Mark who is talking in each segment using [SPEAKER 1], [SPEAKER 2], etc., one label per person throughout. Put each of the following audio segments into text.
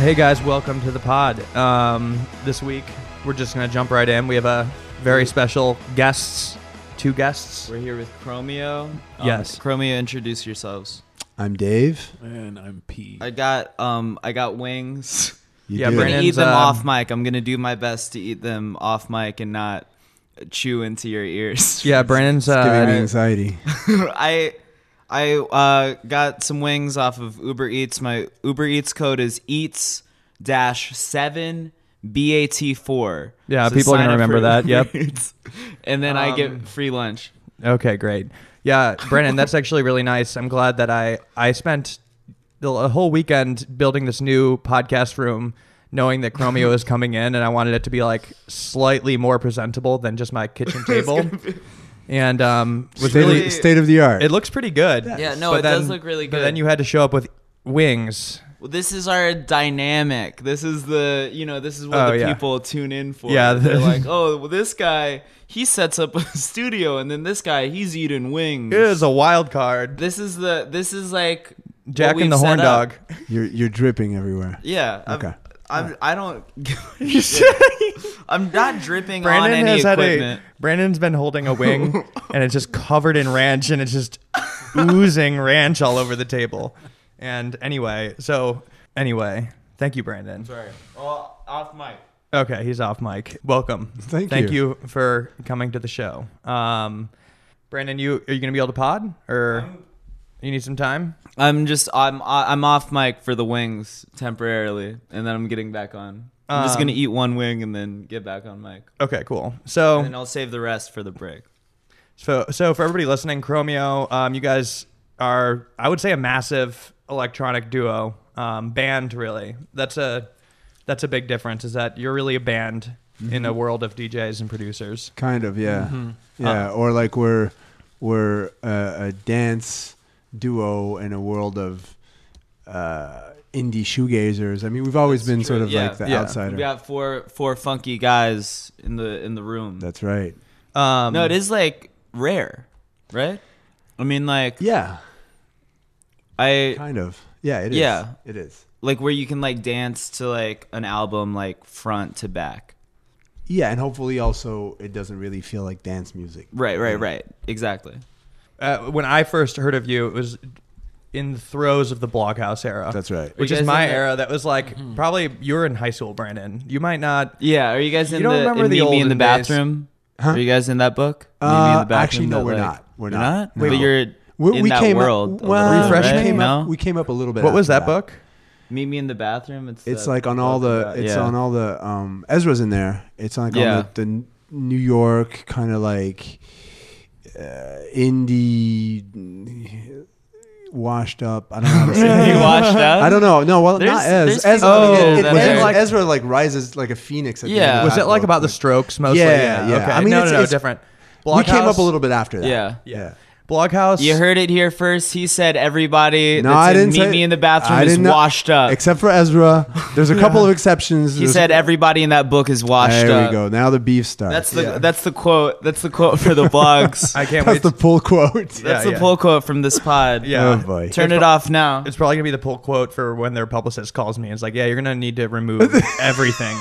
[SPEAKER 1] Hey guys, welcome to the pod. Um, this week we're just gonna jump right in. We have a very special guests, two guests.
[SPEAKER 2] We're here with Chromio. Um,
[SPEAKER 1] Yes.
[SPEAKER 2] Chromio, introduce yourselves.
[SPEAKER 3] I'm Dave.
[SPEAKER 4] And I'm P.
[SPEAKER 2] I got um I got wings.
[SPEAKER 3] You
[SPEAKER 1] Yeah,
[SPEAKER 3] do.
[SPEAKER 2] I'm gonna eat
[SPEAKER 1] Brandon's,
[SPEAKER 2] them
[SPEAKER 1] um,
[SPEAKER 2] off mic. I'm gonna do my best to eat them off mic and not chew into your ears.
[SPEAKER 1] Yeah, Brandon's.
[SPEAKER 3] It's giving me
[SPEAKER 1] Uh,
[SPEAKER 3] anxiety.
[SPEAKER 2] I I uh, got some wings off of Uber Eats. My Uber Eats code is eats dash seven BAT four.
[SPEAKER 1] Yeah, people are gonna remember that, yep.
[SPEAKER 2] and then I
[SPEAKER 1] Um,
[SPEAKER 2] get free lunch.
[SPEAKER 1] okay, great. Yeah, Brandon, that's actually really nice. I'm glad that I I spent the a whole weekend building this new podcast room, knowing that Chromio is coming in, and I wanted it to be like slightly more presentable than just my kitchen table. And um, was
[SPEAKER 3] state,
[SPEAKER 1] really
[SPEAKER 3] of, state of the art.
[SPEAKER 1] It looks pretty good.
[SPEAKER 2] Yeah, no,
[SPEAKER 1] But
[SPEAKER 2] it does look really
[SPEAKER 1] But
[SPEAKER 2] good.
[SPEAKER 1] then you had to show up with wings.
[SPEAKER 2] Well, this is our dynamic. This is the you know this is what
[SPEAKER 1] Oh,
[SPEAKER 2] the
[SPEAKER 1] yeah.
[SPEAKER 2] people tune in for.
[SPEAKER 1] Yeah,
[SPEAKER 2] they're
[SPEAKER 1] the-
[SPEAKER 2] like, oh, well, this guy he sets up a studio, and then this guy he's eating wings.
[SPEAKER 1] It is a wild card.
[SPEAKER 2] This is the this is like what
[SPEAKER 1] Jack
[SPEAKER 2] we've
[SPEAKER 1] and the
[SPEAKER 2] set
[SPEAKER 1] Horn
[SPEAKER 2] up.
[SPEAKER 1] Dog.
[SPEAKER 3] you're you're dripping everywhere.
[SPEAKER 2] Yeah. I'm-
[SPEAKER 3] Okay.
[SPEAKER 2] I'm, I don't. I'm not dripping on
[SPEAKER 1] Brandon
[SPEAKER 2] any
[SPEAKER 1] has had
[SPEAKER 2] equipment.
[SPEAKER 1] a. Brandon's been holding a wing, and it's just covered in ranch, and it's just oozing ranch all over the table. And anyway, so anyway, thank you, Brandon.
[SPEAKER 2] Sorry. Oh, off mic.
[SPEAKER 1] Okay, he's off mic. Welcome.
[SPEAKER 3] Thank
[SPEAKER 1] you.
[SPEAKER 3] you.
[SPEAKER 1] for coming to the show. Um, Brandon, you are you gonna be able to pod, or you need some time?
[SPEAKER 2] I'm just I'm I'm off mic for the wings temporarily, and then I'm getting back on. I'm just
[SPEAKER 1] Um,
[SPEAKER 2] gonna eat one wing and then get back on mic,
[SPEAKER 1] Okay, cool. So
[SPEAKER 2] and then I'll save the rest for the break.
[SPEAKER 1] So, so for everybody listening, Chromio, um, you guys are, I would say, a massive electronic duo, um, band. Really, that's a that's a big difference. Is that you're really a band in
[SPEAKER 3] Mm-hmm.
[SPEAKER 1] a world of DJs and producers.
[SPEAKER 3] Kind of, yeah, yeah. or like we're we're uh, a dance duo in a world of uh, indie shoegazers. I mean, we've always
[SPEAKER 2] That's
[SPEAKER 3] been sort
[SPEAKER 2] true,
[SPEAKER 3] of
[SPEAKER 2] yeah.
[SPEAKER 3] like the
[SPEAKER 1] Yeah.
[SPEAKER 3] outsider.
[SPEAKER 2] We got four four funky guys in the in the room.
[SPEAKER 3] That's right.
[SPEAKER 1] Um,
[SPEAKER 2] no, it is like rare, right? I mean, like
[SPEAKER 3] Yeah,
[SPEAKER 2] I
[SPEAKER 3] kind of. Yeah, it is.
[SPEAKER 2] Yeah.
[SPEAKER 3] it is.
[SPEAKER 2] like where you can like dance to like an album like front to back.
[SPEAKER 3] Yeah, and hopefully also it doesn't really feel like dance music.
[SPEAKER 2] Right, right, right. Exactly.
[SPEAKER 1] uh, when I first heard of you, it was in the throes of the Blockhouse era.
[SPEAKER 3] That's right.
[SPEAKER 1] Which
[SPEAKER 2] You
[SPEAKER 1] is
[SPEAKER 2] guys
[SPEAKER 1] my
[SPEAKER 2] in the- Mm-hmm.
[SPEAKER 1] era. That was like probably you're in high school, Brandon. You might not.
[SPEAKER 2] Yeah. Are you guys
[SPEAKER 1] You
[SPEAKER 2] in
[SPEAKER 1] don't
[SPEAKER 2] the
[SPEAKER 1] remember
[SPEAKER 2] in
[SPEAKER 1] the
[SPEAKER 2] Mimi in the
[SPEAKER 1] olden days?
[SPEAKER 2] bathroom?
[SPEAKER 3] Huh?
[SPEAKER 2] Are you guys in that book? Mimi in
[SPEAKER 3] Uh,
[SPEAKER 2] the bathroom.
[SPEAKER 3] actually, no,
[SPEAKER 2] that,
[SPEAKER 3] we're
[SPEAKER 2] like-
[SPEAKER 3] not. We're
[SPEAKER 2] you're
[SPEAKER 3] not.
[SPEAKER 2] But
[SPEAKER 3] No.
[SPEAKER 2] you're
[SPEAKER 3] We,
[SPEAKER 2] in
[SPEAKER 3] we
[SPEAKER 2] that
[SPEAKER 3] came
[SPEAKER 2] world.
[SPEAKER 3] Up, well,
[SPEAKER 1] Refresh
[SPEAKER 2] right?
[SPEAKER 3] came
[SPEAKER 2] no?
[SPEAKER 3] up, we came up a little bit.
[SPEAKER 1] What was
[SPEAKER 3] after
[SPEAKER 1] that book?
[SPEAKER 2] Mimi in the bathroom. It's
[SPEAKER 3] It's
[SPEAKER 2] that
[SPEAKER 3] like on all
[SPEAKER 2] book
[SPEAKER 3] the.
[SPEAKER 2] about-
[SPEAKER 3] It's
[SPEAKER 2] yeah.
[SPEAKER 3] on all the. Um, Ezra's in there. It's like
[SPEAKER 2] Yeah.
[SPEAKER 3] on the, the New York kind of like uh, indie washed up. I don't know. How to
[SPEAKER 2] you
[SPEAKER 3] say it.
[SPEAKER 2] washed up.
[SPEAKER 3] I don't know. No, well,
[SPEAKER 2] There's-
[SPEAKER 3] not Ez.
[SPEAKER 2] there's
[SPEAKER 3] Ezra,
[SPEAKER 2] people
[SPEAKER 1] that
[SPEAKER 3] it-
[SPEAKER 1] are
[SPEAKER 3] it-
[SPEAKER 1] there.
[SPEAKER 3] Ezra, Ezra, like rises like a phoenix. At the end
[SPEAKER 2] Yeah.
[SPEAKER 3] of
[SPEAKER 1] Was
[SPEAKER 3] that
[SPEAKER 1] it like
[SPEAKER 3] book,
[SPEAKER 1] about the
[SPEAKER 3] but
[SPEAKER 1] Strokes mostly?
[SPEAKER 3] Uh, Yeah, yeah.
[SPEAKER 1] Okay.
[SPEAKER 3] I mean,
[SPEAKER 1] no,
[SPEAKER 3] it's-
[SPEAKER 1] no, no,
[SPEAKER 3] it's-
[SPEAKER 1] different.
[SPEAKER 3] We came up
[SPEAKER 1] Blockhouse-
[SPEAKER 3] a little bit after that.
[SPEAKER 2] Yeah.
[SPEAKER 3] Yeah.
[SPEAKER 1] Blockhouse.
[SPEAKER 2] You heard it here first. He said everybody
[SPEAKER 3] No,
[SPEAKER 2] that's
[SPEAKER 3] I
[SPEAKER 2] in
[SPEAKER 3] didn't say
[SPEAKER 2] Mimi in the bathroom
[SPEAKER 3] I
[SPEAKER 2] is
[SPEAKER 3] didn't know-
[SPEAKER 2] washed up.
[SPEAKER 3] Except for Ezra, there's a couple of exceptions.
[SPEAKER 2] he
[SPEAKER 3] There's-
[SPEAKER 2] said everybody in that book is washed
[SPEAKER 3] There
[SPEAKER 2] up.
[SPEAKER 3] we go. Now the beef starts.
[SPEAKER 2] That's the
[SPEAKER 1] Yeah.
[SPEAKER 2] that's the quote. That's the quote for the blogs.
[SPEAKER 1] I can't
[SPEAKER 3] That's
[SPEAKER 1] wait.
[SPEAKER 3] the full quote.
[SPEAKER 2] That's
[SPEAKER 1] Yeah,
[SPEAKER 2] the
[SPEAKER 1] yeah.
[SPEAKER 2] pull quote from this pod.
[SPEAKER 1] Yeah.
[SPEAKER 3] Oh boy.
[SPEAKER 2] Turn it off now.
[SPEAKER 1] It's probably gonna be the pull quote for when their publicist calls me. It's like, yeah, you're gonna need to remove everything,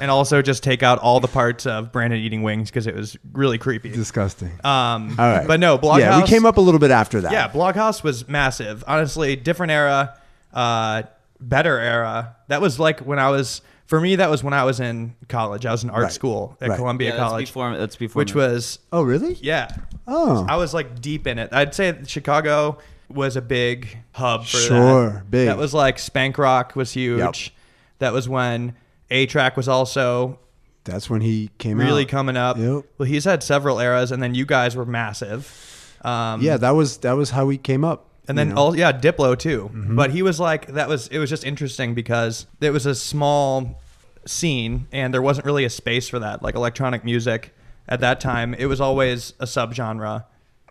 [SPEAKER 1] and also just take out all the parts of Brandon eating wings because it was really creepy.
[SPEAKER 3] disgusting.
[SPEAKER 1] Um,
[SPEAKER 3] All right.
[SPEAKER 1] but no, Blockhouse.
[SPEAKER 3] Yeah, we came up a little bit after that.
[SPEAKER 1] Yeah, Blockhouse was massive. Honestly, different era, uh, better era. That was like when I was. For me, that was when I was in college. I was in art
[SPEAKER 3] Right.
[SPEAKER 1] school at
[SPEAKER 3] Right.
[SPEAKER 1] Columbia
[SPEAKER 2] that's
[SPEAKER 1] College,
[SPEAKER 2] before. That's before.
[SPEAKER 1] which
[SPEAKER 2] me.
[SPEAKER 1] was
[SPEAKER 3] Oh, really?
[SPEAKER 1] yeah.
[SPEAKER 3] Oh.
[SPEAKER 1] I was like deep in it. I'd say Chicago was a big hub for that.
[SPEAKER 3] Sure, big.
[SPEAKER 1] That was like Spank Rock was huge.
[SPEAKER 3] Yep.
[SPEAKER 1] That was when A Track was also
[SPEAKER 3] That's when he came
[SPEAKER 1] really
[SPEAKER 3] out.
[SPEAKER 1] coming up.
[SPEAKER 3] Ah, Yep.
[SPEAKER 1] Well, he's had several eras, and then you guys were massive. Um,
[SPEAKER 3] Yeah, that was that was how we came up.
[SPEAKER 1] And then
[SPEAKER 3] you know? Mm-hmm.
[SPEAKER 1] all yeah, Diplo too. But he was like that was it was just interesting because it was a small scene and there wasn't really a space for that. Like electronic music at that time, it was always a subgenre.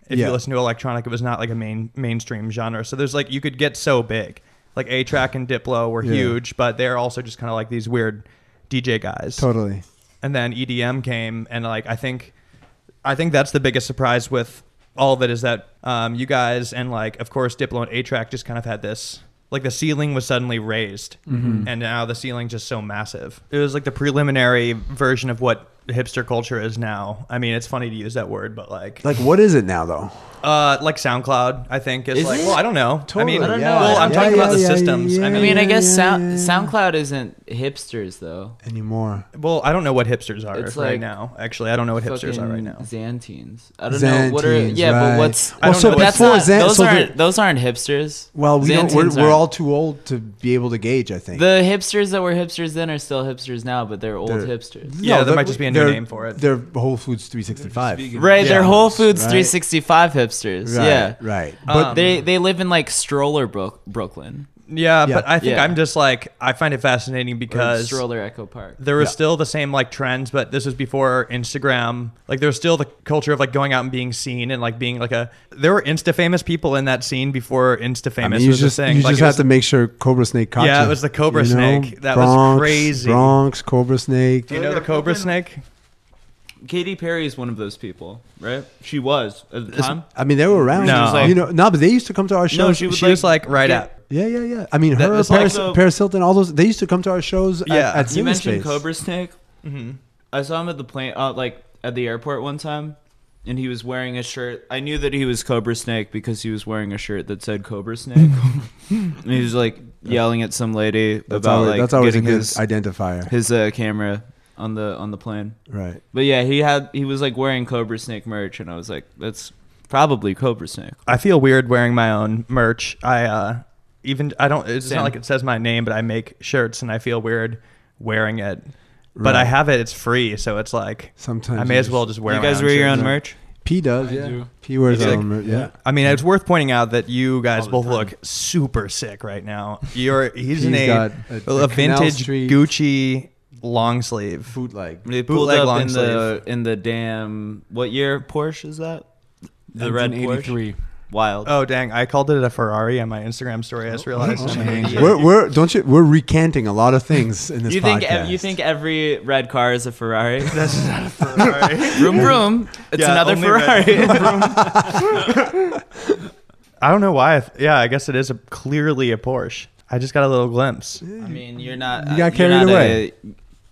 [SPEAKER 1] If
[SPEAKER 3] Yeah.
[SPEAKER 1] you listen to electronic, it was not like a main mainstream genre. So there's like you could get so big. Like A Track and Diplo were
[SPEAKER 3] Yeah.
[SPEAKER 1] huge, but they're also just kind of like these weird DJ guys
[SPEAKER 3] totally.
[SPEAKER 1] and then EDM came, and like I think, I think that's the biggest surprise with all of it is that um, you guys and like of course Diplo and A Track just kind of had this like the ceiling was suddenly raised, and now the ceiling's just so massive. It was like the preliminary version of what hipster culture is now. I mean, it's funny to use that word, but like,
[SPEAKER 3] Like, what is it now, though?
[SPEAKER 1] uh, like SoundCloud, I think is,
[SPEAKER 2] Is
[SPEAKER 1] like.
[SPEAKER 2] it?
[SPEAKER 1] Well, I don't know.
[SPEAKER 3] Totally,
[SPEAKER 1] I mean,
[SPEAKER 2] I don't know.
[SPEAKER 1] well, I'm
[SPEAKER 2] Yeah,
[SPEAKER 1] talking
[SPEAKER 2] yeah,
[SPEAKER 1] about the
[SPEAKER 3] yeah,
[SPEAKER 1] systems.
[SPEAKER 3] yeah,
[SPEAKER 1] I
[SPEAKER 2] I
[SPEAKER 1] mean,
[SPEAKER 2] mean, I guess
[SPEAKER 3] yeah,
[SPEAKER 2] Sound-
[SPEAKER 3] yeah, yeah.
[SPEAKER 2] SoundCloud isn't hipsters though.
[SPEAKER 3] Anymore.
[SPEAKER 1] well, I don't know what hipsters are
[SPEAKER 2] It's
[SPEAKER 1] right
[SPEAKER 2] like
[SPEAKER 1] now. Actually, I don't know what hipsters are right
[SPEAKER 2] Fucking
[SPEAKER 1] now.
[SPEAKER 2] Xantines. I don't know what are
[SPEAKER 3] Xantines,
[SPEAKER 2] yeah,
[SPEAKER 3] right.
[SPEAKER 2] but what's
[SPEAKER 1] I don't
[SPEAKER 3] Well, so
[SPEAKER 1] know
[SPEAKER 2] but
[SPEAKER 1] what
[SPEAKER 2] that's
[SPEAKER 3] before
[SPEAKER 2] not,
[SPEAKER 3] Xan-
[SPEAKER 2] those
[SPEAKER 3] so the-
[SPEAKER 2] aren't those aren't hipsters.
[SPEAKER 3] Well, we don't, we're,
[SPEAKER 2] Xantines
[SPEAKER 3] we're
[SPEAKER 2] aren't.
[SPEAKER 3] all too old to be able to gauge. I think.
[SPEAKER 2] the hipsters that were hipsters then are still hipsters now, but they're old
[SPEAKER 3] They're-
[SPEAKER 2] hipsters.
[SPEAKER 1] Yeah, there
[SPEAKER 3] that-
[SPEAKER 1] might just be a new
[SPEAKER 3] they're-
[SPEAKER 1] name for it.
[SPEAKER 3] They're Whole Foods 365.
[SPEAKER 4] They're just
[SPEAKER 2] Right,
[SPEAKER 1] Yeah.
[SPEAKER 2] they're Whole Foods
[SPEAKER 3] Right.
[SPEAKER 2] 365 hipsters.
[SPEAKER 3] Right,
[SPEAKER 2] yeah.
[SPEAKER 3] Right.
[SPEAKER 1] Um,
[SPEAKER 3] But
[SPEAKER 2] They they live in like stroller Brook, Brooklyn.
[SPEAKER 1] Yeah,
[SPEAKER 3] Yeah.
[SPEAKER 1] but I think
[SPEAKER 2] Yeah.
[SPEAKER 1] I'm just like I find it fascinating
[SPEAKER 2] Or
[SPEAKER 1] because
[SPEAKER 2] stroller Echo Park.
[SPEAKER 1] there was
[SPEAKER 3] Yeah.
[SPEAKER 1] still the same like trends, but this was before Instagram. Like there was still the culture of like going out and being seen and like being like a. There were Insta famous people in that scene before Insta
[SPEAKER 3] I mean,
[SPEAKER 1] famous
[SPEAKER 3] you
[SPEAKER 1] was
[SPEAKER 3] just,
[SPEAKER 1] the thing.
[SPEAKER 3] you
[SPEAKER 1] like,
[SPEAKER 3] just
[SPEAKER 1] it
[SPEAKER 3] have
[SPEAKER 1] was-
[SPEAKER 3] to make sure Cobra Snake caught
[SPEAKER 1] Yeah,
[SPEAKER 3] you.
[SPEAKER 1] it was the Cobra
[SPEAKER 3] you know?
[SPEAKER 1] Snake. That was
[SPEAKER 3] Bronx,
[SPEAKER 1] crazy.
[SPEAKER 3] Bronx, Cobra Snake.
[SPEAKER 1] Do you know the Cobra Snake?
[SPEAKER 2] Katy Perry is one of those people, right? She was at the time.
[SPEAKER 3] I mean, they were around.
[SPEAKER 1] No. She was like-
[SPEAKER 3] you know, no, but they used to come to our shows.
[SPEAKER 2] No, she was
[SPEAKER 1] She
[SPEAKER 2] like,
[SPEAKER 1] was like right
[SPEAKER 2] get-
[SPEAKER 1] at.
[SPEAKER 3] yeah, yeah, yeah. I mean,
[SPEAKER 1] That
[SPEAKER 3] her,
[SPEAKER 1] was like
[SPEAKER 3] Paris,
[SPEAKER 2] the-
[SPEAKER 3] Paris Hilton, all those. They used to come to our shows. at-
[SPEAKER 1] Yeah.
[SPEAKER 3] at,
[SPEAKER 2] you
[SPEAKER 3] Cinespace.
[SPEAKER 2] mentioned Cobra Snake. Mm-hmm. I saw him at the plane, uh, like at the airport one time, and he was wearing a shirt. I knew that he was Cobra Snake because he was wearing a shirt that said Cobra Snake, and he was like yelling at some lady
[SPEAKER 3] That's
[SPEAKER 2] about
[SPEAKER 3] always,
[SPEAKER 2] like
[SPEAKER 3] that's always a
[SPEAKER 2] getting
[SPEAKER 3] good
[SPEAKER 2] his
[SPEAKER 3] identifier,
[SPEAKER 2] his uh, camera on the on the plane.
[SPEAKER 3] right?
[SPEAKER 2] But yeah, he had he was like wearing Cobra Snake merch, and I was like, that's probably Cobra Snake.
[SPEAKER 1] I feel weird wearing my own merch. I uh, even I don't. It's
[SPEAKER 2] Same.
[SPEAKER 1] not like it says my name, but I make shirts and I feel weird wearing it. But I
[SPEAKER 3] Right.
[SPEAKER 1] have it. It's free, so it's like
[SPEAKER 3] Sometimes
[SPEAKER 1] I may
[SPEAKER 3] you
[SPEAKER 1] as well
[SPEAKER 3] just-
[SPEAKER 1] just wear.
[SPEAKER 2] you
[SPEAKER 1] my
[SPEAKER 2] guys
[SPEAKER 1] own
[SPEAKER 2] wear your
[SPEAKER 1] shirt.
[SPEAKER 2] own
[SPEAKER 3] yeah.
[SPEAKER 2] merch?
[SPEAKER 3] P does,
[SPEAKER 4] I
[SPEAKER 3] yeah.
[SPEAKER 4] do.
[SPEAKER 3] P wears
[SPEAKER 1] It's
[SPEAKER 3] his
[SPEAKER 1] like-
[SPEAKER 3] own. Yeah,
[SPEAKER 1] I mean, it's worth pointing out that you guys
[SPEAKER 4] All the
[SPEAKER 1] both
[SPEAKER 4] time.
[SPEAKER 1] look super sick right now. You're he's,
[SPEAKER 3] He's
[SPEAKER 1] in a,
[SPEAKER 3] got
[SPEAKER 1] a,
[SPEAKER 3] a- a Canal
[SPEAKER 1] vintage
[SPEAKER 3] Street-
[SPEAKER 1] Gucci long sleeve.
[SPEAKER 3] bootleg.
[SPEAKER 2] They pulled
[SPEAKER 1] Bootleg
[SPEAKER 2] up
[SPEAKER 1] long
[SPEAKER 2] in the in the damn what year Porsche is that? The red Porsche.
[SPEAKER 4] 1983.
[SPEAKER 2] Wild.
[SPEAKER 1] Oh dang! I called it a Ferrari on my Instagram story. I just realized. I'm an idiot.
[SPEAKER 3] We're, we're don't you? We're recanting a lot of things in this.
[SPEAKER 2] You think ev-
[SPEAKER 3] podcast.
[SPEAKER 2] you think every red car is a Ferrari?
[SPEAKER 1] This is not a Ferrari.
[SPEAKER 2] room, room. It's
[SPEAKER 1] Yeah,
[SPEAKER 2] another
[SPEAKER 1] only red.
[SPEAKER 2] Ferrari.
[SPEAKER 1] I don't know why. I th- yeah, I guess it is a, clearly a Porsche. I just got a little glimpse.
[SPEAKER 2] I mean, you're not.
[SPEAKER 3] You
[SPEAKER 2] uh,
[SPEAKER 3] got
[SPEAKER 2] you're
[SPEAKER 3] carried
[SPEAKER 2] not
[SPEAKER 3] away.
[SPEAKER 2] A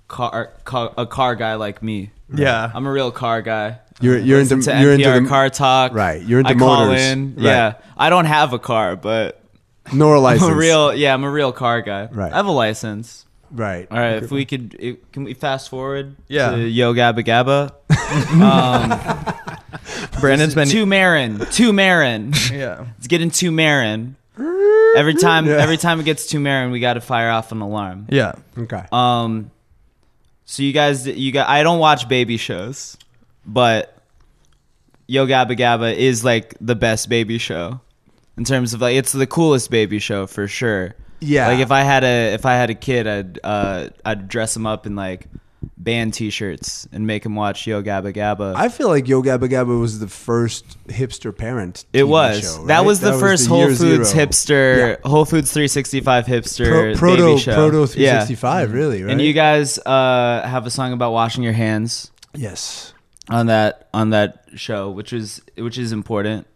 [SPEAKER 2] car, car, a car guy like me.
[SPEAKER 1] Yeah.
[SPEAKER 2] I'm a real car guy.
[SPEAKER 3] you're you're into
[SPEAKER 2] Listen to
[SPEAKER 3] you're into
[SPEAKER 2] NPR
[SPEAKER 3] the,
[SPEAKER 2] car talk.
[SPEAKER 3] Right, you're into
[SPEAKER 2] I call
[SPEAKER 3] motors.
[SPEAKER 2] in.
[SPEAKER 3] Right.
[SPEAKER 2] Yeah, I don't have a car, but
[SPEAKER 3] nor a
[SPEAKER 2] I'm
[SPEAKER 3] license.
[SPEAKER 2] a real. Yeah, I'm a real car guy.
[SPEAKER 3] Right.
[SPEAKER 2] I have a license.
[SPEAKER 3] right?
[SPEAKER 2] All right, if we could, if, can we fast forward?
[SPEAKER 1] Yeah.
[SPEAKER 2] To Yo Gabba Gabba. um,
[SPEAKER 1] Brandon's been.
[SPEAKER 2] to Marin. To Marin.
[SPEAKER 1] yeah.
[SPEAKER 2] It's getting to Marin. Every time, every time it gets to Marin, we got to fire off an alarm.
[SPEAKER 1] Yeah.
[SPEAKER 3] Okay.
[SPEAKER 2] Um, so you guys, you got. I don't watch baby shows, but Yo Gabba Gabba is like the best baby show in terms of like it's the coolest baby show for sure.
[SPEAKER 3] Yeah.
[SPEAKER 2] Like if I had a if I had a kid, I'd uh I'd dress him up in like band T-shirts and make him watch Yo Gabba Gabba.
[SPEAKER 3] I feel like Yo Gabba Gabba was the first hipster parent.
[SPEAKER 2] it
[SPEAKER 3] TV
[SPEAKER 2] was
[SPEAKER 3] show,
[SPEAKER 2] that
[SPEAKER 3] right?
[SPEAKER 2] was the first
[SPEAKER 3] the
[SPEAKER 2] Whole
[SPEAKER 3] year
[SPEAKER 2] Foods
[SPEAKER 3] zero.
[SPEAKER 2] hipster Whole Foods 365 hipster
[SPEAKER 3] Pro, proto
[SPEAKER 2] baby show.
[SPEAKER 3] proto
[SPEAKER 2] Yeah.
[SPEAKER 3] 365, really, right?
[SPEAKER 2] And you guys uh, have a song about washing your hands
[SPEAKER 3] yes,
[SPEAKER 2] on that on that show, which is which is important.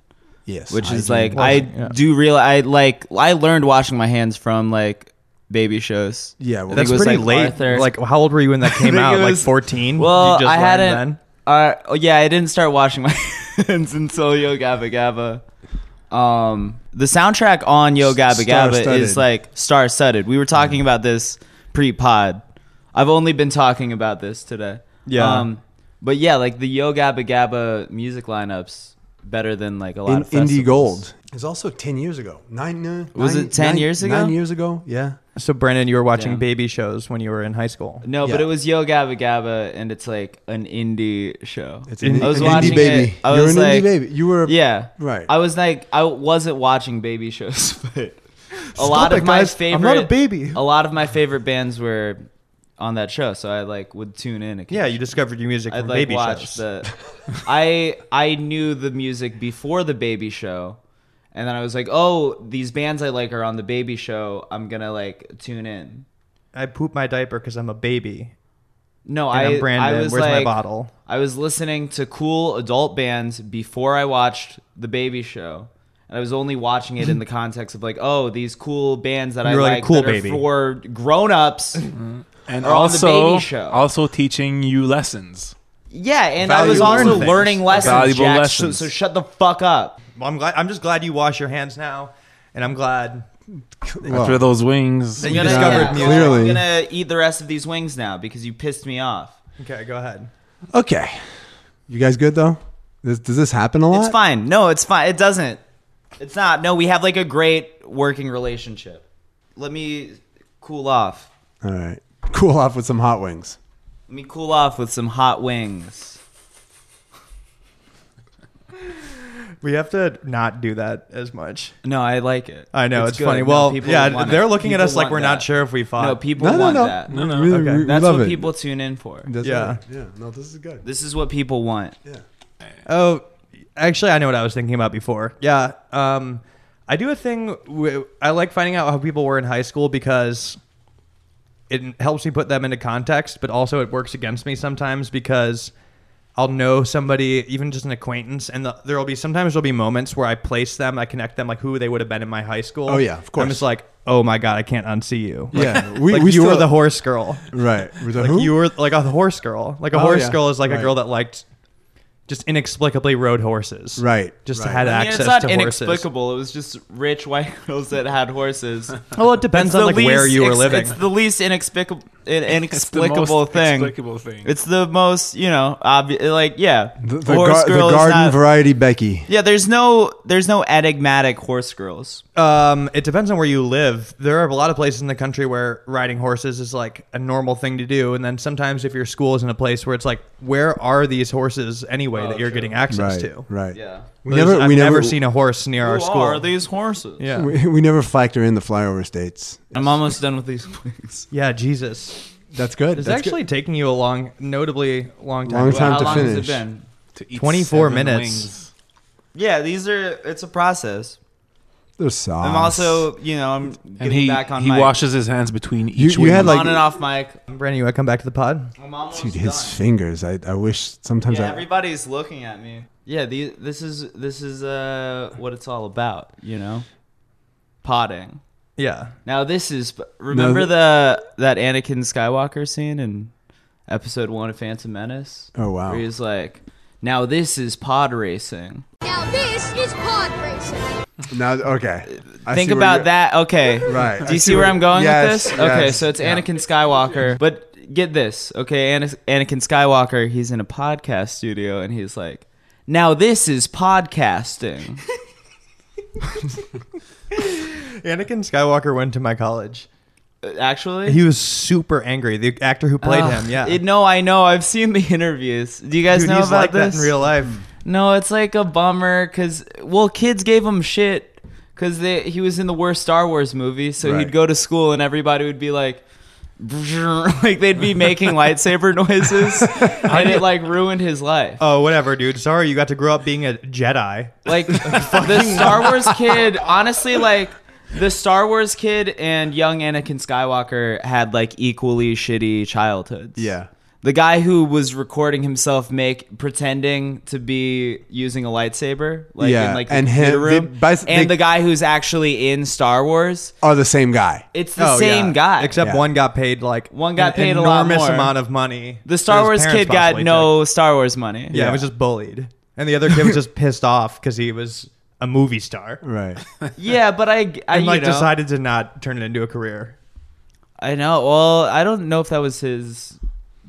[SPEAKER 3] yes,
[SPEAKER 2] Which is like
[SPEAKER 3] hygiene.
[SPEAKER 2] I
[SPEAKER 1] yeah.
[SPEAKER 2] do real I like I learned washing my hands from like baby shows.
[SPEAKER 3] yeah, well,
[SPEAKER 2] think
[SPEAKER 1] That's
[SPEAKER 2] it was,
[SPEAKER 1] pretty
[SPEAKER 2] like,
[SPEAKER 1] late.
[SPEAKER 2] Arthur.
[SPEAKER 1] Like, how old were you when that came
[SPEAKER 2] think
[SPEAKER 1] out?
[SPEAKER 2] it
[SPEAKER 1] Like
[SPEAKER 2] was-
[SPEAKER 1] 14?
[SPEAKER 2] Well,
[SPEAKER 1] You just
[SPEAKER 2] I
[SPEAKER 1] learned
[SPEAKER 2] hadn't.
[SPEAKER 1] then?
[SPEAKER 2] Uh, oh, yeah, I didn't start washing my hands until Yo Gabba Gabba. Um, the soundtrack on Yo Gabba Gabba
[SPEAKER 3] Star-studded.
[SPEAKER 2] is like star studded. We were talking
[SPEAKER 1] Mm.
[SPEAKER 2] about this pre pod. I've only been talking about this today.
[SPEAKER 1] Yeah.
[SPEAKER 2] Um, but yeah, like the Yo Gabba Gabba music lineups better than like a lot
[SPEAKER 3] in,
[SPEAKER 2] of festivals.
[SPEAKER 3] indie gold. It's also ten years ago. Nine. Uh,
[SPEAKER 2] Was
[SPEAKER 3] nine-
[SPEAKER 2] it 10
[SPEAKER 3] nine-
[SPEAKER 2] years ago?
[SPEAKER 3] Nine years ago. Yeah.
[SPEAKER 1] So, Brandon, you were watching
[SPEAKER 2] Damn.
[SPEAKER 1] baby shows when you were in high school.
[SPEAKER 2] No, but
[SPEAKER 3] Yeah.
[SPEAKER 2] it was Yo Gabba Gabba, and it's like an indie show.
[SPEAKER 3] It's an,
[SPEAKER 1] I was
[SPEAKER 3] an
[SPEAKER 2] watching
[SPEAKER 3] indie baby.
[SPEAKER 2] it, I
[SPEAKER 3] You're
[SPEAKER 2] was
[SPEAKER 3] an
[SPEAKER 2] like-
[SPEAKER 3] indie baby. You were.
[SPEAKER 2] Yeah.
[SPEAKER 3] Right.
[SPEAKER 2] I was like, I wasn't watching baby shows, but a lot of my favorite,
[SPEAKER 1] I'm not a baby.
[SPEAKER 2] a lot of my favorite bands were on that show, so I like would tune in.
[SPEAKER 1] Yeah, you
[SPEAKER 2] occasionally.
[SPEAKER 1] discovered your music
[SPEAKER 2] I'd
[SPEAKER 1] from
[SPEAKER 2] like
[SPEAKER 1] baby shows.
[SPEAKER 2] watch the. I I knew the music before the baby show, and then I was like, oh, these bands I like are on the baby show. I'm gonna like tune in.
[SPEAKER 1] I poop my diaper because I'm a baby.
[SPEAKER 2] No,
[SPEAKER 1] And I,
[SPEAKER 2] I
[SPEAKER 1] am Brandon.
[SPEAKER 2] I was
[SPEAKER 1] Where's my
[SPEAKER 2] like-
[SPEAKER 1] bottle?
[SPEAKER 2] I was listening to cool adult bands before I watched the baby show. and I was only watching it in the context of like, oh, these cool bands that
[SPEAKER 1] You were
[SPEAKER 2] I
[SPEAKER 1] like a
[SPEAKER 2] like
[SPEAKER 1] cool
[SPEAKER 2] that
[SPEAKER 1] baby.
[SPEAKER 2] are for grown ups.
[SPEAKER 4] and
[SPEAKER 2] Or on the
[SPEAKER 4] also
[SPEAKER 2] baby show.
[SPEAKER 4] also teaching you lessons.
[SPEAKER 2] yeah, and I
[SPEAKER 1] Valuable
[SPEAKER 2] was also
[SPEAKER 1] things.
[SPEAKER 2] learning lessons,
[SPEAKER 4] Valuable
[SPEAKER 2] Jack,
[SPEAKER 4] lessons.
[SPEAKER 2] So, so shut the fuck up.
[SPEAKER 1] Well, I'm glad. I'm just glad you wash your hands now, and I'm glad.
[SPEAKER 3] Well,
[SPEAKER 4] After those wings,
[SPEAKER 1] You discovered music.
[SPEAKER 3] Clearly.
[SPEAKER 2] I'm gonna eat the rest of these wings now because you pissed me off.
[SPEAKER 1] Okay, go ahead.
[SPEAKER 3] okay. You guys good though? This, does this happen a lot?
[SPEAKER 2] It's fine. No, it's fine. It doesn't. It's not. No, we have like a great working relationship. Let me cool off.
[SPEAKER 3] All right. Cool off with some hot wings.
[SPEAKER 2] Let me cool off with some hot wings.
[SPEAKER 1] We have to not do that as much.
[SPEAKER 2] No, I like it.
[SPEAKER 1] I know it's,
[SPEAKER 2] good.
[SPEAKER 1] funny.
[SPEAKER 2] No,
[SPEAKER 1] well,
[SPEAKER 2] people
[SPEAKER 1] yeah,
[SPEAKER 2] want it.
[SPEAKER 1] they're looking at
[SPEAKER 2] People
[SPEAKER 1] us like
[SPEAKER 2] want
[SPEAKER 1] we're
[SPEAKER 2] that.
[SPEAKER 1] not sure if we fought.
[SPEAKER 2] No, people want that.
[SPEAKER 4] No, no,
[SPEAKER 3] We-
[SPEAKER 1] okay.
[SPEAKER 3] we- we
[SPEAKER 2] That's
[SPEAKER 3] love
[SPEAKER 2] what
[SPEAKER 3] it.
[SPEAKER 2] people tune in for.
[SPEAKER 3] That's
[SPEAKER 1] Yeah.
[SPEAKER 3] right. Yeah. No, this is good.
[SPEAKER 2] This is what people want.
[SPEAKER 3] Yeah.
[SPEAKER 1] Oh, actually, I know what I was thinking about before. Yeah, um, I do a thing. W- I like finding out how people were in high school because it helps me put them into context, but also it works against me sometimes because I'll know somebody, even just an acquaintance, and the, there'll be sometimes there'll be moments where I place them, I connect them like who they would have been in my high school.
[SPEAKER 3] Oh, yeah, of course.
[SPEAKER 1] I'm just like, oh my god, I can't unsee you. Like,
[SPEAKER 3] Yeah, we-
[SPEAKER 1] like
[SPEAKER 3] we
[SPEAKER 1] you were
[SPEAKER 3] still-
[SPEAKER 1] the horse girl.
[SPEAKER 3] Right. With a
[SPEAKER 1] Like
[SPEAKER 3] who?
[SPEAKER 1] you were like a horse girl. Like a
[SPEAKER 3] Oh,
[SPEAKER 1] horse
[SPEAKER 3] yeah.
[SPEAKER 1] girl is like
[SPEAKER 3] Right.
[SPEAKER 1] a girl that liked just inexplicably rode horses.
[SPEAKER 3] Right,
[SPEAKER 1] Just
[SPEAKER 3] right.
[SPEAKER 1] had
[SPEAKER 2] I mean,
[SPEAKER 1] access
[SPEAKER 2] it's not
[SPEAKER 1] to horses.
[SPEAKER 2] inexplicable. It was just rich white girls that had horses.
[SPEAKER 1] Well, it depends
[SPEAKER 2] It's
[SPEAKER 1] on
[SPEAKER 2] the
[SPEAKER 1] like where
[SPEAKER 2] least
[SPEAKER 1] you were
[SPEAKER 2] ex-
[SPEAKER 1] living.
[SPEAKER 2] It's the least inexplicable, inexplicable
[SPEAKER 4] explicable
[SPEAKER 2] thing.
[SPEAKER 4] Explicable thing.
[SPEAKER 2] It's the most, you know, obvious. Like, yeah,
[SPEAKER 3] the, the
[SPEAKER 2] horse
[SPEAKER 3] gar- the
[SPEAKER 2] girl is
[SPEAKER 3] garden
[SPEAKER 2] not-
[SPEAKER 3] variety Becky.
[SPEAKER 2] yeah, there's no, there's no enigmatic horse girls.
[SPEAKER 1] um, it depends on where you live. There are a lot of places in the country where riding horses is like a normal thing to do, and then sometimes if your school is in a place where it's like, where are these horses anyway
[SPEAKER 2] Oh,
[SPEAKER 1] that you're getting access
[SPEAKER 3] Right.
[SPEAKER 1] to?
[SPEAKER 3] Right.
[SPEAKER 2] Yeah.
[SPEAKER 3] We
[SPEAKER 1] There's-
[SPEAKER 3] never,
[SPEAKER 1] I've
[SPEAKER 3] we never,
[SPEAKER 1] seen a horse near our
[SPEAKER 2] Who
[SPEAKER 1] school.
[SPEAKER 2] are these horses?
[SPEAKER 1] Yeah,
[SPEAKER 3] We, we never flagged her in the flyover states.
[SPEAKER 2] I'm almost done with these wings.
[SPEAKER 1] yeah, Jesus.
[SPEAKER 3] That's good.
[SPEAKER 1] It's
[SPEAKER 3] That's
[SPEAKER 1] actually taking you a long, notably long time.
[SPEAKER 3] Long
[SPEAKER 1] to-
[SPEAKER 3] time
[SPEAKER 2] how
[SPEAKER 3] to
[SPEAKER 2] long has
[SPEAKER 3] finish.
[SPEAKER 2] it been?
[SPEAKER 4] To eat
[SPEAKER 1] 24
[SPEAKER 4] seven
[SPEAKER 1] minutes.
[SPEAKER 4] wings.
[SPEAKER 2] Yeah, these are. It's a process.
[SPEAKER 3] good. They're soft.
[SPEAKER 2] I'm also, you know, I'm getting
[SPEAKER 4] And he
[SPEAKER 2] back on
[SPEAKER 4] he
[SPEAKER 2] mic.
[SPEAKER 4] washes his hands between each.
[SPEAKER 3] You- you
[SPEAKER 4] wing.
[SPEAKER 3] had, like-
[SPEAKER 2] on and off mic.
[SPEAKER 1] Um, Brandon, you want to come back to the pod?
[SPEAKER 2] I'm almost
[SPEAKER 3] Dude,
[SPEAKER 2] done.
[SPEAKER 3] his fingers. I, I wish sometimes
[SPEAKER 2] yeah,
[SPEAKER 3] I.
[SPEAKER 2] everybody's looking at me. Yeah, the, this is this is uh what it's all about, you know, potting.
[SPEAKER 1] Yeah.
[SPEAKER 2] Now this is remember
[SPEAKER 3] th-
[SPEAKER 2] the that Anakin Skywalker scene in Episode One of Phantom Menace,
[SPEAKER 3] oh wow.
[SPEAKER 2] where he's like, "Now this is pod racing."
[SPEAKER 5] Now this is pod racing.
[SPEAKER 3] Now, okay. I
[SPEAKER 2] Uh, Think
[SPEAKER 3] see where
[SPEAKER 2] about
[SPEAKER 3] you're-
[SPEAKER 2] that. Okay.
[SPEAKER 3] Right.
[SPEAKER 2] Do you see where I'm going
[SPEAKER 3] yes,
[SPEAKER 2] with this? Okay,
[SPEAKER 3] yes,
[SPEAKER 2] so it's
[SPEAKER 3] yeah.
[SPEAKER 2] Anakin Skywalker. But get this, okay? Ana- Anakin Skywalker, he's in a podcast studio and he's like, now this is podcasting.
[SPEAKER 1] Anakin Skywalker went to my college.
[SPEAKER 2] Uh, Actually?
[SPEAKER 1] He was super angry. The actor who played
[SPEAKER 2] Ugh,
[SPEAKER 1] him, yeah.
[SPEAKER 2] it- no, I know. I've seen the interviews. Do you guys
[SPEAKER 1] Dude,
[SPEAKER 2] know
[SPEAKER 1] he's
[SPEAKER 2] about
[SPEAKER 1] like
[SPEAKER 2] this?
[SPEAKER 1] that in real life.
[SPEAKER 2] No, it's like a bummer because well, kids gave him shit because he was in the worst Star Wars movie, so
[SPEAKER 3] Right.
[SPEAKER 2] he'd go to school and everybody would be like. like they'd be making lightsaber noises and it like ruined his life
[SPEAKER 1] Oh, whatever, dude. Sorry you got to grow up being a Jedi.
[SPEAKER 2] like the star wars kid honestly like the star wars kid and young anakin skywalker had like equally shitty childhoods
[SPEAKER 3] Yeah.
[SPEAKER 2] the guy who was recording himself make pretending to be using a lightsaber, like
[SPEAKER 3] Yeah,
[SPEAKER 2] in like the
[SPEAKER 3] and him-
[SPEAKER 2] computer
[SPEAKER 3] they-
[SPEAKER 2] room,
[SPEAKER 3] bas-
[SPEAKER 2] and
[SPEAKER 3] they-
[SPEAKER 2] the guy who's actually in Star Wars,
[SPEAKER 3] Are Oh, the same guy.
[SPEAKER 2] it's the
[SPEAKER 1] Oh,
[SPEAKER 2] same
[SPEAKER 1] yeah.
[SPEAKER 2] guy.
[SPEAKER 1] Except
[SPEAKER 3] Yeah.
[SPEAKER 1] one got paid like
[SPEAKER 2] One got
[SPEAKER 1] an
[SPEAKER 2] paid a lot
[SPEAKER 1] enormous
[SPEAKER 2] more.
[SPEAKER 1] amount of money.
[SPEAKER 2] the
[SPEAKER 1] that
[SPEAKER 2] Star
[SPEAKER 1] his
[SPEAKER 2] Wars
[SPEAKER 1] parents
[SPEAKER 2] kid got
[SPEAKER 1] possibly
[SPEAKER 2] no Star Wars money.
[SPEAKER 1] took. Yeah,
[SPEAKER 3] Yeah.
[SPEAKER 1] it was just bullied, and the other kid was just pissed off because he was a movie star
[SPEAKER 3] Right. Oh,
[SPEAKER 2] yeah, but I, I
[SPEAKER 1] and
[SPEAKER 2] you
[SPEAKER 1] like
[SPEAKER 2] know,
[SPEAKER 1] decided to not turn it into a career.
[SPEAKER 2] I know. Well, I don't know if that was his.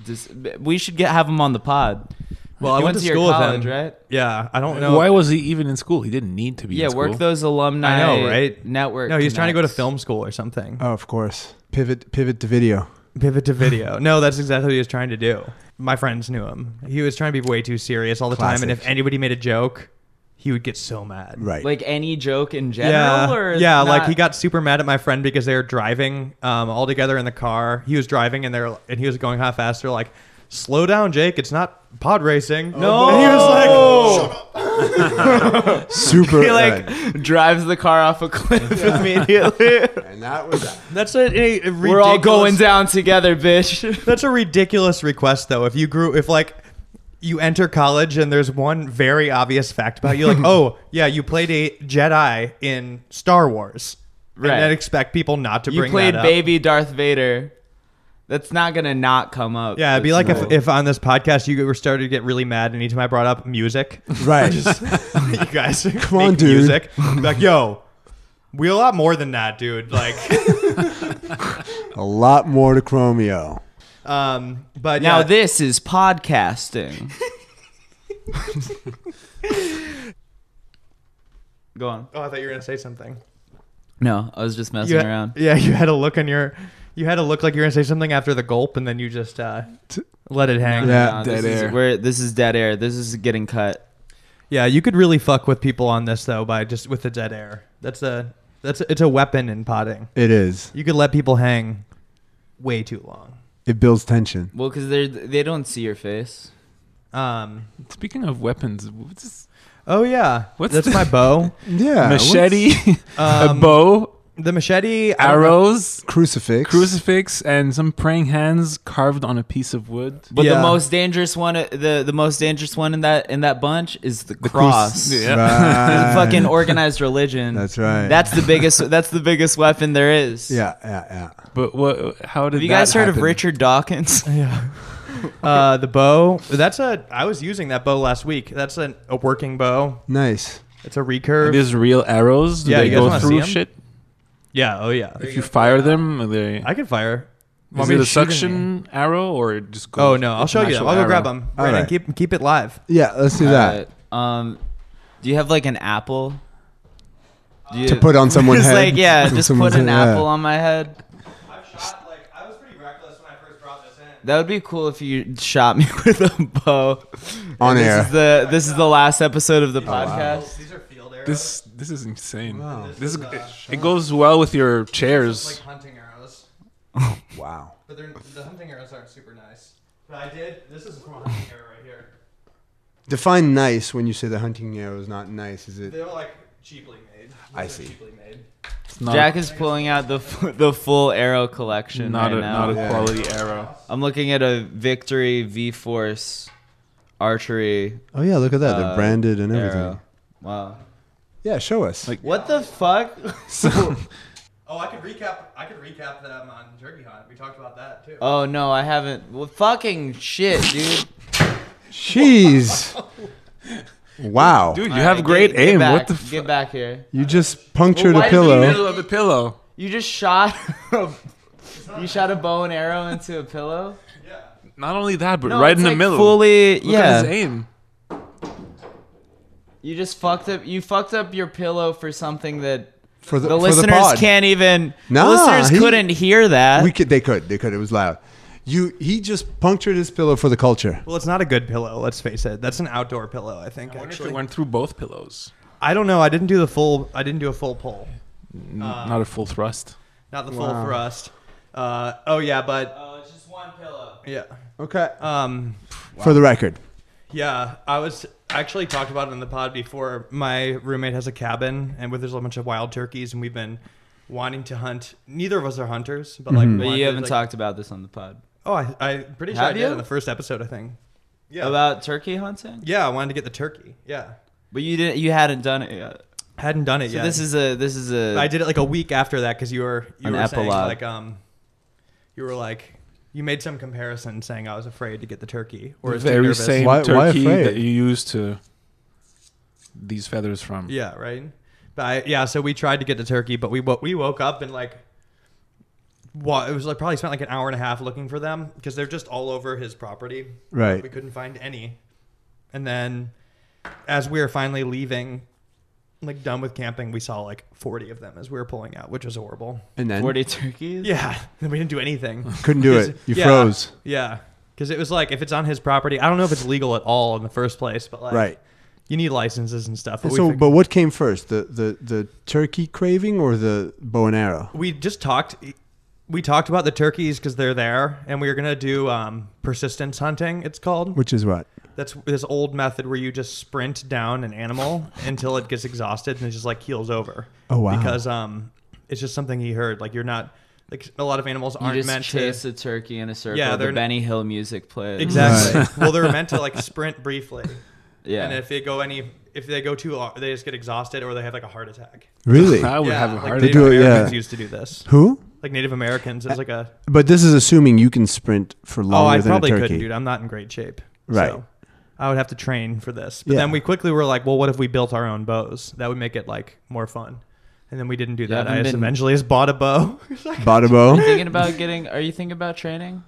[SPEAKER 2] Dis- we should get have him on the pod.
[SPEAKER 1] Well,
[SPEAKER 2] You
[SPEAKER 1] I went, to
[SPEAKER 2] your
[SPEAKER 1] school
[SPEAKER 2] college,
[SPEAKER 1] with him.
[SPEAKER 2] right?
[SPEAKER 1] Yeah, I don't know.
[SPEAKER 4] Why was he even in school? He didn't need to be.
[SPEAKER 2] Yeah,
[SPEAKER 4] in
[SPEAKER 2] work
[SPEAKER 4] school.
[SPEAKER 2] those alumni.
[SPEAKER 1] I know, right?
[SPEAKER 2] Network.
[SPEAKER 1] No, he was trying to go to
[SPEAKER 2] connects.
[SPEAKER 1] film school or something.
[SPEAKER 3] Oh, of course. Pivot. Pivot to video.
[SPEAKER 1] Pivot to video. No, that's exactly what he was trying to do. My friends knew him. He was trying to be way too serious all the time, and if
[SPEAKER 3] Classic.
[SPEAKER 1] anybody made a joke, he would get so mad.
[SPEAKER 3] Right.
[SPEAKER 2] Like any joke in general,
[SPEAKER 1] Yeah,
[SPEAKER 2] or
[SPEAKER 1] yeah. Like
[SPEAKER 2] not-
[SPEAKER 1] he got super mad at my friend because they were driving um, all together in the car. He was driving and they're and he was going half fast. They're like, "Slow down, Jake. It's not pod racing." No, and he was like,
[SPEAKER 3] Super.
[SPEAKER 2] oh! He like drives the car off a cliff immediately.
[SPEAKER 3] And that was that.
[SPEAKER 1] "That's a, a- a ridiculous,
[SPEAKER 2] We're all going down together, bitch.
[SPEAKER 1] That's a ridiculous request, though. If you grew, if like you enter college and there's one very obvious fact about you, like, oh yeah, you played a Jedi in Star Wars,
[SPEAKER 2] Right.
[SPEAKER 1] And then expect people not to
[SPEAKER 2] You
[SPEAKER 1] bring
[SPEAKER 2] played
[SPEAKER 1] that up.
[SPEAKER 2] baby Darth Vader. That's not gonna not come up.
[SPEAKER 1] Yeah, it'd be
[SPEAKER 2] That's
[SPEAKER 1] like
[SPEAKER 2] not-
[SPEAKER 1] if, if on this podcast you were started to get really mad anytime I brought up music.
[SPEAKER 3] Right.
[SPEAKER 1] you guys, come
[SPEAKER 3] on, dude.
[SPEAKER 1] Music, Be like yo, we a lot more than that, dude. Like,
[SPEAKER 3] a lot more to Chromio.
[SPEAKER 1] um, but
[SPEAKER 2] now
[SPEAKER 1] yeah,
[SPEAKER 2] this is podcasting. Go on.
[SPEAKER 1] oh, I thought you were gonna say something.
[SPEAKER 2] No, I was just messing
[SPEAKER 1] You
[SPEAKER 2] around.
[SPEAKER 1] Yeah, you had a look on your, you had a look like you were gonna say something after the gulp, and then you just uh, let it hang.
[SPEAKER 3] Yeah.
[SPEAKER 2] this
[SPEAKER 3] dead air.
[SPEAKER 2] Is, we're, this is dead air. This is getting cut.
[SPEAKER 1] Yeah, you could really fuck with people on this though by just with the dead air. That's a that's a, it's a weapon in potting.
[SPEAKER 3] It is.
[SPEAKER 1] You could let people hang way too long.
[SPEAKER 3] It builds tension.
[SPEAKER 2] Well, because they they don't see your face.
[SPEAKER 1] Um.
[SPEAKER 4] Speaking of weapons, what's this?
[SPEAKER 1] Oh yeah,
[SPEAKER 4] What's
[SPEAKER 1] that's
[SPEAKER 4] the-
[SPEAKER 1] my bow.
[SPEAKER 3] Yeah.
[SPEAKER 4] machete, a
[SPEAKER 1] Um,
[SPEAKER 4] bow,
[SPEAKER 1] The machete, I don't know.
[SPEAKER 4] arrows,
[SPEAKER 3] Crucifix.
[SPEAKER 4] crucifix, and some praying hands carved on a piece of wood.
[SPEAKER 2] But the
[SPEAKER 1] Yeah.
[SPEAKER 2] most dangerous one, the the most dangerous one in that in that bunch is the,
[SPEAKER 4] cruc-
[SPEAKER 2] cross.
[SPEAKER 4] Yeah.
[SPEAKER 3] Right.
[SPEAKER 2] fucking organized religion.
[SPEAKER 3] That's right.
[SPEAKER 2] That's the biggest. That's the biggest weapon there is.
[SPEAKER 3] Yeah, yeah, yeah.
[SPEAKER 4] But what? How did
[SPEAKER 2] Have you
[SPEAKER 4] that
[SPEAKER 2] guys heard of
[SPEAKER 4] happen?
[SPEAKER 2] Richard Dawkins?
[SPEAKER 1] Yeah. Uh, the bow. That's a. I was using that bow last week. That's an, a working bow.
[SPEAKER 3] Nice.
[SPEAKER 1] It's a recurve.
[SPEAKER 4] These real arrows? Do
[SPEAKER 1] Yeah,
[SPEAKER 4] they
[SPEAKER 1] you guys
[SPEAKER 4] go
[SPEAKER 1] wanna see
[SPEAKER 4] through
[SPEAKER 1] 'em?
[SPEAKER 4] shit?
[SPEAKER 1] yeah. Oh yeah.
[SPEAKER 4] If you fire them, are they?
[SPEAKER 1] I can fire.
[SPEAKER 4] is
[SPEAKER 1] Want me
[SPEAKER 4] it
[SPEAKER 1] to
[SPEAKER 4] a
[SPEAKER 1] shoot at me?
[SPEAKER 4] suction arrow or just?
[SPEAKER 1] Oh no! I'll show you. I'll go grab them.
[SPEAKER 3] All
[SPEAKER 1] Brandon,
[SPEAKER 3] right.
[SPEAKER 1] keep keep it live.
[SPEAKER 3] Yeah, let's do that.
[SPEAKER 2] Uh, um, do you have like an apple? Do you,
[SPEAKER 3] to put on someone's
[SPEAKER 2] It's
[SPEAKER 3] head.
[SPEAKER 2] like yeah,
[SPEAKER 3] To
[SPEAKER 2] just
[SPEAKER 3] someone's
[SPEAKER 2] put an
[SPEAKER 3] head, yeah.
[SPEAKER 2] apple on my head.
[SPEAKER 1] I've shot like I was pretty reckless when I first brought this in.
[SPEAKER 2] That would be cool if you shot me with a bow.
[SPEAKER 3] On
[SPEAKER 2] this
[SPEAKER 3] air.
[SPEAKER 2] Is the this is the last episode
[SPEAKER 3] Oh,
[SPEAKER 2] of the podcast.
[SPEAKER 1] Oh, These are field arrows.
[SPEAKER 4] This this is insane.
[SPEAKER 3] Wow.
[SPEAKER 4] This is, it, it goes well with your chairs.
[SPEAKER 1] hunting arrows,
[SPEAKER 3] wow.
[SPEAKER 1] but they're, the hunting arrows aren't super nice. But I did. This is from a hunting arrow right here.
[SPEAKER 3] Define nice when you say the hunting arrow is not nice. Is it?
[SPEAKER 1] They were like cheaply made.
[SPEAKER 3] I These are see. cheaply
[SPEAKER 1] made.
[SPEAKER 4] It's not,
[SPEAKER 2] Jack is pulling out the f- the full arrow collection
[SPEAKER 4] not
[SPEAKER 2] right
[SPEAKER 4] a
[SPEAKER 2] now.
[SPEAKER 4] not a
[SPEAKER 3] Yeah.
[SPEAKER 4] quality arrow.
[SPEAKER 2] I'm looking at a Victory V Force archery
[SPEAKER 3] Oh yeah, look at that.
[SPEAKER 2] Uh,
[SPEAKER 3] They're branded and everything.
[SPEAKER 2] arrow. Wow.
[SPEAKER 3] Yeah, show us.
[SPEAKER 4] Like-
[SPEAKER 2] What the fuck?
[SPEAKER 4] So
[SPEAKER 1] Oh, I could recap. I could recap them on Jerky Hunt. We talked about that too.
[SPEAKER 2] Oh no, I haven't. Well, fucking shit, dude.
[SPEAKER 3] jeez. wow.
[SPEAKER 4] dude, you
[SPEAKER 2] All
[SPEAKER 4] have
[SPEAKER 2] right,
[SPEAKER 4] great
[SPEAKER 2] get- get
[SPEAKER 4] aim.
[SPEAKER 2] back,
[SPEAKER 4] what the f-
[SPEAKER 2] Get back here.
[SPEAKER 3] you just punctured
[SPEAKER 2] Well,
[SPEAKER 3] a
[SPEAKER 2] why did you
[SPEAKER 3] pillow.
[SPEAKER 2] middle
[SPEAKER 4] middle of the pillow?
[SPEAKER 2] You just shot. A, you shot a bow and arrow into a pillow.
[SPEAKER 4] Not only that, but
[SPEAKER 2] No,
[SPEAKER 4] right
[SPEAKER 2] it's
[SPEAKER 4] in the
[SPEAKER 2] like
[SPEAKER 4] middle.
[SPEAKER 2] Fully,
[SPEAKER 4] Look at his
[SPEAKER 2] yeah.
[SPEAKER 4] aim.
[SPEAKER 2] You just fucked up. You fucked up your pillow for something that
[SPEAKER 3] For
[SPEAKER 2] the,
[SPEAKER 3] the, for
[SPEAKER 2] listeners
[SPEAKER 3] pod.
[SPEAKER 2] can't even.
[SPEAKER 3] Nah,
[SPEAKER 2] the listeners
[SPEAKER 3] he-
[SPEAKER 2] couldn't hear
[SPEAKER 1] Uh,
[SPEAKER 2] that.
[SPEAKER 3] We could. They could. They could. It was loud. You. He just punctured his pillow for the culture.
[SPEAKER 1] Well, it's not a good pillow. Let's face it. That's an outdoor pillow. I think.
[SPEAKER 4] I wonder if
[SPEAKER 1] actually,
[SPEAKER 4] it went through both pillows.
[SPEAKER 1] I don't know. I didn't do the full. I didn't do a full pull.
[SPEAKER 4] not a full thrust.
[SPEAKER 1] Not the full thrust. Uh, oh yeah, but
[SPEAKER 2] Oh, it's just one pillow.
[SPEAKER 1] yeah.
[SPEAKER 3] Okay.
[SPEAKER 1] Um,
[SPEAKER 3] For the record.
[SPEAKER 1] yeah. I was I actually talked about it in the pod before. My roommate has a cabin, and where there's a bunch of wild turkeys, and we've been wanting to hunt. Neither of us are hunters, but like,
[SPEAKER 2] But
[SPEAKER 1] wanted,
[SPEAKER 2] you haven't
[SPEAKER 1] like-
[SPEAKER 2] talked about this on the pod.
[SPEAKER 1] Oh, I, I'm pretty sure I
[SPEAKER 2] Have
[SPEAKER 1] did
[SPEAKER 2] you?
[SPEAKER 1] in the first episode. I think. Yeah.
[SPEAKER 2] About turkey hunting?
[SPEAKER 1] yeah, I wanted to get the turkey. Yeah.
[SPEAKER 2] But you didn't. You hadn't done it yet.
[SPEAKER 1] Hadn't done it
[SPEAKER 2] So
[SPEAKER 1] yet.
[SPEAKER 2] this is a. This is a.
[SPEAKER 1] I did it like a week after that because you were you
[SPEAKER 2] An
[SPEAKER 1] were saying
[SPEAKER 2] epilogue.
[SPEAKER 1] like um, you were like you made some comparison saying I was afraid to get the turkey or
[SPEAKER 4] The
[SPEAKER 1] is too
[SPEAKER 4] very
[SPEAKER 1] nervous.
[SPEAKER 4] same
[SPEAKER 3] Why- why
[SPEAKER 4] turkey
[SPEAKER 3] afraid?
[SPEAKER 4] that you used to these feathers from.
[SPEAKER 1] Yeah, right. But I, yeah, so we tried to get to Turkey, but we wo- we woke up and like, wa- it was like probably spent like an hour and a half looking for them because they're just all over his property.
[SPEAKER 3] Right.
[SPEAKER 1] We couldn't find any, and then as we were finally leaving, like done with camping, we saw like forty of them as we were pulling out, which was horrible.
[SPEAKER 3] And then.
[SPEAKER 2] Forty turkeys.
[SPEAKER 1] Yeah, we didn't do anything.
[SPEAKER 3] Couldn't do it. You froze.
[SPEAKER 1] Yeah, because it was like if it's on his property, I don't know if it's legal at all in the first place, but like,
[SPEAKER 3] Right.
[SPEAKER 1] You need licenses and stuff. but we
[SPEAKER 3] So,
[SPEAKER 1] figured-
[SPEAKER 3] but what came first, the, the the turkey craving or the bow and arrow?
[SPEAKER 1] we just talked we talked about the turkeys because they're there and we were gonna do um, persistence hunting it's called
[SPEAKER 3] Which is what?
[SPEAKER 1] that's this old method where you just sprint down an animal until it gets exhausted and it just like heals over
[SPEAKER 3] Oh, wow.
[SPEAKER 1] because um it's just something he heard like you're not like a lot of animals
[SPEAKER 2] You
[SPEAKER 1] aren't
[SPEAKER 2] just
[SPEAKER 1] meant
[SPEAKER 2] chase
[SPEAKER 1] to.
[SPEAKER 2] a turkey in a circle.
[SPEAKER 1] Yeah, they're
[SPEAKER 2] the
[SPEAKER 1] n-
[SPEAKER 2] Benny Hill music plays.
[SPEAKER 1] Exactly. well, they're meant to like sprint briefly,
[SPEAKER 2] Yeah.
[SPEAKER 1] and if they go any, if they go too long, they just get exhausted or they have like a heart attack.
[SPEAKER 3] Really?
[SPEAKER 4] I would
[SPEAKER 1] yeah,
[SPEAKER 4] have a
[SPEAKER 1] like
[SPEAKER 4] heart
[SPEAKER 3] They
[SPEAKER 1] Native
[SPEAKER 4] attack.
[SPEAKER 3] do it, yeah.
[SPEAKER 1] Americans used to do this.
[SPEAKER 3] Who?
[SPEAKER 1] Like Native Americans, it's like a
[SPEAKER 3] But this is assuming you can sprint for
[SPEAKER 1] oh,
[SPEAKER 3] longer
[SPEAKER 1] I
[SPEAKER 3] than
[SPEAKER 1] probably
[SPEAKER 3] a turkey.
[SPEAKER 1] couldn't, dude. I'm not in great shape.
[SPEAKER 3] Right.
[SPEAKER 1] So I would have to train for this. But then
[SPEAKER 3] Yeah.
[SPEAKER 1] we quickly were like, well, what if we built our own bows? That would make it like more fun. And then we didn't do that.
[SPEAKER 2] haven't
[SPEAKER 1] I just
[SPEAKER 2] been-
[SPEAKER 1] eventually just bought a bow.
[SPEAKER 3] Bada bow.
[SPEAKER 2] thinking about getting? Are you thinking about training?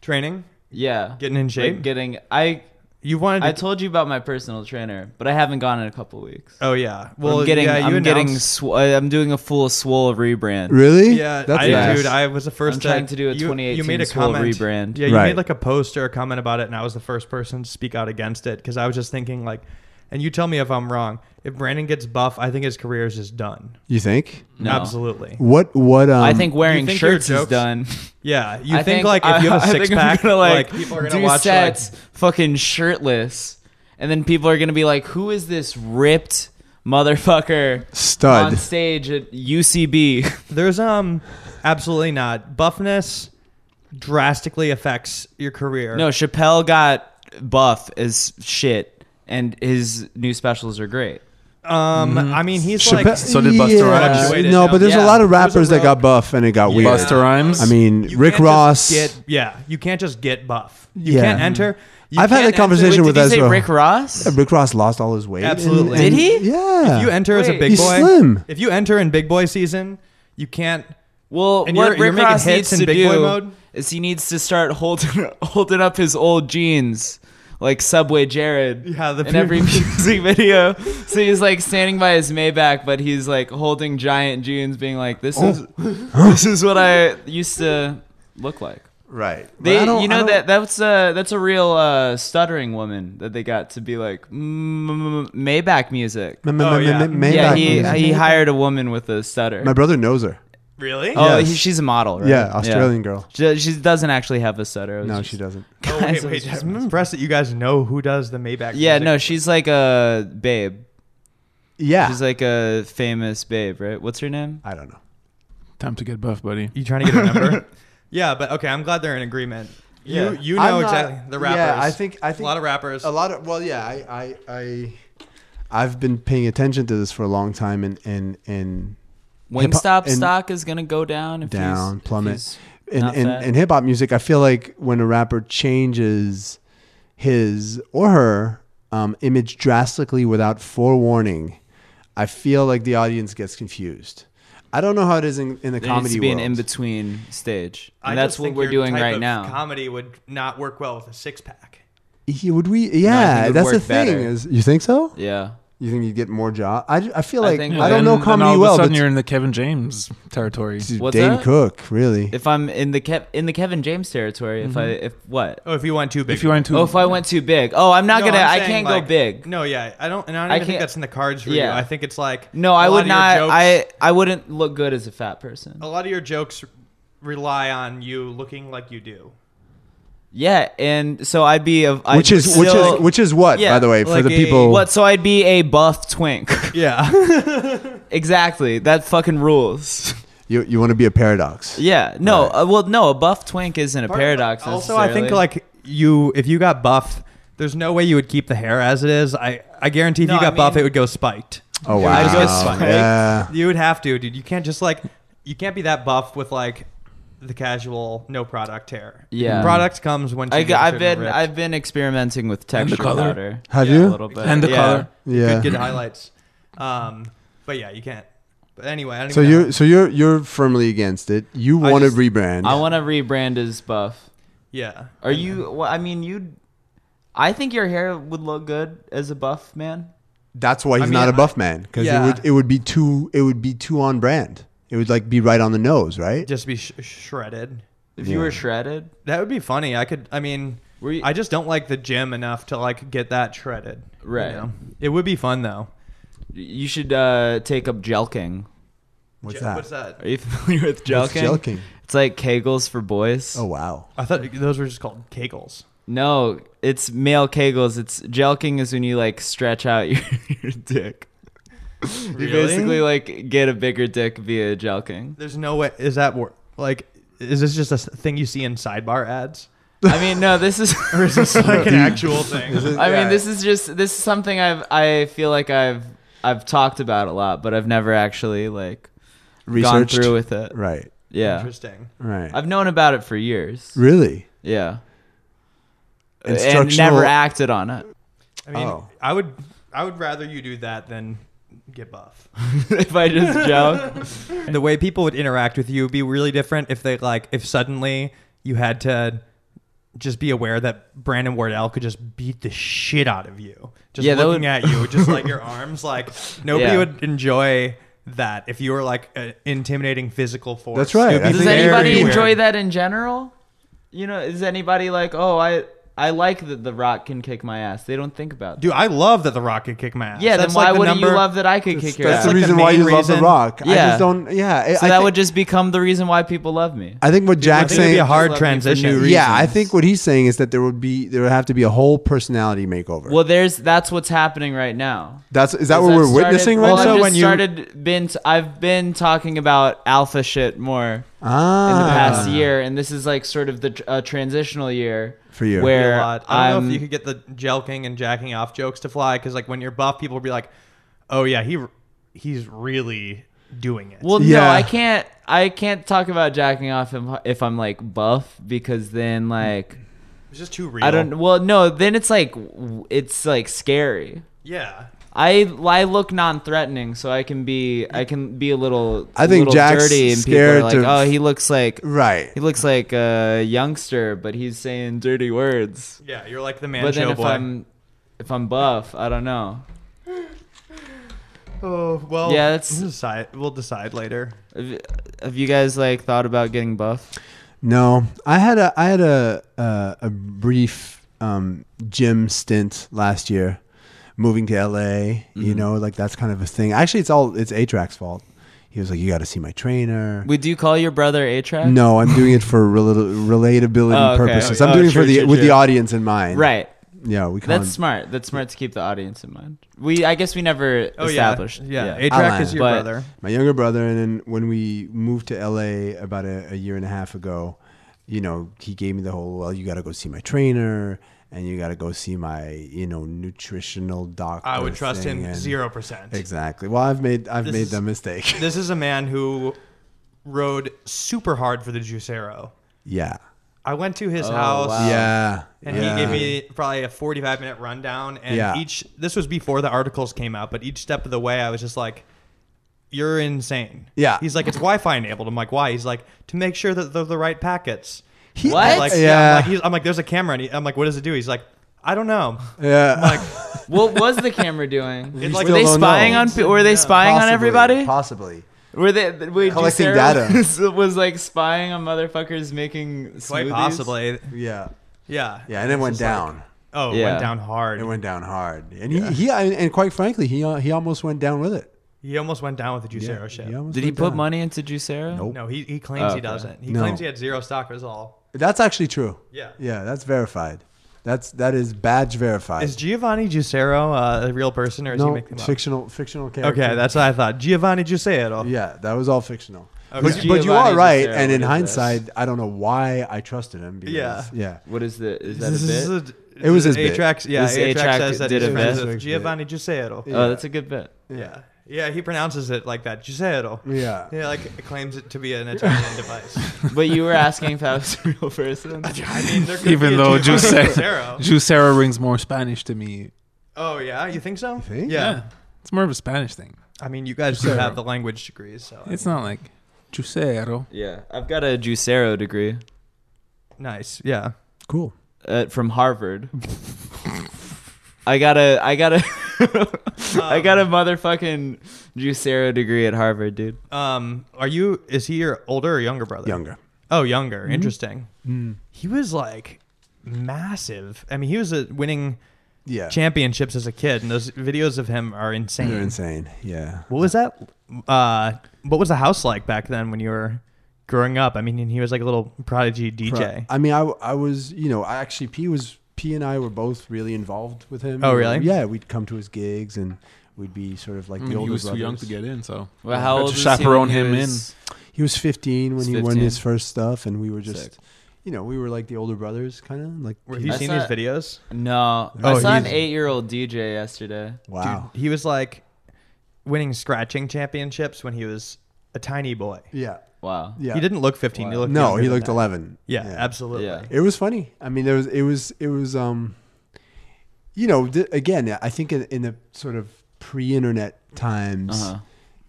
[SPEAKER 1] Training,
[SPEAKER 2] Yeah.
[SPEAKER 1] getting in shape.
[SPEAKER 2] Like getting. I
[SPEAKER 1] you wanted to.
[SPEAKER 2] I told you about my personal trainer, but I haven't gone in a couple weeks.
[SPEAKER 1] oh yeah. Well,
[SPEAKER 2] Well, I'm getting.
[SPEAKER 1] yeah, you
[SPEAKER 2] I'm getting.
[SPEAKER 1] announced-
[SPEAKER 2] Sw- uh, I'm doing a full swole rebrand.
[SPEAKER 3] Really?
[SPEAKER 1] Yeah,
[SPEAKER 3] That's
[SPEAKER 1] I,
[SPEAKER 2] nice.
[SPEAKER 1] dude, I was the first
[SPEAKER 2] I'm trying to do a
[SPEAKER 1] you- You,
[SPEAKER 2] 2018
[SPEAKER 1] made a
[SPEAKER 2] Swole
[SPEAKER 1] comment.
[SPEAKER 2] rebrand.
[SPEAKER 1] Yeah, you
[SPEAKER 3] Right.
[SPEAKER 1] made like a post or a comment about it, and I was the first person to speak out against it because I was just thinking like, and you tell me if I'm wrong. If Brandon gets buff, I think his career is just done.
[SPEAKER 3] You think?
[SPEAKER 2] No.
[SPEAKER 1] Absolutely.
[SPEAKER 3] What? What? Um,
[SPEAKER 2] I think wearing
[SPEAKER 1] you think your
[SPEAKER 2] shirts is
[SPEAKER 1] jokes-
[SPEAKER 2] done.
[SPEAKER 1] Yeah, you
[SPEAKER 2] I
[SPEAKER 1] think, like if you have a
[SPEAKER 2] I think
[SPEAKER 1] six
[SPEAKER 2] I'm
[SPEAKER 1] pack,
[SPEAKER 2] gonna,
[SPEAKER 1] like, people are gonna
[SPEAKER 2] do
[SPEAKER 1] watch
[SPEAKER 2] sets fucking shirtless, and then people are gonna be like, "Who is this ripped motherfucker on
[SPEAKER 3] stud.
[SPEAKER 2] stage at UCB?"
[SPEAKER 1] like there's um absolutely not buffness drastically affects your career.
[SPEAKER 2] no, Chappelle got buff as shit, and his new specials are great.
[SPEAKER 1] um,
[SPEAKER 2] Mm-hmm.
[SPEAKER 1] I mean he's
[SPEAKER 3] Chappelle-
[SPEAKER 1] like
[SPEAKER 4] So did Busta Rhymes.
[SPEAKER 1] Fluctuated
[SPEAKER 3] No,
[SPEAKER 1] now.
[SPEAKER 3] but there's
[SPEAKER 2] Yeah.
[SPEAKER 3] a lot of
[SPEAKER 1] There was a
[SPEAKER 3] rappers that
[SPEAKER 1] rogue-
[SPEAKER 3] got buff and it got
[SPEAKER 1] Yeah.
[SPEAKER 3] weird.
[SPEAKER 4] Busta Rhymes.
[SPEAKER 3] I mean,
[SPEAKER 1] you
[SPEAKER 3] Rick
[SPEAKER 1] can't just
[SPEAKER 3] Ross.
[SPEAKER 1] Get, yeah, you can't just get buff. You
[SPEAKER 3] Yeah.
[SPEAKER 1] can't enter. You
[SPEAKER 3] I've had
[SPEAKER 1] can't
[SPEAKER 3] that conversation
[SPEAKER 1] enter-
[SPEAKER 3] with
[SPEAKER 2] Did you say
[SPEAKER 3] Ezra.
[SPEAKER 2] Rick Ross?
[SPEAKER 3] Rick Ross lost all his weight. and-
[SPEAKER 1] Absolutely.
[SPEAKER 2] Did
[SPEAKER 3] and-
[SPEAKER 2] he?
[SPEAKER 3] Yeah.
[SPEAKER 1] If you enter as a
[SPEAKER 2] Wait.
[SPEAKER 1] big
[SPEAKER 3] He's
[SPEAKER 1] boy,
[SPEAKER 3] slim.
[SPEAKER 1] if you enter in big boy season, you can't.
[SPEAKER 2] Well,
[SPEAKER 1] And
[SPEAKER 2] what
[SPEAKER 1] you're-
[SPEAKER 2] Rick
[SPEAKER 1] you're making
[SPEAKER 2] Ross
[SPEAKER 1] hits
[SPEAKER 2] needs
[SPEAKER 1] in
[SPEAKER 2] to
[SPEAKER 1] big boy
[SPEAKER 2] do
[SPEAKER 1] mode?
[SPEAKER 2] is he needs to start holding holding up his old jeans like Subway Jared
[SPEAKER 1] Yeah, the
[SPEAKER 2] in every music video. So he's like standing by his Maybach, but he's like holding giant jeans, being like, "This
[SPEAKER 3] Oh.
[SPEAKER 2] is this is what I used to look like."
[SPEAKER 3] Right. But
[SPEAKER 2] They,
[SPEAKER 3] I don't-
[SPEAKER 2] you
[SPEAKER 3] I
[SPEAKER 2] know
[SPEAKER 3] don't-
[SPEAKER 2] that that's a that's a real uh, stuttering woman that they got to be like mm, Maybach music.
[SPEAKER 3] Ma- ma-
[SPEAKER 1] Oh,
[SPEAKER 3] ma-
[SPEAKER 1] yeah.
[SPEAKER 3] ma- ma-
[SPEAKER 2] yeah,
[SPEAKER 3] Maybach
[SPEAKER 2] he
[SPEAKER 3] music.
[SPEAKER 2] he hired a woman with a stutter.
[SPEAKER 3] My brother knows her.
[SPEAKER 1] Really?
[SPEAKER 2] Oh,
[SPEAKER 3] Yes.
[SPEAKER 2] he, she's a model, right?
[SPEAKER 3] Yeah, Australian girl.
[SPEAKER 2] She, she doesn't actually have a stutter. It was
[SPEAKER 3] No,
[SPEAKER 2] just-
[SPEAKER 3] she doesn't.
[SPEAKER 1] Oh,
[SPEAKER 2] Guys,
[SPEAKER 1] wait,
[SPEAKER 2] I was
[SPEAKER 1] wait.
[SPEAKER 2] just-
[SPEAKER 1] I'm impressed that you guys know who does the Maybach.
[SPEAKER 2] Yeah,
[SPEAKER 1] music.
[SPEAKER 2] no, she's like a babe.
[SPEAKER 3] Yeah.
[SPEAKER 2] She's like a famous babe, right? What's her name?
[SPEAKER 3] I don't know.
[SPEAKER 4] Time to get buff, buddy.
[SPEAKER 1] You trying to get a number? yeah, but okay. I'm glad they're in agreement. You
[SPEAKER 2] Yeah.
[SPEAKER 1] you know
[SPEAKER 3] I'm not-
[SPEAKER 1] exactly the rappers.
[SPEAKER 3] Yeah, I think I think
[SPEAKER 1] a lot of rappers.
[SPEAKER 3] a lot of well yeah I, I i i've been paying attention to this for a long time and and and
[SPEAKER 2] Wingstop
[SPEAKER 3] and-
[SPEAKER 2] stock is gonna go down. If
[SPEAKER 3] Down,
[SPEAKER 2] he's,
[SPEAKER 3] plummet.
[SPEAKER 2] If he's
[SPEAKER 3] and
[SPEAKER 2] not
[SPEAKER 3] and,
[SPEAKER 2] fat.
[SPEAKER 3] and hip-hop music i feel like when a rapper changes his or her um, image drastically without forewarning i feel like the audience gets confused i don't know how it is in, in the
[SPEAKER 2] there
[SPEAKER 3] comedy
[SPEAKER 2] needs to be
[SPEAKER 3] world
[SPEAKER 2] an in between stage,
[SPEAKER 1] I
[SPEAKER 2] and
[SPEAKER 1] just
[SPEAKER 2] that's what
[SPEAKER 1] think
[SPEAKER 2] we're
[SPEAKER 1] your
[SPEAKER 2] doing
[SPEAKER 1] type
[SPEAKER 2] right
[SPEAKER 1] of
[SPEAKER 2] now.
[SPEAKER 1] Comedy would not work well with a six pack.
[SPEAKER 3] He- would we
[SPEAKER 2] think it
[SPEAKER 3] yeah
[SPEAKER 2] would
[SPEAKER 3] that's the
[SPEAKER 2] work
[SPEAKER 3] thing
[SPEAKER 2] better.
[SPEAKER 3] is you think so
[SPEAKER 2] yeah,
[SPEAKER 3] you think you'd get more job i, I feel
[SPEAKER 2] I
[SPEAKER 3] like i,
[SPEAKER 2] think-
[SPEAKER 3] don't
[SPEAKER 4] And
[SPEAKER 3] know
[SPEAKER 4] then
[SPEAKER 3] comedy
[SPEAKER 4] all
[SPEAKER 3] well
[SPEAKER 4] of a sudden
[SPEAKER 3] but
[SPEAKER 4] you're in the Kevin James territory.
[SPEAKER 2] What's
[SPEAKER 3] Dane
[SPEAKER 2] that?
[SPEAKER 3] Cook, really?
[SPEAKER 2] if I'm in the Kev- in the Kevin James territory, if I
[SPEAKER 3] Mm-hmm.
[SPEAKER 2] if what?
[SPEAKER 1] Oh, if you want too big.
[SPEAKER 4] If you went to
[SPEAKER 2] Oh, if I went too big. Oh, I'm not
[SPEAKER 1] No,
[SPEAKER 2] gonna.
[SPEAKER 1] I'm
[SPEAKER 2] I
[SPEAKER 1] saying,
[SPEAKER 2] can't
[SPEAKER 1] like-
[SPEAKER 2] go big.
[SPEAKER 1] No, yeah, I don't. And I don't
[SPEAKER 2] I
[SPEAKER 1] even think
[SPEAKER 2] can't-
[SPEAKER 1] that's in the cards for you.
[SPEAKER 2] Yeah.
[SPEAKER 1] I think it's like
[SPEAKER 2] No,
[SPEAKER 1] I
[SPEAKER 2] I would not.
[SPEAKER 1] Jokes,
[SPEAKER 2] I I wouldn't look good as a fat person.
[SPEAKER 1] a lot of your jokes rely on you looking like you do.
[SPEAKER 2] Yeah, and so I'd be a I'd
[SPEAKER 3] which is
[SPEAKER 2] still-
[SPEAKER 3] which is which is what
[SPEAKER 2] Yeah,
[SPEAKER 3] by the way for
[SPEAKER 1] like
[SPEAKER 3] the
[SPEAKER 1] a-
[SPEAKER 3] people
[SPEAKER 2] what? So I'd be a buff twink.
[SPEAKER 1] Yeah.
[SPEAKER 2] exactly, that fucking rules.
[SPEAKER 3] you you want to be a paradox
[SPEAKER 2] yeah, no,
[SPEAKER 3] Right.
[SPEAKER 2] uh, well, no, a buff twink isn't a paradox.
[SPEAKER 1] Also, I think
[SPEAKER 2] necessarily.
[SPEAKER 1] like you, if you got buff, there's no way you would keep the hair as it is. I I guarantee if
[SPEAKER 2] No,
[SPEAKER 1] you
[SPEAKER 2] I
[SPEAKER 1] got buff,
[SPEAKER 2] mean-
[SPEAKER 1] it would go spiked.
[SPEAKER 3] oh
[SPEAKER 1] I
[SPEAKER 3] wow
[SPEAKER 1] just get spiked.
[SPEAKER 3] yeah
[SPEAKER 1] You would have to, dude. You can't just like you can't be that buff with like the casual no product hair.
[SPEAKER 2] Yeah.
[SPEAKER 1] product comes when
[SPEAKER 2] I,
[SPEAKER 1] you get
[SPEAKER 2] have
[SPEAKER 1] certain
[SPEAKER 2] been
[SPEAKER 1] ripped.
[SPEAKER 2] I've been experimenting with
[SPEAKER 4] And the
[SPEAKER 2] texture
[SPEAKER 4] color.
[SPEAKER 2] powder.
[SPEAKER 3] Have
[SPEAKER 2] Yeah,
[SPEAKER 3] you?
[SPEAKER 2] a little bit
[SPEAKER 4] And the
[SPEAKER 2] Yeah.
[SPEAKER 4] color.
[SPEAKER 3] yeah
[SPEAKER 1] could get highlights. Um, but yeah, you can't. But anyway, I don't
[SPEAKER 3] so
[SPEAKER 1] even know.
[SPEAKER 3] you so you're you're firmly against it you
[SPEAKER 1] I
[SPEAKER 3] want to
[SPEAKER 1] just-
[SPEAKER 3] rebrand
[SPEAKER 2] I want to rebrand as buff.
[SPEAKER 1] yeah.
[SPEAKER 2] Are you? Well, I mean, you. I think your hair would look good as a buff man.
[SPEAKER 3] that's why he's
[SPEAKER 1] mean,
[SPEAKER 3] not a
[SPEAKER 1] I-
[SPEAKER 3] buff man because
[SPEAKER 1] Yeah.
[SPEAKER 3] it would it would be too it would be too on brand it would like be right on the nose right
[SPEAKER 1] just be sh- shredded?
[SPEAKER 2] If you were shredded,
[SPEAKER 1] That would be funny. I could. I mean,
[SPEAKER 2] Were you-
[SPEAKER 1] I just don't like the gym enough to like get that shredded. you
[SPEAKER 2] Right.
[SPEAKER 1] know? It would be fun though.
[SPEAKER 2] you should uh, take up jelking.
[SPEAKER 3] what's
[SPEAKER 1] J-
[SPEAKER 3] that
[SPEAKER 1] What's that?
[SPEAKER 2] Are you familiar with jelking?
[SPEAKER 3] What's jelking
[SPEAKER 2] It's like Kegels for boys.
[SPEAKER 3] oh wow
[SPEAKER 1] I thought those were just called kegels.
[SPEAKER 2] No, it's male Kegels. It's jelking is when you like stretch out your, your dick. You
[SPEAKER 1] Really?
[SPEAKER 2] basically like get a bigger dick via jelking.
[SPEAKER 1] There's no way. Is that wor- Like, is this just a s- thing you see in sidebar ads?
[SPEAKER 2] I mean, no, this is.
[SPEAKER 1] Or is this like an actual thing?
[SPEAKER 2] I mean, this is just this is something I've I feel like I've I've talked about a lot, but I've never actually like gone
[SPEAKER 3] Researched?
[SPEAKER 2] through with it.
[SPEAKER 3] right,
[SPEAKER 2] Yeah,
[SPEAKER 1] Interesting.
[SPEAKER 3] right.
[SPEAKER 2] I've known about it for years.
[SPEAKER 3] really?
[SPEAKER 2] Yeah, and
[SPEAKER 3] Instructional-
[SPEAKER 2] never acted on it.
[SPEAKER 1] I mean,
[SPEAKER 3] Oh.
[SPEAKER 1] I would I would rather you do that than get buff.
[SPEAKER 2] if I just joke,
[SPEAKER 1] the way people would interact with you would be really different if they like if suddenly you had to just be aware that Brandon Wardell could just beat the shit out of you. Just
[SPEAKER 2] Yeah, that
[SPEAKER 1] looking
[SPEAKER 2] would-
[SPEAKER 1] at you, just like your arms, like nobody
[SPEAKER 2] Yeah.
[SPEAKER 1] would enjoy that if you were like an intimidating physical force.
[SPEAKER 3] That's right.
[SPEAKER 1] It would be
[SPEAKER 2] does
[SPEAKER 3] Very
[SPEAKER 2] anybody
[SPEAKER 1] weird.
[SPEAKER 2] enjoy that in general? You know, is anybody like, oh, I I like that the Rock can kick my ass. They don't think about. That.
[SPEAKER 1] Dude, I love that the Rock could kick my ass.
[SPEAKER 2] Yeah, then
[SPEAKER 1] That's
[SPEAKER 2] why
[SPEAKER 1] like the
[SPEAKER 2] wouldn't you
[SPEAKER 1] number-
[SPEAKER 2] love that I could kick your
[SPEAKER 3] That's
[SPEAKER 2] ass?
[SPEAKER 1] Yeah.
[SPEAKER 3] the
[SPEAKER 1] Like the
[SPEAKER 3] reason why
[SPEAKER 1] main
[SPEAKER 3] you love The
[SPEAKER 1] reason.
[SPEAKER 3] Rock. I
[SPEAKER 2] Yeah.
[SPEAKER 3] just don't. Yeah, I,
[SPEAKER 2] so
[SPEAKER 3] I
[SPEAKER 2] that
[SPEAKER 3] think,
[SPEAKER 2] would just become the reason why people love me.
[SPEAKER 3] I think what
[SPEAKER 1] I
[SPEAKER 3] Jack's
[SPEAKER 1] think it'd be
[SPEAKER 3] saying.
[SPEAKER 1] a hard
[SPEAKER 2] Just love me for new
[SPEAKER 1] transition.
[SPEAKER 2] reasons.
[SPEAKER 3] Yeah, I think what he's saying is that there would be there would have to be a whole personality makeover.
[SPEAKER 2] Well, there's that's what's happening right now.
[SPEAKER 3] that's is that what
[SPEAKER 2] I've
[SPEAKER 3] we're
[SPEAKER 2] started-
[SPEAKER 3] witnessing right
[SPEAKER 2] well,
[SPEAKER 1] Also,
[SPEAKER 2] I've
[SPEAKER 3] now?
[SPEAKER 2] just
[SPEAKER 1] when you-
[SPEAKER 2] started been t- I've been talking about alpha shit more in the
[SPEAKER 3] Ah,
[SPEAKER 2] past year, and this is like sort of the tr- uh, transitional year
[SPEAKER 3] For
[SPEAKER 1] be
[SPEAKER 3] you.
[SPEAKER 1] a
[SPEAKER 2] where
[SPEAKER 1] lot. I don't
[SPEAKER 2] am
[SPEAKER 1] know if you could get the jelking and jacking off jokes to fly because like when you're buff, people will be like, "Oh yeah, he he's really doing it."
[SPEAKER 2] Well, no,
[SPEAKER 3] Yeah.
[SPEAKER 2] I can't. I can't talk about jacking off if, if I'm like buff because then like
[SPEAKER 1] it's just too real.
[SPEAKER 2] I don't. Well, no, then it's like w- it's like scary.
[SPEAKER 1] Yeah,
[SPEAKER 2] I I look non-threatening, so I can be I can be a little
[SPEAKER 3] I think
[SPEAKER 2] little
[SPEAKER 3] Jack's
[SPEAKER 2] dirty and people are
[SPEAKER 3] scared
[SPEAKER 2] like,
[SPEAKER 3] to-
[SPEAKER 2] oh, he looks like
[SPEAKER 3] right.
[SPEAKER 2] he looks like a youngster, but he's saying dirty words.
[SPEAKER 1] yeah. You're like the man
[SPEAKER 2] but
[SPEAKER 1] show
[SPEAKER 2] then if
[SPEAKER 1] boy.
[SPEAKER 2] I'm if I'm buff, I don't know.
[SPEAKER 1] oh well.
[SPEAKER 2] Yeah, that's-
[SPEAKER 1] we'll decide. We'll decide later.
[SPEAKER 2] Have, have you guys like thought about getting buff?
[SPEAKER 3] No, I had a I had a a, a brief um, gym stint last year, moving to LA.
[SPEAKER 2] Mm-hmm.
[SPEAKER 3] You know, like that's kind of a thing. Actually, it's all it's Atrax's fault. He was like, "You got to see my trainer."
[SPEAKER 2] Would you call your brother A track?
[SPEAKER 3] no, I'm doing it for rel- relatability
[SPEAKER 2] Oh, okay.
[SPEAKER 3] purposes.
[SPEAKER 2] Oh,
[SPEAKER 3] I'm doing it
[SPEAKER 2] sure,
[SPEAKER 3] for the
[SPEAKER 2] sure,
[SPEAKER 3] with the
[SPEAKER 2] sure.
[SPEAKER 3] audience in mind.
[SPEAKER 2] Right.
[SPEAKER 3] Yeah, we can't.
[SPEAKER 2] That's smart. That's smart to keep the audience in mind. We I guess we never
[SPEAKER 1] Oh yeah,
[SPEAKER 2] established.
[SPEAKER 1] yeah.
[SPEAKER 3] Outline.
[SPEAKER 1] Atrac is your
[SPEAKER 2] But-
[SPEAKER 1] brother.
[SPEAKER 3] my younger brother and then when we moved to la about a, a year and a half ago you know he gave me the whole well you got to go see my trainer and you got to go see my you know nutritional doctor
[SPEAKER 1] I would trust
[SPEAKER 3] thing,"
[SPEAKER 1] him
[SPEAKER 3] and-
[SPEAKER 1] zero percent.
[SPEAKER 3] exactly well i've made i've
[SPEAKER 1] This
[SPEAKER 3] made
[SPEAKER 1] is-
[SPEAKER 3] the mistake
[SPEAKER 1] This is a man who rode super hard for the Juicero.
[SPEAKER 3] yeah
[SPEAKER 1] I went to his
[SPEAKER 2] Oh,
[SPEAKER 1] house.
[SPEAKER 2] wow.
[SPEAKER 3] yeah
[SPEAKER 1] Um, And
[SPEAKER 3] yeah.
[SPEAKER 1] he gave me probably a 45 minute rundown. And
[SPEAKER 3] Yeah.
[SPEAKER 1] each, this was before the articles came out, but each step of the way, I was just like, you're insane.
[SPEAKER 3] Yeah.
[SPEAKER 1] He's like, it's Wi Fi enabled. I'm like, why? He's like, to make sure that they're the right packets.
[SPEAKER 3] He-
[SPEAKER 2] What?
[SPEAKER 1] I'm like, yeah. I'm
[SPEAKER 3] yeah
[SPEAKER 1] like, he's, I'm like, there's a camera. And he, I'm like, what does it do? He's like, I don't know.
[SPEAKER 3] yeah
[SPEAKER 1] I'm like,
[SPEAKER 2] Uh, What was the camera doing?
[SPEAKER 1] It's like-
[SPEAKER 2] were they
[SPEAKER 3] Still don't
[SPEAKER 2] spying
[SPEAKER 3] know.
[SPEAKER 2] on? pe- Were they spying on
[SPEAKER 3] Possibly,
[SPEAKER 2] everybody?
[SPEAKER 3] possibly
[SPEAKER 2] Were they wait,
[SPEAKER 3] Collecting
[SPEAKER 2] Juicero
[SPEAKER 3] data.
[SPEAKER 2] was, was, like spying on motherfuckers making smoothies?
[SPEAKER 1] quite possibly.
[SPEAKER 3] yeah
[SPEAKER 1] Yeah.
[SPEAKER 3] yeah and it went
[SPEAKER 1] It's just
[SPEAKER 3] down
[SPEAKER 1] like- oh, it
[SPEAKER 2] Yeah.
[SPEAKER 1] went down hard.
[SPEAKER 3] it went down hard and he, he and quite frankly he he almost went down with it
[SPEAKER 1] he almost went down with the Juicero shit.
[SPEAKER 3] he almost
[SPEAKER 2] Did he
[SPEAKER 3] went
[SPEAKER 2] put
[SPEAKER 3] down.
[SPEAKER 2] money into Juicero?
[SPEAKER 3] Nope.
[SPEAKER 1] No, he, he claims
[SPEAKER 2] Oh,
[SPEAKER 1] he
[SPEAKER 2] okay.
[SPEAKER 1] doesn't. He
[SPEAKER 3] No.
[SPEAKER 1] claims he had zero stock is all.
[SPEAKER 3] That's actually true.
[SPEAKER 1] Yeah.
[SPEAKER 3] Yeah, that's verified. That's that is badge verified.
[SPEAKER 1] Is Giovanni Juicero uh, a real person or is he
[SPEAKER 3] no,
[SPEAKER 1] making them up?
[SPEAKER 3] fictional fictional character.
[SPEAKER 1] Okay, that's what I thought. Giovanni Giuseppe.
[SPEAKER 3] yeah, that was all fictional.
[SPEAKER 1] Okay.
[SPEAKER 3] But,
[SPEAKER 2] Who's
[SPEAKER 3] but you are
[SPEAKER 2] Giovanni
[SPEAKER 3] right,
[SPEAKER 2] Giuseppe?
[SPEAKER 3] and in
[SPEAKER 2] What is this?
[SPEAKER 3] hindsight, I don't know why I trusted him. Because,
[SPEAKER 1] Yeah.
[SPEAKER 3] yeah,
[SPEAKER 2] What is the is that
[SPEAKER 1] This is
[SPEAKER 2] a bit?
[SPEAKER 1] a-
[SPEAKER 3] It was his bit.
[SPEAKER 1] Atrax. Yeah,
[SPEAKER 2] This
[SPEAKER 1] Atrax
[SPEAKER 2] Atrax
[SPEAKER 1] says that
[SPEAKER 2] did
[SPEAKER 1] he's
[SPEAKER 2] a
[SPEAKER 1] friends
[SPEAKER 3] bit.
[SPEAKER 1] with Giovanni Giuseppe.
[SPEAKER 2] Oh, that's a good bit.
[SPEAKER 1] Yeah. Yeah, he pronounces it like that, Giuseppe.
[SPEAKER 3] Yeah.
[SPEAKER 1] Yeah, like it claims it to be an Italian device.
[SPEAKER 2] But you were asking if I was a real person.
[SPEAKER 1] I mean, there could be
[SPEAKER 4] Even
[SPEAKER 1] a
[SPEAKER 4] though
[SPEAKER 1] Giovanni
[SPEAKER 4] Juicero,
[SPEAKER 1] Giuseppe.
[SPEAKER 4] Juicero rings more Spanish to me.
[SPEAKER 1] Oh yeah, you think so?
[SPEAKER 3] think?
[SPEAKER 1] Yeah.
[SPEAKER 4] It's more of a Spanish thing.
[SPEAKER 1] I mean, you guys do have the language degrees, so
[SPEAKER 4] It's not like Juicero.
[SPEAKER 2] Yeah, I've got a Juicero degree
[SPEAKER 1] nice. Yeah.
[SPEAKER 3] cool.
[SPEAKER 2] uh, from Harvard. I got a I got a I got
[SPEAKER 3] Um,
[SPEAKER 2] a motherfucking Juicero degree at Harvard, dude.
[SPEAKER 1] Um, are you? Is he your older or younger brother?
[SPEAKER 3] Younger. Mm-hmm. Mm.
[SPEAKER 1] Oh, younger. Interesting. He was like massive. I mean, he was a winning
[SPEAKER 3] Yeah,
[SPEAKER 1] championships as a kid, and those videos of him are insane.
[SPEAKER 3] they're insane. Yeah,
[SPEAKER 1] What was that? Uh, what was the house like back then when you were growing up? I mean, and he was like a little prodigy DJ.
[SPEAKER 3] I mean, I I was you know I actually P was P and I were both really involved with him.
[SPEAKER 1] Oh, really?
[SPEAKER 3] Yeah, we'd come to his gigs and we'd be sort of like
[SPEAKER 4] I
[SPEAKER 3] the
[SPEAKER 4] mean,
[SPEAKER 3] older
[SPEAKER 4] he was
[SPEAKER 3] brothers.
[SPEAKER 4] too young to get in, so
[SPEAKER 2] Well, how
[SPEAKER 4] Had
[SPEAKER 2] old
[SPEAKER 4] to
[SPEAKER 2] was he when
[SPEAKER 4] chaperone
[SPEAKER 2] he
[SPEAKER 4] him
[SPEAKER 2] was-
[SPEAKER 3] He was 15 when
[SPEAKER 2] He's
[SPEAKER 3] he won
[SPEAKER 2] 15.
[SPEAKER 3] his first stuff, and we were just,
[SPEAKER 2] Sick.
[SPEAKER 3] you know, we were like the older brothers, kind of like.
[SPEAKER 1] Have you
[SPEAKER 2] I
[SPEAKER 1] seen
[SPEAKER 2] saw-
[SPEAKER 1] these videos?
[SPEAKER 2] No,
[SPEAKER 1] Oh,
[SPEAKER 2] I saw an
[SPEAKER 1] he's-
[SPEAKER 2] eight-year-old DJ yesterday.
[SPEAKER 3] wow.
[SPEAKER 1] Dude, he was like winning scratching championships when he was a tiny boy.
[SPEAKER 3] Yeah.
[SPEAKER 2] Wow.
[SPEAKER 3] Yeah.
[SPEAKER 1] He didn't look 15. He looked
[SPEAKER 3] No,
[SPEAKER 1] younger
[SPEAKER 3] he
[SPEAKER 1] than
[SPEAKER 3] looked
[SPEAKER 1] that.
[SPEAKER 3] 11.
[SPEAKER 1] Yeah, absolutely.
[SPEAKER 2] Yeah.
[SPEAKER 3] It was funny. I mean, there was it was it was um, you know, th- again, I think in, in the sort of pre-internet times,
[SPEAKER 2] Uh-huh.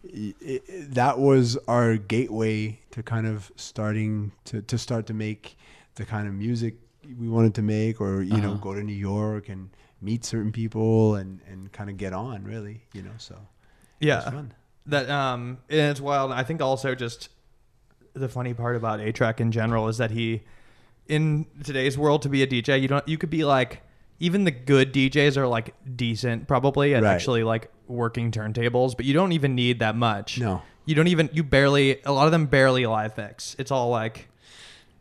[SPEAKER 3] i i that was our gateway to kind of starting to to start to make the kind of music we wanted to make, or you know, go to New York and meet certain people and and kind of get on really, you know. So it was
[SPEAKER 1] Yeah.
[SPEAKER 3] fun.
[SPEAKER 1] That um and it's wild. I think also just the funny part about A Track in general is that he in today's world to be a DJ, you don't you could be like even the good DJs are like decent probably and
[SPEAKER 3] Right.
[SPEAKER 1] actually like working turntables, but you don't even need that much.
[SPEAKER 3] No.
[SPEAKER 1] You don't even you barely a lot of them barely live mix. It's all like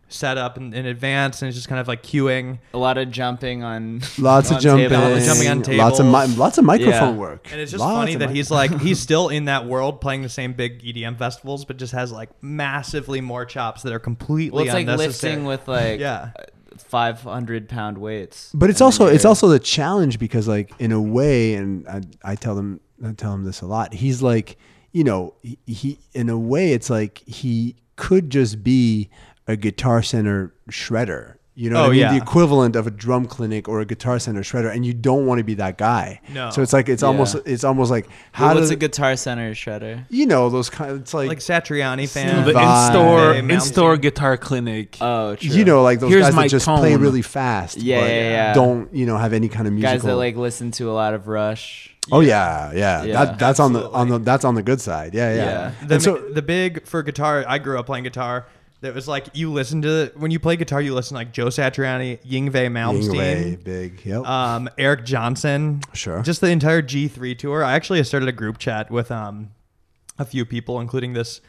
[SPEAKER 1] set up in, in advance and it's just kind of like queuing.
[SPEAKER 2] A lot of jumping on.
[SPEAKER 3] Lots of
[SPEAKER 2] on
[SPEAKER 3] jumping,
[SPEAKER 2] tables.
[SPEAKER 1] Lots of jumping on
[SPEAKER 3] lots of mi-
[SPEAKER 1] tables.
[SPEAKER 3] lots of microphone
[SPEAKER 2] Yeah.
[SPEAKER 3] work,
[SPEAKER 1] And it's just
[SPEAKER 3] Lots
[SPEAKER 1] funny
[SPEAKER 3] of
[SPEAKER 1] that
[SPEAKER 3] mic-
[SPEAKER 1] he's like he's still in that world playing the same big EDM festivals, but just has like massively more chops that are completely
[SPEAKER 2] Well, it's like
[SPEAKER 1] unnecessary.
[SPEAKER 2] lifting with like uh,
[SPEAKER 1] Yeah.
[SPEAKER 2] five hundred pound weights.
[SPEAKER 3] But it's
[SPEAKER 2] And
[SPEAKER 3] also
[SPEAKER 2] then
[SPEAKER 3] it's
[SPEAKER 2] you're-
[SPEAKER 3] also the challenge because like in a way, and I, I tell them I tell him this a lot. He's like, you know, he, he in a way it's like he could just be a guitar center shredder. You know,
[SPEAKER 1] Oh,
[SPEAKER 3] what I mean?
[SPEAKER 1] yeah.
[SPEAKER 3] the equivalent of a drum clinic or a guitar center shredder, and you don't want to be that guy.
[SPEAKER 1] No.
[SPEAKER 3] So it's like it's almost it's almost like how
[SPEAKER 2] What's
[SPEAKER 3] does
[SPEAKER 2] a guitar center shredder?
[SPEAKER 3] you know those kind? It's like,
[SPEAKER 1] like Satriani
[SPEAKER 4] The
[SPEAKER 1] fans.
[SPEAKER 3] Vibe.
[SPEAKER 4] in-store,
[SPEAKER 1] Hey, Mountain
[SPEAKER 4] in-store guitar clinic.
[SPEAKER 2] Oh, true.
[SPEAKER 3] you know like those
[SPEAKER 4] Here's
[SPEAKER 3] guys
[SPEAKER 4] my
[SPEAKER 3] that just play
[SPEAKER 4] tone.
[SPEAKER 3] really fast.
[SPEAKER 2] Yeah,
[SPEAKER 3] but
[SPEAKER 2] yeah, yeah.
[SPEAKER 3] Don't you know have any kind of musical
[SPEAKER 2] guys that like listen to a lot of Rush.
[SPEAKER 3] Oh yeah, yeah.
[SPEAKER 2] Yeah.
[SPEAKER 3] that, that's on the on the that's on the good side. Yeah, yeah.
[SPEAKER 2] Yeah.
[SPEAKER 3] And
[SPEAKER 1] the,
[SPEAKER 3] so
[SPEAKER 1] the big for guitar. I grew up playing guitar. That was like you listen to when you play guitar, you listen to, like Joe Satriani, Yngwie
[SPEAKER 3] Yingwei,
[SPEAKER 1] Malmsteen,
[SPEAKER 3] big. Yep.
[SPEAKER 1] um, Eric Johnson.
[SPEAKER 3] Sure.
[SPEAKER 1] Just the entire G3 tour. I actually started a group chat with um, a few people, including this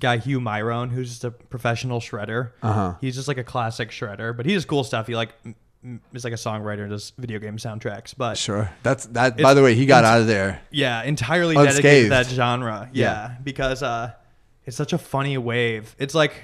[SPEAKER 1] guy Hugh Myron, who's just a professional shredder.
[SPEAKER 3] Uh-huh.
[SPEAKER 1] He's just like a classic shredder, but he does cool stuff. He like m- m- is like a songwriter and does video game soundtracks. But
[SPEAKER 3] sure. That's that. By the way, he got out of there.
[SPEAKER 1] yeah, entirely
[SPEAKER 3] Unscathed.
[SPEAKER 1] dedicated to that genre. Yeah,
[SPEAKER 3] Yeah.
[SPEAKER 1] because uh, it's such a funny wave. It's like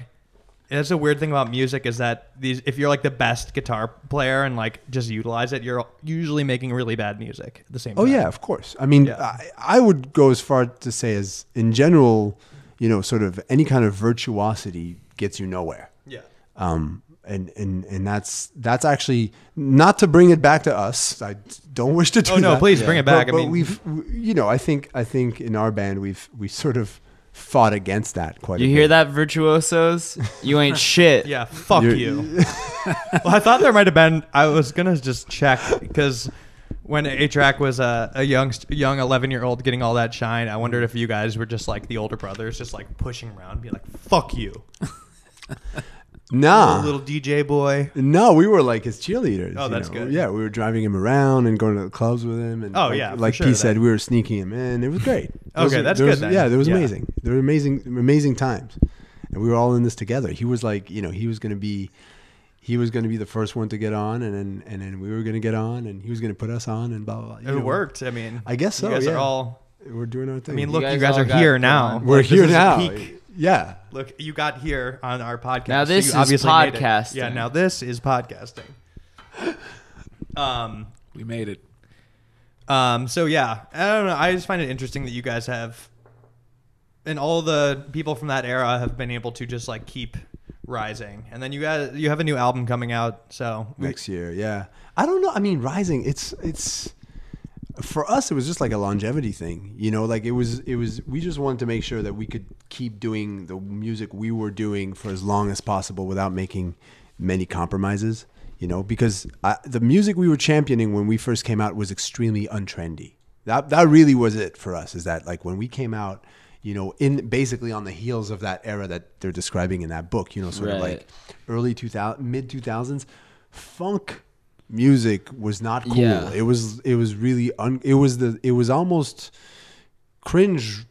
[SPEAKER 1] that's the weird thing about music is that these if you're like the best guitar player and like just utilize it, you're usually making really bad music at the same
[SPEAKER 3] Oh
[SPEAKER 1] time.
[SPEAKER 3] yeah, of course. I mean,
[SPEAKER 1] Yeah.
[SPEAKER 3] I, I would go as far to say as in general, you know, sort of any kind of virtuosity gets you nowhere.
[SPEAKER 1] yeah.
[SPEAKER 3] Um, and, and and that's that's actually not to bring it back to us. I don't wish to do.
[SPEAKER 1] Oh, no,
[SPEAKER 3] that.
[SPEAKER 1] please bring it back.
[SPEAKER 3] But,
[SPEAKER 1] I
[SPEAKER 3] but
[SPEAKER 1] mean-
[SPEAKER 3] we've w- you know I think I think in our band we've we sort of fought against that quite.
[SPEAKER 2] You
[SPEAKER 3] a
[SPEAKER 2] hear
[SPEAKER 3] bit.
[SPEAKER 2] that, virtuosos? You ain't shit.
[SPEAKER 1] Yeah, fuck
[SPEAKER 3] You're-
[SPEAKER 1] you. well, I thought there might have been. I was gonna just check because when Atrac was a, a young young eleven year old getting all that shine, I wondered if you guys were just like the older brothers, just like pushing around, being like, "Fuck you,
[SPEAKER 3] Nah,
[SPEAKER 1] little DJ boy."
[SPEAKER 3] No, we were like his cheerleaders.
[SPEAKER 1] Oh,
[SPEAKER 3] you
[SPEAKER 1] that's
[SPEAKER 3] know.
[SPEAKER 1] good.
[SPEAKER 3] Yeah, we were driving him around and going to the clubs with him. And
[SPEAKER 1] Oh,
[SPEAKER 3] like,
[SPEAKER 1] yeah, for
[SPEAKER 3] like
[SPEAKER 1] sure,
[SPEAKER 3] he
[SPEAKER 1] that-
[SPEAKER 3] said, we were sneaking him in. It was great. Those
[SPEAKER 1] Okay,
[SPEAKER 3] were-
[SPEAKER 1] that's
[SPEAKER 3] there
[SPEAKER 1] good
[SPEAKER 3] was-
[SPEAKER 1] then.
[SPEAKER 3] Yeah, it was
[SPEAKER 1] Yeah.
[SPEAKER 3] amazing. There were amazing, amazing times, and we were all in this together. He was like, you know, he was going to be, he was going to be the first one to get on, and then and then we were going to get on, and he was going to put us on, and blah blah. blah.
[SPEAKER 1] It
[SPEAKER 3] You know,
[SPEAKER 1] worked. I mean,
[SPEAKER 3] I guess so,
[SPEAKER 1] You guys
[SPEAKER 3] yeah.
[SPEAKER 1] are all.
[SPEAKER 3] We're doing our
[SPEAKER 1] I
[SPEAKER 3] thing.
[SPEAKER 1] mean, look, you
[SPEAKER 2] guys
[SPEAKER 1] guys,
[SPEAKER 2] all
[SPEAKER 1] are
[SPEAKER 2] got
[SPEAKER 1] here
[SPEAKER 2] put
[SPEAKER 1] now.
[SPEAKER 2] on.
[SPEAKER 3] we're
[SPEAKER 1] Like, this
[SPEAKER 3] here
[SPEAKER 1] is the
[SPEAKER 3] now.
[SPEAKER 1] peak.
[SPEAKER 3] Yeah,
[SPEAKER 1] Look, you got here on our podcast.
[SPEAKER 2] Now this
[SPEAKER 1] you
[SPEAKER 2] is
[SPEAKER 1] obviously made it.
[SPEAKER 2] podcasting.
[SPEAKER 1] Yeah, now this is podcasting. Um.
[SPEAKER 4] we made it.
[SPEAKER 1] Um, so yeah, I don't know. I just find it interesting that you guys have, and all the people from that era have been able to just like keep rising. And then you guys, you have a new album coming out, so we-
[SPEAKER 3] next year. Yeah, I don't know. I mean, Rising. It's it's for us. It was just like a longevity thing, you know. Like it was it was. We just wanted to make sure that we could keep doing the music we were doing for as long as possible without making many compromises, you know. Because I, the music we were championing when we first came out was extremely untrendy. That that really was it for us. Is that like when we came out. You know, in basically on the heels of that era that they're describing in that book, you know, sort of
[SPEAKER 2] Right.
[SPEAKER 3] like early 2000 mid 2000s funk music was not cool
[SPEAKER 2] Yeah.
[SPEAKER 3] it was it was really un, it was the it was almost cringe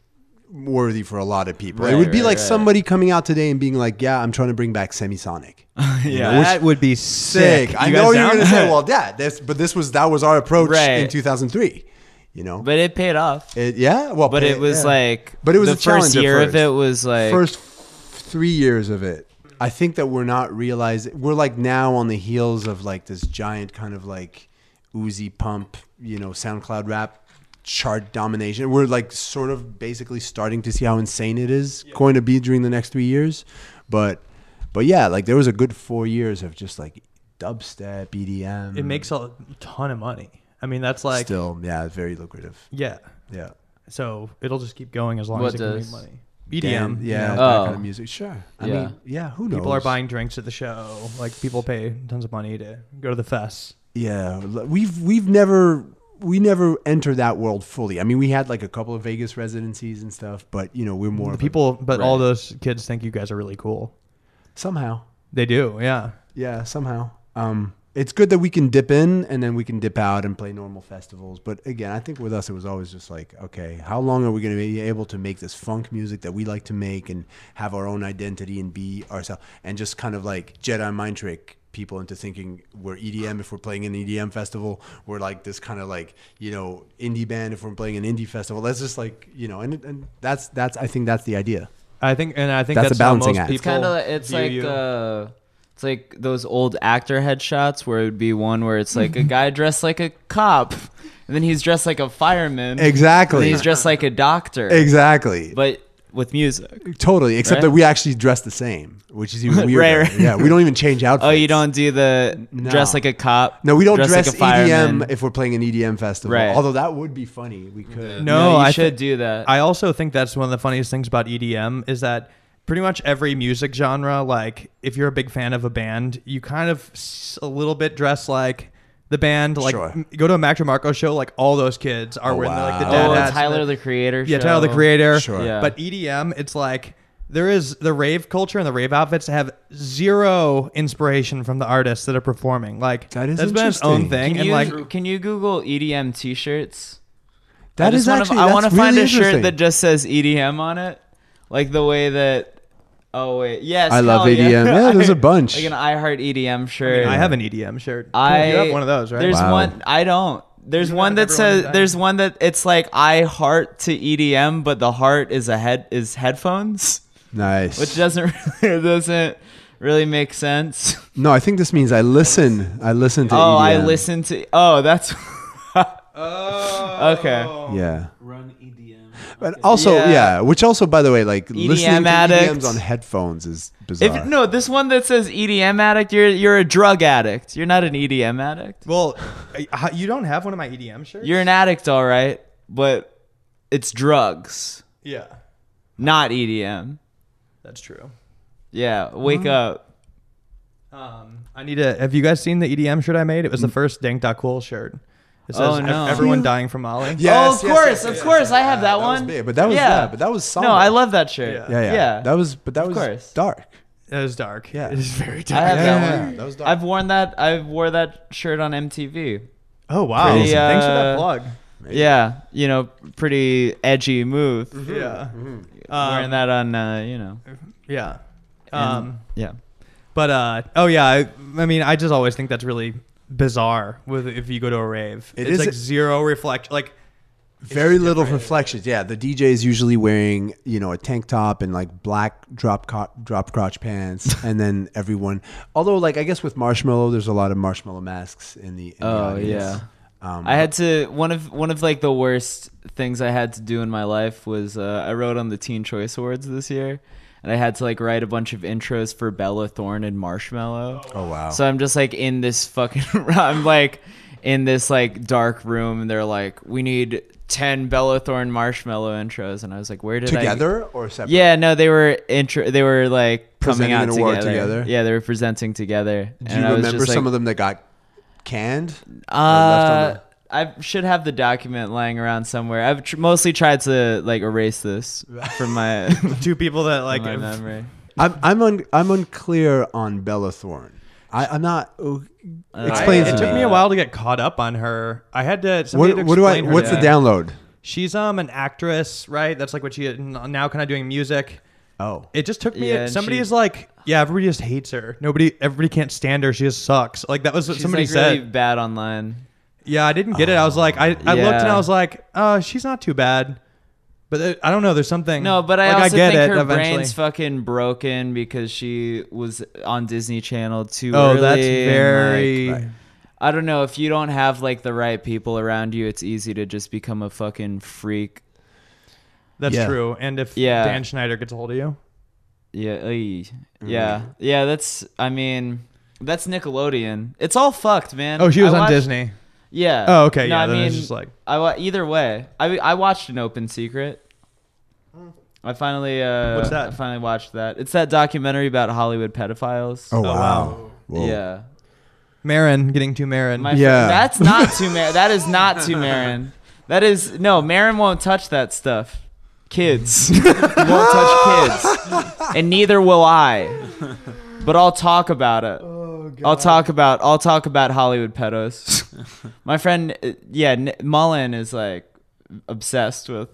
[SPEAKER 3] worthy for a lot of people it
[SPEAKER 2] Right,
[SPEAKER 3] would be
[SPEAKER 2] right,
[SPEAKER 3] like
[SPEAKER 2] right.
[SPEAKER 3] somebody coming out today and being like yeah i'm trying to bring back semisonic
[SPEAKER 1] yeah,
[SPEAKER 3] which-
[SPEAKER 1] that would be sick.
[SPEAKER 3] i
[SPEAKER 1] You
[SPEAKER 3] know
[SPEAKER 1] guys
[SPEAKER 3] you're
[SPEAKER 1] down?
[SPEAKER 3] gonna say well yeah this but this was that was our approach
[SPEAKER 2] Right.
[SPEAKER 3] in 2003 you know
[SPEAKER 2] But it paid off.
[SPEAKER 3] it, yeah well
[SPEAKER 2] but it was
[SPEAKER 3] yeah.
[SPEAKER 2] like
[SPEAKER 3] But it was
[SPEAKER 2] the
[SPEAKER 3] a challenge
[SPEAKER 2] first
[SPEAKER 3] at
[SPEAKER 2] year
[SPEAKER 3] first.
[SPEAKER 2] of it was like
[SPEAKER 3] first three years of it. I think that we're not realizing we're like now on the heels of like this giant kind of like oozy pump, you know, SoundCloud rap chart domination. We're like sort of basically starting to see how insane it is going to be during the next three years. But but yeah, like there was a good four years of just like dubstep, E EDM.
[SPEAKER 1] It makes a ton of money. I mean, that's like
[SPEAKER 3] still yeah, very lucrative.
[SPEAKER 1] yeah.
[SPEAKER 3] Yeah.
[SPEAKER 1] So it'll just keep going as long
[SPEAKER 2] What
[SPEAKER 1] as it can make
[SPEAKER 2] does- E
[SPEAKER 1] money.
[SPEAKER 3] Dan-
[SPEAKER 1] EDM, you
[SPEAKER 3] yeah,
[SPEAKER 1] know.
[SPEAKER 3] that kind
[SPEAKER 2] Oh.
[SPEAKER 3] of music. Sure. I
[SPEAKER 2] Yeah.
[SPEAKER 3] mean, yeah, who knows?
[SPEAKER 1] people are buying drinks at the show. Like people pay tons of money to go to the fest.
[SPEAKER 3] Yeah, l- we've we've never we never entered that world fully. I mean, we had like a couple of Vegas residencies and stuff, but you know, we're more
[SPEAKER 1] The
[SPEAKER 3] of a-
[SPEAKER 1] people, but all
[SPEAKER 2] Right.
[SPEAKER 1] those kids think you guys are really cool.
[SPEAKER 3] somehow.
[SPEAKER 1] They do, yeah.
[SPEAKER 3] Yeah, somehow. Um, it's good that we can dip in and then we can dip out and play normal festivals. But again, I think with us, it was always just like, okay, how long are we going to be able to make this funk music that we like to make and have our own identity and be ourselves and just kind of like Jedi mind trick people into thinking we're EDM if we're playing an EDM festival. We're like this kind of like you know indie band if we're playing an indie festival. That's just like you know, and and that's that's I think that's the idea.
[SPEAKER 1] I think, and I think that's,
[SPEAKER 3] That's a
[SPEAKER 1] how
[SPEAKER 3] balancing
[SPEAKER 1] most
[SPEAKER 3] act.
[SPEAKER 1] people.
[SPEAKER 2] It's kind of it's
[SPEAKER 1] view
[SPEAKER 2] like
[SPEAKER 1] you.
[SPEAKER 2] uh, it's like those old actor headshots where it would be one where it's like a guy dressed like a cop, and then he's dressed like a fireman, and then
[SPEAKER 3] Exactly.
[SPEAKER 2] he's dressed like a doctor,
[SPEAKER 3] Exactly.
[SPEAKER 2] but with music.
[SPEAKER 3] Totally, except
[SPEAKER 2] Right?
[SPEAKER 3] that we actually dress the same, which is even weirder.
[SPEAKER 2] Right, right.
[SPEAKER 3] Yeah, we don't even change outfits.
[SPEAKER 2] Oh, you don't do the
[SPEAKER 3] No.
[SPEAKER 2] dress like a cop.
[SPEAKER 3] No, we don't
[SPEAKER 2] dress,
[SPEAKER 3] dress,
[SPEAKER 2] like a fireman.
[SPEAKER 3] EDM if we're playing an EDM festival.
[SPEAKER 2] Right.
[SPEAKER 3] Although that would be funny. We could.
[SPEAKER 1] No,
[SPEAKER 2] you
[SPEAKER 1] I
[SPEAKER 2] should
[SPEAKER 1] thi-
[SPEAKER 2] do that.
[SPEAKER 1] I also think that's one of the funniest things about EDM is that pretty much every music genre, like if you're a big fan of a band, you kind of s- a little bit dress like the band. Like
[SPEAKER 3] Sure.
[SPEAKER 1] m- go to a Mac DeMarco show, like all those kids are
[SPEAKER 3] Oh,
[SPEAKER 1] wearing like the
[SPEAKER 3] wow.
[SPEAKER 1] dad
[SPEAKER 2] oh,
[SPEAKER 1] hats and
[SPEAKER 2] Tyler
[SPEAKER 1] the-
[SPEAKER 2] the Creator.
[SPEAKER 1] yeah,
[SPEAKER 2] show.
[SPEAKER 1] Tyler the Creator.
[SPEAKER 3] Sure.
[SPEAKER 2] Yeah.
[SPEAKER 1] But EDM, it's like there is the rave culture and the rave outfits have zero inspiration from the artists that are performing. Like
[SPEAKER 3] That is
[SPEAKER 1] that's been its own
[SPEAKER 3] interesting.
[SPEAKER 1] thing,
[SPEAKER 2] Can
[SPEAKER 1] and
[SPEAKER 2] you,
[SPEAKER 1] like
[SPEAKER 2] can you Google EDM T-shirts?
[SPEAKER 3] That is
[SPEAKER 2] wanna,
[SPEAKER 3] actually.
[SPEAKER 2] I
[SPEAKER 3] that's
[SPEAKER 2] wanna find
[SPEAKER 3] really
[SPEAKER 2] a shirt
[SPEAKER 3] interesting.
[SPEAKER 2] that just says EDM on it, like the way that. Oh wait, yes.
[SPEAKER 3] I
[SPEAKER 2] hell
[SPEAKER 3] love EDM. Yeah, there's a bunch.
[SPEAKER 2] Like an I Heart EDM shirt.
[SPEAKER 1] I have an EDM shirt.
[SPEAKER 2] I
[SPEAKER 1] you have one of those, right?
[SPEAKER 2] There's
[SPEAKER 3] Wow.
[SPEAKER 2] one. I don't. There's
[SPEAKER 1] You
[SPEAKER 2] one
[SPEAKER 1] don't
[SPEAKER 2] that
[SPEAKER 1] have everyone
[SPEAKER 2] says.
[SPEAKER 1] in
[SPEAKER 2] There's
[SPEAKER 1] that.
[SPEAKER 2] one that it's like I Heart to EDM, but the heart is a head is headphones,
[SPEAKER 3] nice.
[SPEAKER 2] which doesn't really, doesn't really make sense.
[SPEAKER 3] no, I think this means I listen. I listen to. E
[SPEAKER 2] Oh, I
[SPEAKER 3] EDM.
[SPEAKER 2] listen to. Oh, that's.
[SPEAKER 1] Oh.
[SPEAKER 2] okay.
[SPEAKER 3] Yeah,
[SPEAKER 4] Run EDM.
[SPEAKER 3] but also yeah.
[SPEAKER 2] Yeah. E
[SPEAKER 3] which also by the way, like listening to
[SPEAKER 2] addict.
[SPEAKER 3] EDMs on headphones is bizarre.
[SPEAKER 2] If no, oh, this one that says EDM addict, you're you're a drug addict. You're not an EDM addict.
[SPEAKER 1] Well, I- how- you don't have one of my EDM shirts.
[SPEAKER 2] You're an addict, all right, but it's drugs,
[SPEAKER 1] yeah,
[SPEAKER 2] not EDM.
[SPEAKER 1] that's true.
[SPEAKER 2] Yeah, wake
[SPEAKER 3] Mm-hmm.
[SPEAKER 2] up.
[SPEAKER 1] Um, I need to. Have you guys seen the EDM shirt I made? It was the first Dank.cool shirt. It says
[SPEAKER 2] Mm. Oh, no.
[SPEAKER 1] "Ev- everyone dying from Molly.
[SPEAKER 2] oh,
[SPEAKER 3] Yes, yes,
[SPEAKER 2] of course,
[SPEAKER 3] yes,
[SPEAKER 2] of
[SPEAKER 3] yes,
[SPEAKER 2] course,
[SPEAKER 3] yes.
[SPEAKER 2] I have
[SPEAKER 3] Yeah,
[SPEAKER 2] that,
[SPEAKER 3] that was
[SPEAKER 2] one.
[SPEAKER 3] big, but that was- yeah, but that was solid.
[SPEAKER 2] No, I love that shirt.
[SPEAKER 1] Yeah.
[SPEAKER 3] yeah, yeah,
[SPEAKER 2] yeah.
[SPEAKER 3] that was but that was
[SPEAKER 2] course.
[SPEAKER 3] dark.
[SPEAKER 1] It was dark.
[SPEAKER 3] Yeah.
[SPEAKER 1] It was very dark.
[SPEAKER 2] I have
[SPEAKER 3] Yeah,
[SPEAKER 2] that one.
[SPEAKER 3] that was dark.
[SPEAKER 2] I've worn that. I wore that shirt on MTV.
[SPEAKER 1] Oh wow!
[SPEAKER 2] Pretty,
[SPEAKER 1] Thanks for that
[SPEAKER 2] uh,
[SPEAKER 1] plug.
[SPEAKER 2] Yeah, you know, pretty edgy move.
[SPEAKER 1] Yeah.
[SPEAKER 2] Hmm.
[SPEAKER 3] Um,
[SPEAKER 2] Wearing that on, uh, you know,
[SPEAKER 1] Yeah. Um,
[SPEAKER 2] yeah.
[SPEAKER 1] but uh, oh yeah, I, I mean, I just always think that's really bizarre. With if you go to a rave,
[SPEAKER 3] It
[SPEAKER 1] it's
[SPEAKER 3] is
[SPEAKER 1] like
[SPEAKER 3] a-
[SPEAKER 1] zero reflect. Like
[SPEAKER 3] very little reflections. Yeah, the DJ is usually wearing you know a tank top and like black drop co- drop crotch pants, and then everyone. Although, like I guess with Marshmallow, there's a lot of Marshmallow masks in the. In the
[SPEAKER 2] Oh,
[SPEAKER 3] audience.
[SPEAKER 2] yeah.
[SPEAKER 3] Um,
[SPEAKER 2] I had to one of one of like the worst things I had to do in my life was uh, I wrote on the Teen Choice Awards this year, and I had to like write a bunch of intros for Bella Thorne and Marshmallow.
[SPEAKER 3] Oh wow.
[SPEAKER 2] So I'm just like in this fucking. I'm like in this like dark room, and they're like, "We need ten Bella Thorne Marshmallow intros," and I was like, "Where did I?"
[SPEAKER 3] Together or separate?
[SPEAKER 2] Yeah, no, they were intro. They were like coming
[SPEAKER 3] Presenting
[SPEAKER 2] out
[SPEAKER 3] an award
[SPEAKER 2] together.
[SPEAKER 3] together?
[SPEAKER 2] Yeah, they were presenting together.
[SPEAKER 3] Do you remember some of them that got canned? or left on
[SPEAKER 2] Uh, I should have the document lying around somewhere. I've tr- mostly tried to like erase this from my, from
[SPEAKER 1] two people that like
[SPEAKER 2] my
[SPEAKER 1] have-
[SPEAKER 2] memory.
[SPEAKER 3] the- I'm I'm un, I'm unclear on Bella Thorne. I, I'm not. oh, Explain
[SPEAKER 1] I-
[SPEAKER 3] to
[SPEAKER 1] Uh, it took
[SPEAKER 3] me.
[SPEAKER 1] me a while to get caught up on her. I had to. somebody
[SPEAKER 3] What,
[SPEAKER 1] to
[SPEAKER 3] what do I?
[SPEAKER 1] explain her
[SPEAKER 3] What's
[SPEAKER 1] to
[SPEAKER 3] the
[SPEAKER 1] me.
[SPEAKER 3] download?
[SPEAKER 1] She's um an actress, right? That's like what she now kind of doing music.
[SPEAKER 3] Oh,
[SPEAKER 1] It just took me.
[SPEAKER 2] Yeah, and
[SPEAKER 1] somebody
[SPEAKER 2] she-
[SPEAKER 1] is like, yeah, everybody just hates her. Nobody, everybody can't stand her. She just sucks. Like that was what
[SPEAKER 2] She's
[SPEAKER 1] somebody
[SPEAKER 2] like
[SPEAKER 1] said.
[SPEAKER 2] really bad online.
[SPEAKER 1] Yeah, I didn't get it. I was like, "Oh, I, I looked and
[SPEAKER 2] Yeah.
[SPEAKER 1] I was like, uh, she's not too bad. But uh, I don't know. There's something.
[SPEAKER 2] No, but I
[SPEAKER 1] like,
[SPEAKER 2] also
[SPEAKER 1] get
[SPEAKER 2] think
[SPEAKER 1] it
[SPEAKER 2] her
[SPEAKER 1] eventually.
[SPEAKER 2] brain's fucking broken because she was on Disney Channel too
[SPEAKER 1] oh,
[SPEAKER 2] early.
[SPEAKER 1] that's
[SPEAKER 2] and,
[SPEAKER 1] very.
[SPEAKER 2] like, I don't know if you don't have like the right people around you, it's easy to just become a fucking freak.
[SPEAKER 1] That's
[SPEAKER 3] Yeah.
[SPEAKER 1] true. And if
[SPEAKER 2] Yeah.
[SPEAKER 1] Dan Schneider gets a hold of you,
[SPEAKER 2] Yeah, ey. yeah, yeah. That's I mean, that's Nickelodeon. It's all fucked, man.
[SPEAKER 1] oh, she
[SPEAKER 2] I
[SPEAKER 1] was on
[SPEAKER 2] watched-
[SPEAKER 1] Disney.
[SPEAKER 2] Yeah.
[SPEAKER 1] Oh, okay,
[SPEAKER 2] No,
[SPEAKER 1] yeah,
[SPEAKER 2] I
[SPEAKER 1] then
[SPEAKER 2] mean,
[SPEAKER 1] it's just like-
[SPEAKER 2] I wa- either way. I I watched an open secret. I finally uh,
[SPEAKER 1] What's that?
[SPEAKER 2] I finally watched that. It's that documentary about Hollywood pedophiles.
[SPEAKER 3] Oh, wow.
[SPEAKER 2] Yeah.
[SPEAKER 1] Marin getting to Marin.
[SPEAKER 2] My fr-
[SPEAKER 3] Yeah.
[SPEAKER 2] that's not too Marin. That is not too Marin. That is no Marin won't touch that stuff. Kids He won't touch kids, and neither will I. But I'll talk about it.
[SPEAKER 1] Oh,
[SPEAKER 2] I'll talk about I'll talk about Hollywood pedos. My friend, uh, yeah, N- Mullen is like obsessed with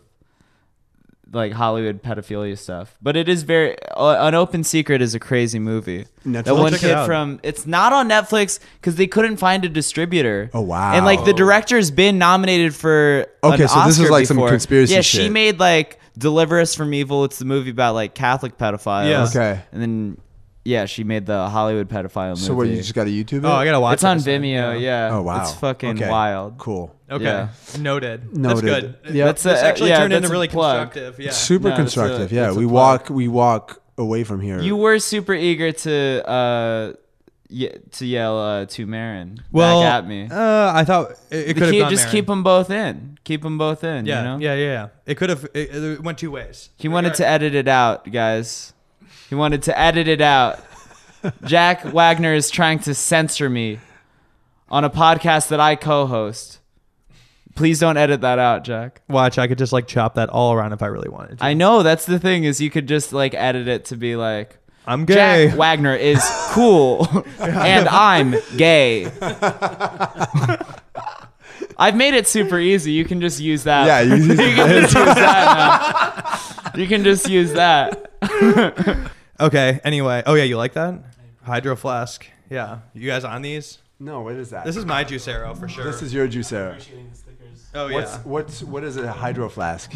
[SPEAKER 2] like Hollywood pedophilia stuff. But it is very uh, an open secret is a crazy movie.
[SPEAKER 3] Netflix?
[SPEAKER 2] That one
[SPEAKER 1] Check it
[SPEAKER 2] kid
[SPEAKER 1] out.
[SPEAKER 2] from Um, it's not on Netflix because they couldn't find a distributor.
[SPEAKER 3] Oh, wow.
[SPEAKER 2] And like the director's been nominated for
[SPEAKER 3] Okay,
[SPEAKER 2] an
[SPEAKER 3] so this is
[SPEAKER 2] Oscar
[SPEAKER 3] like some
[SPEAKER 2] before.
[SPEAKER 3] conspiracy
[SPEAKER 2] Yeah, she
[SPEAKER 3] shit.
[SPEAKER 2] made like Deliver Us from Evil. It's the movie about like Catholic pedophiles.
[SPEAKER 1] Yeah.
[SPEAKER 3] Okay.
[SPEAKER 2] And then yeah, she made the Hollywood pedophile movie.
[SPEAKER 3] So what? You just got to YouTube it?
[SPEAKER 1] oh, I gotta watch.
[SPEAKER 2] it's on
[SPEAKER 1] this then.
[SPEAKER 2] Vimeo,
[SPEAKER 1] Yeah.
[SPEAKER 2] yeah.
[SPEAKER 3] Oh wow.
[SPEAKER 2] It's fucking
[SPEAKER 3] Okay.
[SPEAKER 2] wild.
[SPEAKER 3] Cool.
[SPEAKER 1] Okay.
[SPEAKER 2] Yeah.
[SPEAKER 1] Noted. That's
[SPEAKER 3] Noted.
[SPEAKER 1] good.
[SPEAKER 3] Yeah.
[SPEAKER 2] That's
[SPEAKER 1] This
[SPEAKER 2] a-
[SPEAKER 1] actually
[SPEAKER 2] yeah,
[SPEAKER 1] turned
[SPEAKER 2] that's
[SPEAKER 1] into
[SPEAKER 2] a
[SPEAKER 1] really
[SPEAKER 2] plug.
[SPEAKER 1] constructive. Yeah.
[SPEAKER 3] Super
[SPEAKER 2] No, that's a-
[SPEAKER 3] constructive. yeah.
[SPEAKER 2] that's a
[SPEAKER 3] We
[SPEAKER 2] plug.
[SPEAKER 3] walk. We walk away from here.
[SPEAKER 2] You were super eager to uh ye- to yell uh, to Marin
[SPEAKER 1] well,
[SPEAKER 2] back at me.
[SPEAKER 1] Uh, I thought it, it
[SPEAKER 2] The
[SPEAKER 1] could have
[SPEAKER 2] key-
[SPEAKER 1] gone
[SPEAKER 2] just
[SPEAKER 1] Marin.
[SPEAKER 2] keep them both in. Keep them both in.
[SPEAKER 1] Yeah,
[SPEAKER 2] you know?
[SPEAKER 1] yeah, yeah, yeah. It could have. It, it went two ways.
[SPEAKER 2] He wanted to edit it out, guys. He wanted to edit it out. Jack Wagner is trying to censor me on a podcast that I co-host. Please don't edit that out, Jack.
[SPEAKER 1] Watch, I could just like chop that all around if I really wanted to.
[SPEAKER 2] I know that's the thing is you could just like edit it to be like
[SPEAKER 1] I'm gay.
[SPEAKER 2] Jack Wagner is cool and I'm gay. I've made it super easy. You can just use that.
[SPEAKER 3] yeah. You,
[SPEAKER 2] You can just use that now. You can just use that.
[SPEAKER 1] Okay. Anyway. Oh yeah, you like that? Hydro flask. Yeah. You guys on these?
[SPEAKER 3] no. What is that?
[SPEAKER 1] This is my Juicero for sure.
[SPEAKER 3] This is your juicer.
[SPEAKER 1] Oh yeah.
[SPEAKER 3] What's what's what is it? A hydro flask.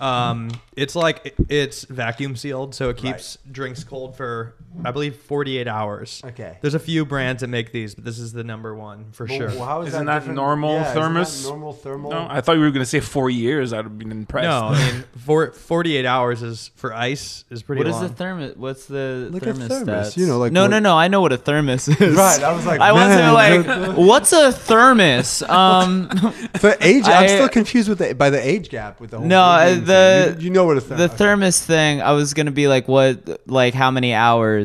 [SPEAKER 1] um, it's like it- it's vacuum sealed, so it keeps drinks cold for I believe 48 hours.
[SPEAKER 3] Okay.
[SPEAKER 1] There's a few brands that make these, but this is the number one for sure.
[SPEAKER 3] Well, how is
[SPEAKER 4] Isn't that
[SPEAKER 3] different-
[SPEAKER 4] normal
[SPEAKER 3] yeah, isn't that
[SPEAKER 4] thermos?
[SPEAKER 3] normal thermal.
[SPEAKER 4] No, I thought you were gonna say four years. I'd have been impressed.
[SPEAKER 1] No, I mean for 48 hours is for ice is pretty
[SPEAKER 2] What is
[SPEAKER 1] long.
[SPEAKER 2] the thermos? What's the
[SPEAKER 3] Like a
[SPEAKER 2] thermos?
[SPEAKER 3] thermos,
[SPEAKER 2] stats?
[SPEAKER 3] you know, like
[SPEAKER 2] no,
[SPEAKER 3] what-
[SPEAKER 2] no, no. I know what a thermos is.
[SPEAKER 3] Right, I was like,
[SPEAKER 2] I wasn't
[SPEAKER 3] man,
[SPEAKER 2] like, what's a thermos? Um,
[SPEAKER 3] The age. I,
[SPEAKER 2] I-
[SPEAKER 3] am still confused with the by the age gap with the whole.
[SPEAKER 2] No, uh,
[SPEAKER 3] building
[SPEAKER 2] the-
[SPEAKER 3] thing. you, you know what a thermos.
[SPEAKER 2] the thermos thing. I was gonna be like, what? Like, how many hours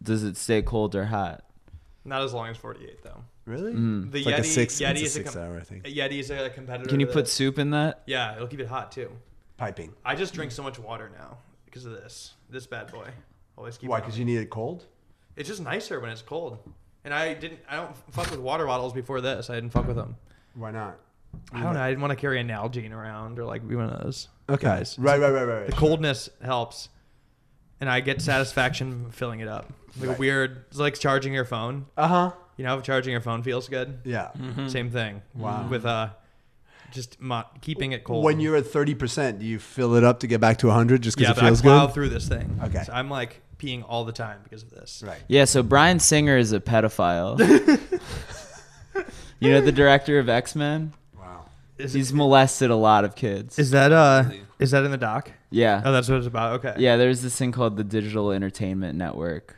[SPEAKER 2] does it stay cold or hot?
[SPEAKER 1] Not as long as 48 though.
[SPEAKER 3] really?
[SPEAKER 1] The
[SPEAKER 3] Hmm.
[SPEAKER 1] Mm.
[SPEAKER 3] It's
[SPEAKER 1] Yeti,
[SPEAKER 3] like a six.
[SPEAKER 1] Yeti
[SPEAKER 3] it's a
[SPEAKER 1] is a
[SPEAKER 3] six
[SPEAKER 1] com-
[SPEAKER 3] hour. I think
[SPEAKER 1] Yeti is a competitor.
[SPEAKER 2] Can you
[SPEAKER 1] to
[SPEAKER 2] put
[SPEAKER 1] this.
[SPEAKER 2] soup in that?
[SPEAKER 1] Yeah, it'll keep it hot too.
[SPEAKER 3] piping.
[SPEAKER 1] I just
[SPEAKER 3] Mm.
[SPEAKER 1] drink so much water now because of this. This bad boy always keep.
[SPEAKER 3] Why?
[SPEAKER 1] it on.
[SPEAKER 3] Because you need it cold.
[SPEAKER 1] It's just nicer when it's cold. And I didn't. I don't fuck with water bottles before this. I didn't fuck with them.
[SPEAKER 3] Why not?
[SPEAKER 1] I don't know. I didn't want to carry a Nalgene around or like be one of those.
[SPEAKER 3] Okay.
[SPEAKER 1] guys.
[SPEAKER 3] Right. Right. Right. Right.
[SPEAKER 1] The
[SPEAKER 3] right.
[SPEAKER 1] coldness helps, and I get satisfaction filling it up. Like a
[SPEAKER 3] Right.
[SPEAKER 1] weird. It's like charging your phone.
[SPEAKER 3] Uh huh.
[SPEAKER 1] You know, how charging your phone feels good.
[SPEAKER 3] Yeah.
[SPEAKER 1] Same thing.
[SPEAKER 3] Mm. Wow.
[SPEAKER 1] With uh, just mo- keeping it cold.
[SPEAKER 3] When you're at thirty percent, do you fill it up to get back to hundred just because
[SPEAKER 1] yeah,
[SPEAKER 3] it
[SPEAKER 1] but I
[SPEAKER 3] feels
[SPEAKER 1] plow
[SPEAKER 3] good?
[SPEAKER 1] through this thing.
[SPEAKER 3] Okay.
[SPEAKER 1] So I'm like peeing all the time because of this.
[SPEAKER 3] Right.
[SPEAKER 2] Yeah. So Brian Singer is a pedophile. you know the director of X Men.
[SPEAKER 3] Wow.
[SPEAKER 1] Is,
[SPEAKER 2] He's molested a lot of kids.
[SPEAKER 1] is that uh? Is that in the doc?
[SPEAKER 2] yeah.
[SPEAKER 1] Oh, that's what it's about. Okay.
[SPEAKER 2] Yeah, there was this thing called the Digital Entertainment Network,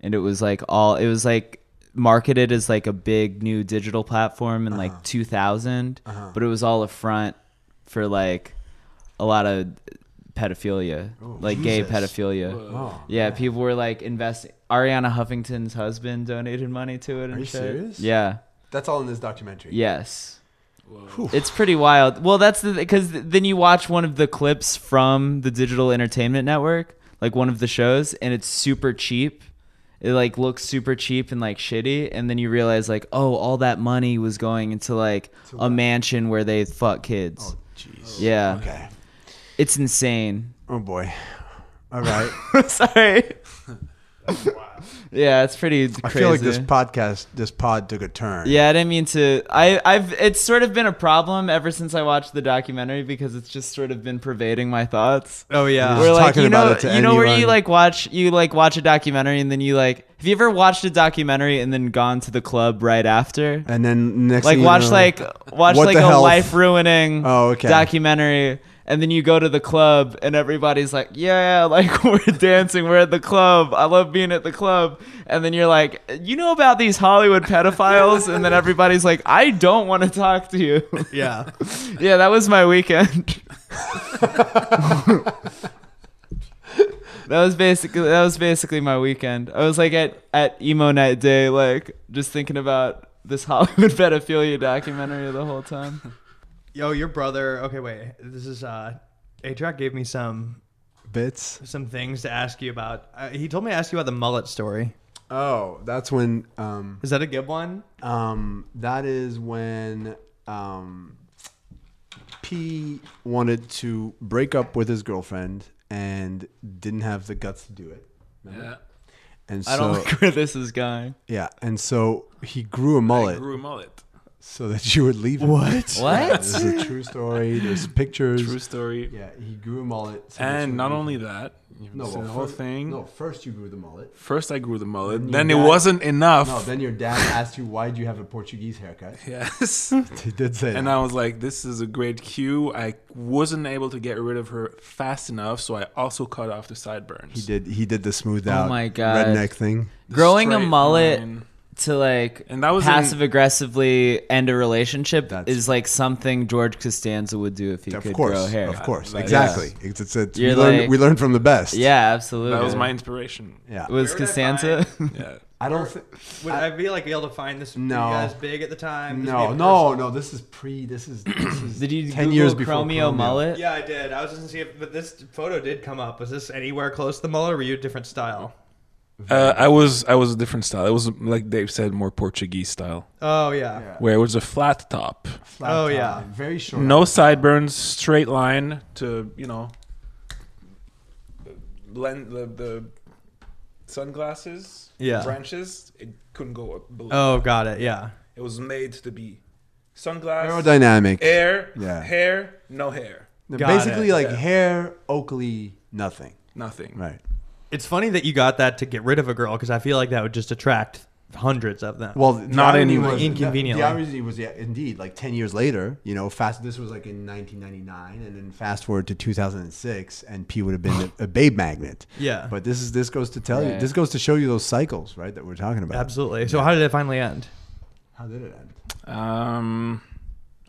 [SPEAKER 2] and it was like all it was like marketed as like a big new digital platform in
[SPEAKER 3] Uh-huh.
[SPEAKER 2] like 2000, but it was all a front for like a lot of pedophilia, like gay pedophilia.
[SPEAKER 3] Oh.
[SPEAKER 2] Yeah, people were like investing. Ariana Huffington's husband donated money to it. And
[SPEAKER 3] you
[SPEAKER 2] shit.
[SPEAKER 3] serious?
[SPEAKER 2] Yeah.
[SPEAKER 3] That's all in this documentary.
[SPEAKER 2] Yes. It's pretty wild. Well, that's the because then you watch one of the clips from the Digital Entertainment Network, like one of the shows, and it's super cheap. It like looks super cheap and like shitty, and then you realize like, oh, all that money was going into like a mansion where they fuck kids.
[SPEAKER 3] Oh, Jeez.
[SPEAKER 2] yeah,
[SPEAKER 3] Okay.
[SPEAKER 2] it's insane.
[SPEAKER 3] Oh boy. All right.
[SPEAKER 2] Sorry. Yeah, it's pretty
[SPEAKER 3] I
[SPEAKER 2] crazy.
[SPEAKER 3] feel like this podcast, this pod took a turn.
[SPEAKER 2] Yeah, I didn't mean to. I, I've it's sort of been a problem ever since I watched the documentary because it's just sort of been pervading my thoughts.
[SPEAKER 1] Oh yeah.
[SPEAKER 3] Just
[SPEAKER 2] Where like
[SPEAKER 3] talking
[SPEAKER 2] you
[SPEAKER 3] about
[SPEAKER 2] know
[SPEAKER 3] it to
[SPEAKER 2] you know where you
[SPEAKER 3] anyone.
[SPEAKER 2] like watch you like watch a documentary and then you like have you ever watched a documentary and then gone to the club right after?
[SPEAKER 3] And then next,
[SPEAKER 2] Like
[SPEAKER 3] thing you
[SPEAKER 2] watch
[SPEAKER 3] know-
[SPEAKER 2] like watch
[SPEAKER 3] What
[SPEAKER 2] like
[SPEAKER 3] the
[SPEAKER 2] a
[SPEAKER 3] health?
[SPEAKER 2] life ruining
[SPEAKER 3] Oh, okay.
[SPEAKER 2] documentary and then you go to the club and everybody's like, Yeah, like we're dancing, we're at the club. I love being at the club. And then you're like, You know about these Hollywood pedophiles? and then everybody's like, I don't want to talk to you.
[SPEAKER 1] Yeah.
[SPEAKER 2] yeah, that was my weekend. that was basically that was basically my weekend. I was like at at emo night day, like just thinking about this Hollywood pedophilia documentary the whole time.
[SPEAKER 1] Yo, your brother. Okay, wait. This is uh, Atrac gave me some
[SPEAKER 3] bits.
[SPEAKER 1] some things to ask you about. Uh, he told me to ask you about the mullet story.
[SPEAKER 3] Oh, that's when. Um,
[SPEAKER 1] Is that a good one?
[SPEAKER 3] um, that is when um, P wanted to break up with his girlfriend and didn't have the guts to do it.
[SPEAKER 4] Yeah.
[SPEAKER 3] And so
[SPEAKER 2] I don't like where this is going.
[SPEAKER 3] yeah, and so he grew a mullet
[SPEAKER 4] Grew a mullet.
[SPEAKER 3] so that she would leave. Him. What?
[SPEAKER 2] What?
[SPEAKER 3] This is a true story. There's pictures.
[SPEAKER 4] True story.
[SPEAKER 3] Yeah, he grew a mullet. so that she
[SPEAKER 4] And
[SPEAKER 3] would
[SPEAKER 4] not
[SPEAKER 3] leave him.
[SPEAKER 4] only that, you've
[SPEAKER 3] no,
[SPEAKER 4] seen
[SPEAKER 3] well,
[SPEAKER 4] the whole
[SPEAKER 3] fir-
[SPEAKER 4] thing.
[SPEAKER 3] No, first you grew the mullet.
[SPEAKER 4] First, I grew the mullet.
[SPEAKER 3] you
[SPEAKER 4] Then it
[SPEAKER 3] got-
[SPEAKER 4] wasn't enough.
[SPEAKER 3] No, then your dad asked you why do you have a Portuguese haircut.
[SPEAKER 4] yes.
[SPEAKER 3] He did say
[SPEAKER 4] And
[SPEAKER 3] that.
[SPEAKER 4] I was like, this is a great cue. I wasn't able to get rid of her fast enough, so I also cut off the sideburns.
[SPEAKER 3] He did. He did the smooth
[SPEAKER 2] Oh
[SPEAKER 3] out.
[SPEAKER 2] my God.
[SPEAKER 3] Redneck thing.
[SPEAKER 4] The
[SPEAKER 2] Growing a
[SPEAKER 4] straight
[SPEAKER 2] mullet
[SPEAKER 4] line.
[SPEAKER 2] to like
[SPEAKER 4] And that was in-
[SPEAKER 2] passive aggressively end a relationship
[SPEAKER 3] That's-
[SPEAKER 2] is like something George Costanza would do if he
[SPEAKER 3] Of
[SPEAKER 2] could grow
[SPEAKER 3] course.
[SPEAKER 2] hair.
[SPEAKER 3] Of course.
[SPEAKER 4] Like,
[SPEAKER 3] exactly. It's, it's, it's, we,
[SPEAKER 2] You're
[SPEAKER 3] learn,
[SPEAKER 2] like-
[SPEAKER 3] we learn from the best.
[SPEAKER 2] Yeah, absolutely.
[SPEAKER 4] That was my inspiration.
[SPEAKER 3] Yeah.
[SPEAKER 2] It was
[SPEAKER 1] Where would I
[SPEAKER 2] Costanza.
[SPEAKER 4] Yeah.
[SPEAKER 3] I don't. Th-
[SPEAKER 1] Would I, be like able to find this?
[SPEAKER 3] No.
[SPEAKER 1] You guys big at the time? This
[SPEAKER 3] no.
[SPEAKER 1] big
[SPEAKER 3] No. No. This is pre. This is. This is
[SPEAKER 2] Did you
[SPEAKER 3] ten
[SPEAKER 2] Google
[SPEAKER 3] years before
[SPEAKER 2] Chromeo
[SPEAKER 3] Chromeo.
[SPEAKER 1] person?
[SPEAKER 2] mullet?
[SPEAKER 1] Yeah, I did. I was just gonna see if, but this photo did come up. Was this anywhere close to the mullet, or were you a different style?
[SPEAKER 4] Uh, I was I was a different style. It was like Dave said, more Portuguese style,
[SPEAKER 1] Oh yeah.
[SPEAKER 3] Yeah.
[SPEAKER 4] where it was a flat top,
[SPEAKER 3] Flat
[SPEAKER 1] Oh,
[SPEAKER 3] top,
[SPEAKER 1] yeah.
[SPEAKER 3] Very short.
[SPEAKER 4] no sideburns, straight line to you know, blend the, the sunglasses,
[SPEAKER 1] Yeah.
[SPEAKER 4] branches. It couldn't go up below.
[SPEAKER 1] Oh, got it. Yeah.
[SPEAKER 4] It was made to be sunglasses,
[SPEAKER 3] Aerodynamic.
[SPEAKER 4] air,
[SPEAKER 3] Yeah.
[SPEAKER 4] hair, no hair,
[SPEAKER 3] No,
[SPEAKER 1] Got
[SPEAKER 3] Basically,
[SPEAKER 1] it.
[SPEAKER 3] like
[SPEAKER 4] Yeah.
[SPEAKER 3] hair, Oakley, nothing.
[SPEAKER 4] nothing.
[SPEAKER 3] Right.
[SPEAKER 1] It's funny that you got that to get rid of a girl because I feel like that would just attract hundreds of them.
[SPEAKER 3] Well, the
[SPEAKER 4] Not
[SPEAKER 3] irony
[SPEAKER 4] anymore.
[SPEAKER 3] was-
[SPEAKER 1] Inconveniently.
[SPEAKER 3] The irony was, yeah, indeed, like ten years later. You know, fast. This was like in 1999, and then fast forward to 2006, and P would have been a, a babe magnet.
[SPEAKER 1] Yeah.
[SPEAKER 3] But this is this goes to tell you.
[SPEAKER 2] Right.
[SPEAKER 3] This goes to show you those cycles, right? That we're talking about.
[SPEAKER 1] Absolutely. So how did it finally end?
[SPEAKER 3] How did it end?
[SPEAKER 4] Um,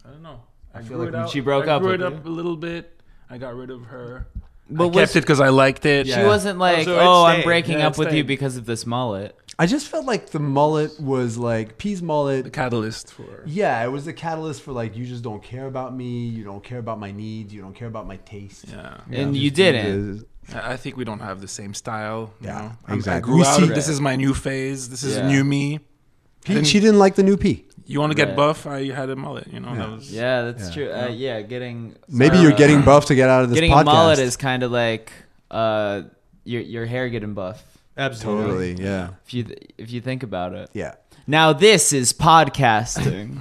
[SPEAKER 4] I don't know. I,
[SPEAKER 3] feel
[SPEAKER 4] grew
[SPEAKER 3] like
[SPEAKER 4] it out.
[SPEAKER 2] she broke
[SPEAKER 4] I
[SPEAKER 2] up
[SPEAKER 4] Grew
[SPEAKER 2] with
[SPEAKER 4] it
[SPEAKER 2] you.
[SPEAKER 4] up a little bit. I got rid of her.
[SPEAKER 2] But
[SPEAKER 4] I
[SPEAKER 2] was-
[SPEAKER 4] kept it because I liked it.
[SPEAKER 2] She wasn't like,
[SPEAKER 1] so it
[SPEAKER 2] oh, I'm
[SPEAKER 1] stayed.
[SPEAKER 2] breaking
[SPEAKER 4] Yeah, it
[SPEAKER 2] up with you
[SPEAKER 4] stayed.
[SPEAKER 2] because of this mullet.
[SPEAKER 3] I just felt like the mullet was like P's
[SPEAKER 4] the
[SPEAKER 3] mullet.
[SPEAKER 4] catalyst for.
[SPEAKER 3] Yeah, it was the catalyst for like you just don't care about me, you don't care about my needs, you don't care about my taste.
[SPEAKER 4] Yeah,
[SPEAKER 2] and you
[SPEAKER 3] Just-
[SPEAKER 2] didn't.
[SPEAKER 4] I I think we don't have the same style. you
[SPEAKER 3] Yeah,
[SPEAKER 4] know? I'm- I
[SPEAKER 3] exactly.
[SPEAKER 4] grew
[SPEAKER 3] We
[SPEAKER 4] out.
[SPEAKER 3] see-
[SPEAKER 4] This is my new phase. This is
[SPEAKER 2] Yeah.
[SPEAKER 4] new me.
[SPEAKER 3] P, she didn't like the new P.
[SPEAKER 4] You want to
[SPEAKER 2] Right.
[SPEAKER 4] get buff? I had a mullet. You know, that was
[SPEAKER 2] Yeah, that's
[SPEAKER 3] Yeah.
[SPEAKER 2] true. Uh, yeah, getting
[SPEAKER 3] Maybe
[SPEAKER 2] uh,
[SPEAKER 3] you're getting buff to get out of this
[SPEAKER 2] getting
[SPEAKER 3] podcast.
[SPEAKER 2] a mullet is kind of like uh, your your hair getting buff.
[SPEAKER 1] Absolutely.
[SPEAKER 3] totally. Yeah.
[SPEAKER 2] If you if you think about it.
[SPEAKER 3] Yeah.
[SPEAKER 2] Now this is podcasting.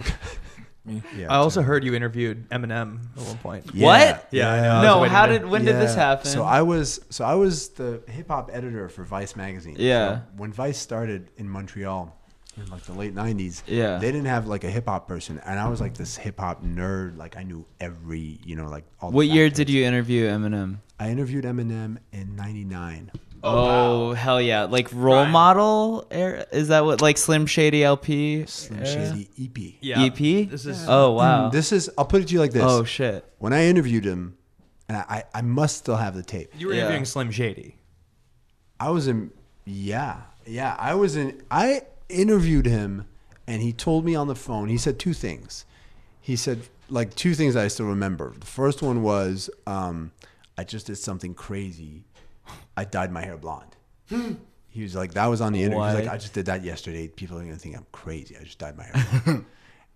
[SPEAKER 3] Yeah.
[SPEAKER 1] I also heard you interviewed Eminem at one point.
[SPEAKER 3] Yeah.
[SPEAKER 2] Oh, What?
[SPEAKER 1] Yeah, I know. I was
[SPEAKER 2] no,
[SPEAKER 1] waiting
[SPEAKER 2] how
[SPEAKER 1] to-
[SPEAKER 2] did when did this
[SPEAKER 3] Yeah.
[SPEAKER 2] happen?
[SPEAKER 3] So I was so I was the hip hop editor for Vice magazine.
[SPEAKER 2] Yeah.
[SPEAKER 3] So when Vice started in Montreal in like the late nineties,
[SPEAKER 2] Yeah.
[SPEAKER 3] they didn't have like a hip hop person, and I was like this hip hop nerd. Like I knew every you know like all. the
[SPEAKER 2] what year did
[SPEAKER 3] factors.
[SPEAKER 2] you interview Eminem?
[SPEAKER 3] I interviewed Eminem in '99.
[SPEAKER 2] Oh, hell yeah! Like role model era? Is that what like Slim Shady LP?
[SPEAKER 3] Slim
[SPEAKER 2] era?
[SPEAKER 3] Shady EP.
[SPEAKER 1] Yeah.
[SPEAKER 2] EP?
[SPEAKER 1] This is
[SPEAKER 2] Oh wow!
[SPEAKER 3] Mm, This is. I'll put it to you like this.
[SPEAKER 2] oh shit!
[SPEAKER 3] when I interviewed him, and I, I I must still have the tape.
[SPEAKER 1] you were
[SPEAKER 2] Yeah.
[SPEAKER 1] interviewing Slim Shady.
[SPEAKER 3] I was in. Yeah, yeah. I was in. I interviewed him, and he told me on the phone. He said two things. He said like two things I still remember. The first one was, um, I just did something crazy. I dyed my hair blonde. he was like, that was on the interview. He was like,
[SPEAKER 2] What?
[SPEAKER 3] I just did that yesterday. People are gonna think I'm crazy. I just dyed my hair. blonde."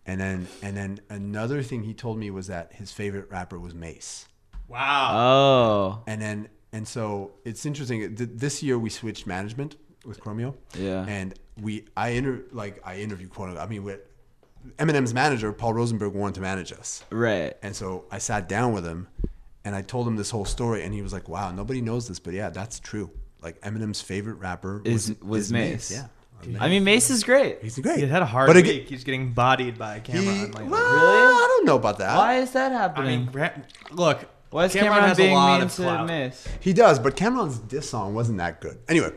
[SPEAKER 3] and then, and then another thing he told me was that his favorite rapper was Mace
[SPEAKER 1] Wow.
[SPEAKER 2] Oh,
[SPEAKER 3] and then and so it's interesting. Th- This year we switched management, with Chromio.
[SPEAKER 2] Yeah.
[SPEAKER 3] And we, I inter, like I interviewed Chromio. I mean, with Eminem's manager, Paul Rosenberg, wanted to manage us.
[SPEAKER 2] Right.
[SPEAKER 3] And so I sat down with him and I told him this whole story and he was like, "Wow, nobody knows this, but yeah, that's true." Like Eminem's favorite rapper was
[SPEAKER 2] Is was Mace.
[SPEAKER 3] Yeah.
[SPEAKER 2] I mean, Mace is great.
[SPEAKER 3] He's great.
[SPEAKER 1] He had a hard
[SPEAKER 3] But
[SPEAKER 1] week.
[SPEAKER 3] again-
[SPEAKER 1] He's getting bodied by
[SPEAKER 3] He,
[SPEAKER 1] Cameron. lately.
[SPEAKER 3] well, I don't know about that.
[SPEAKER 2] Why is that
[SPEAKER 1] I
[SPEAKER 2] happening?
[SPEAKER 1] mean, Ra- look.
[SPEAKER 2] Why is
[SPEAKER 1] Cameron,
[SPEAKER 2] Cameron,
[SPEAKER 1] has
[SPEAKER 2] being
[SPEAKER 1] a lot
[SPEAKER 2] mean
[SPEAKER 1] of
[SPEAKER 2] to
[SPEAKER 1] clout.
[SPEAKER 2] Mace?
[SPEAKER 3] He does, but Cameron's diss song wasn't that good. Anyway,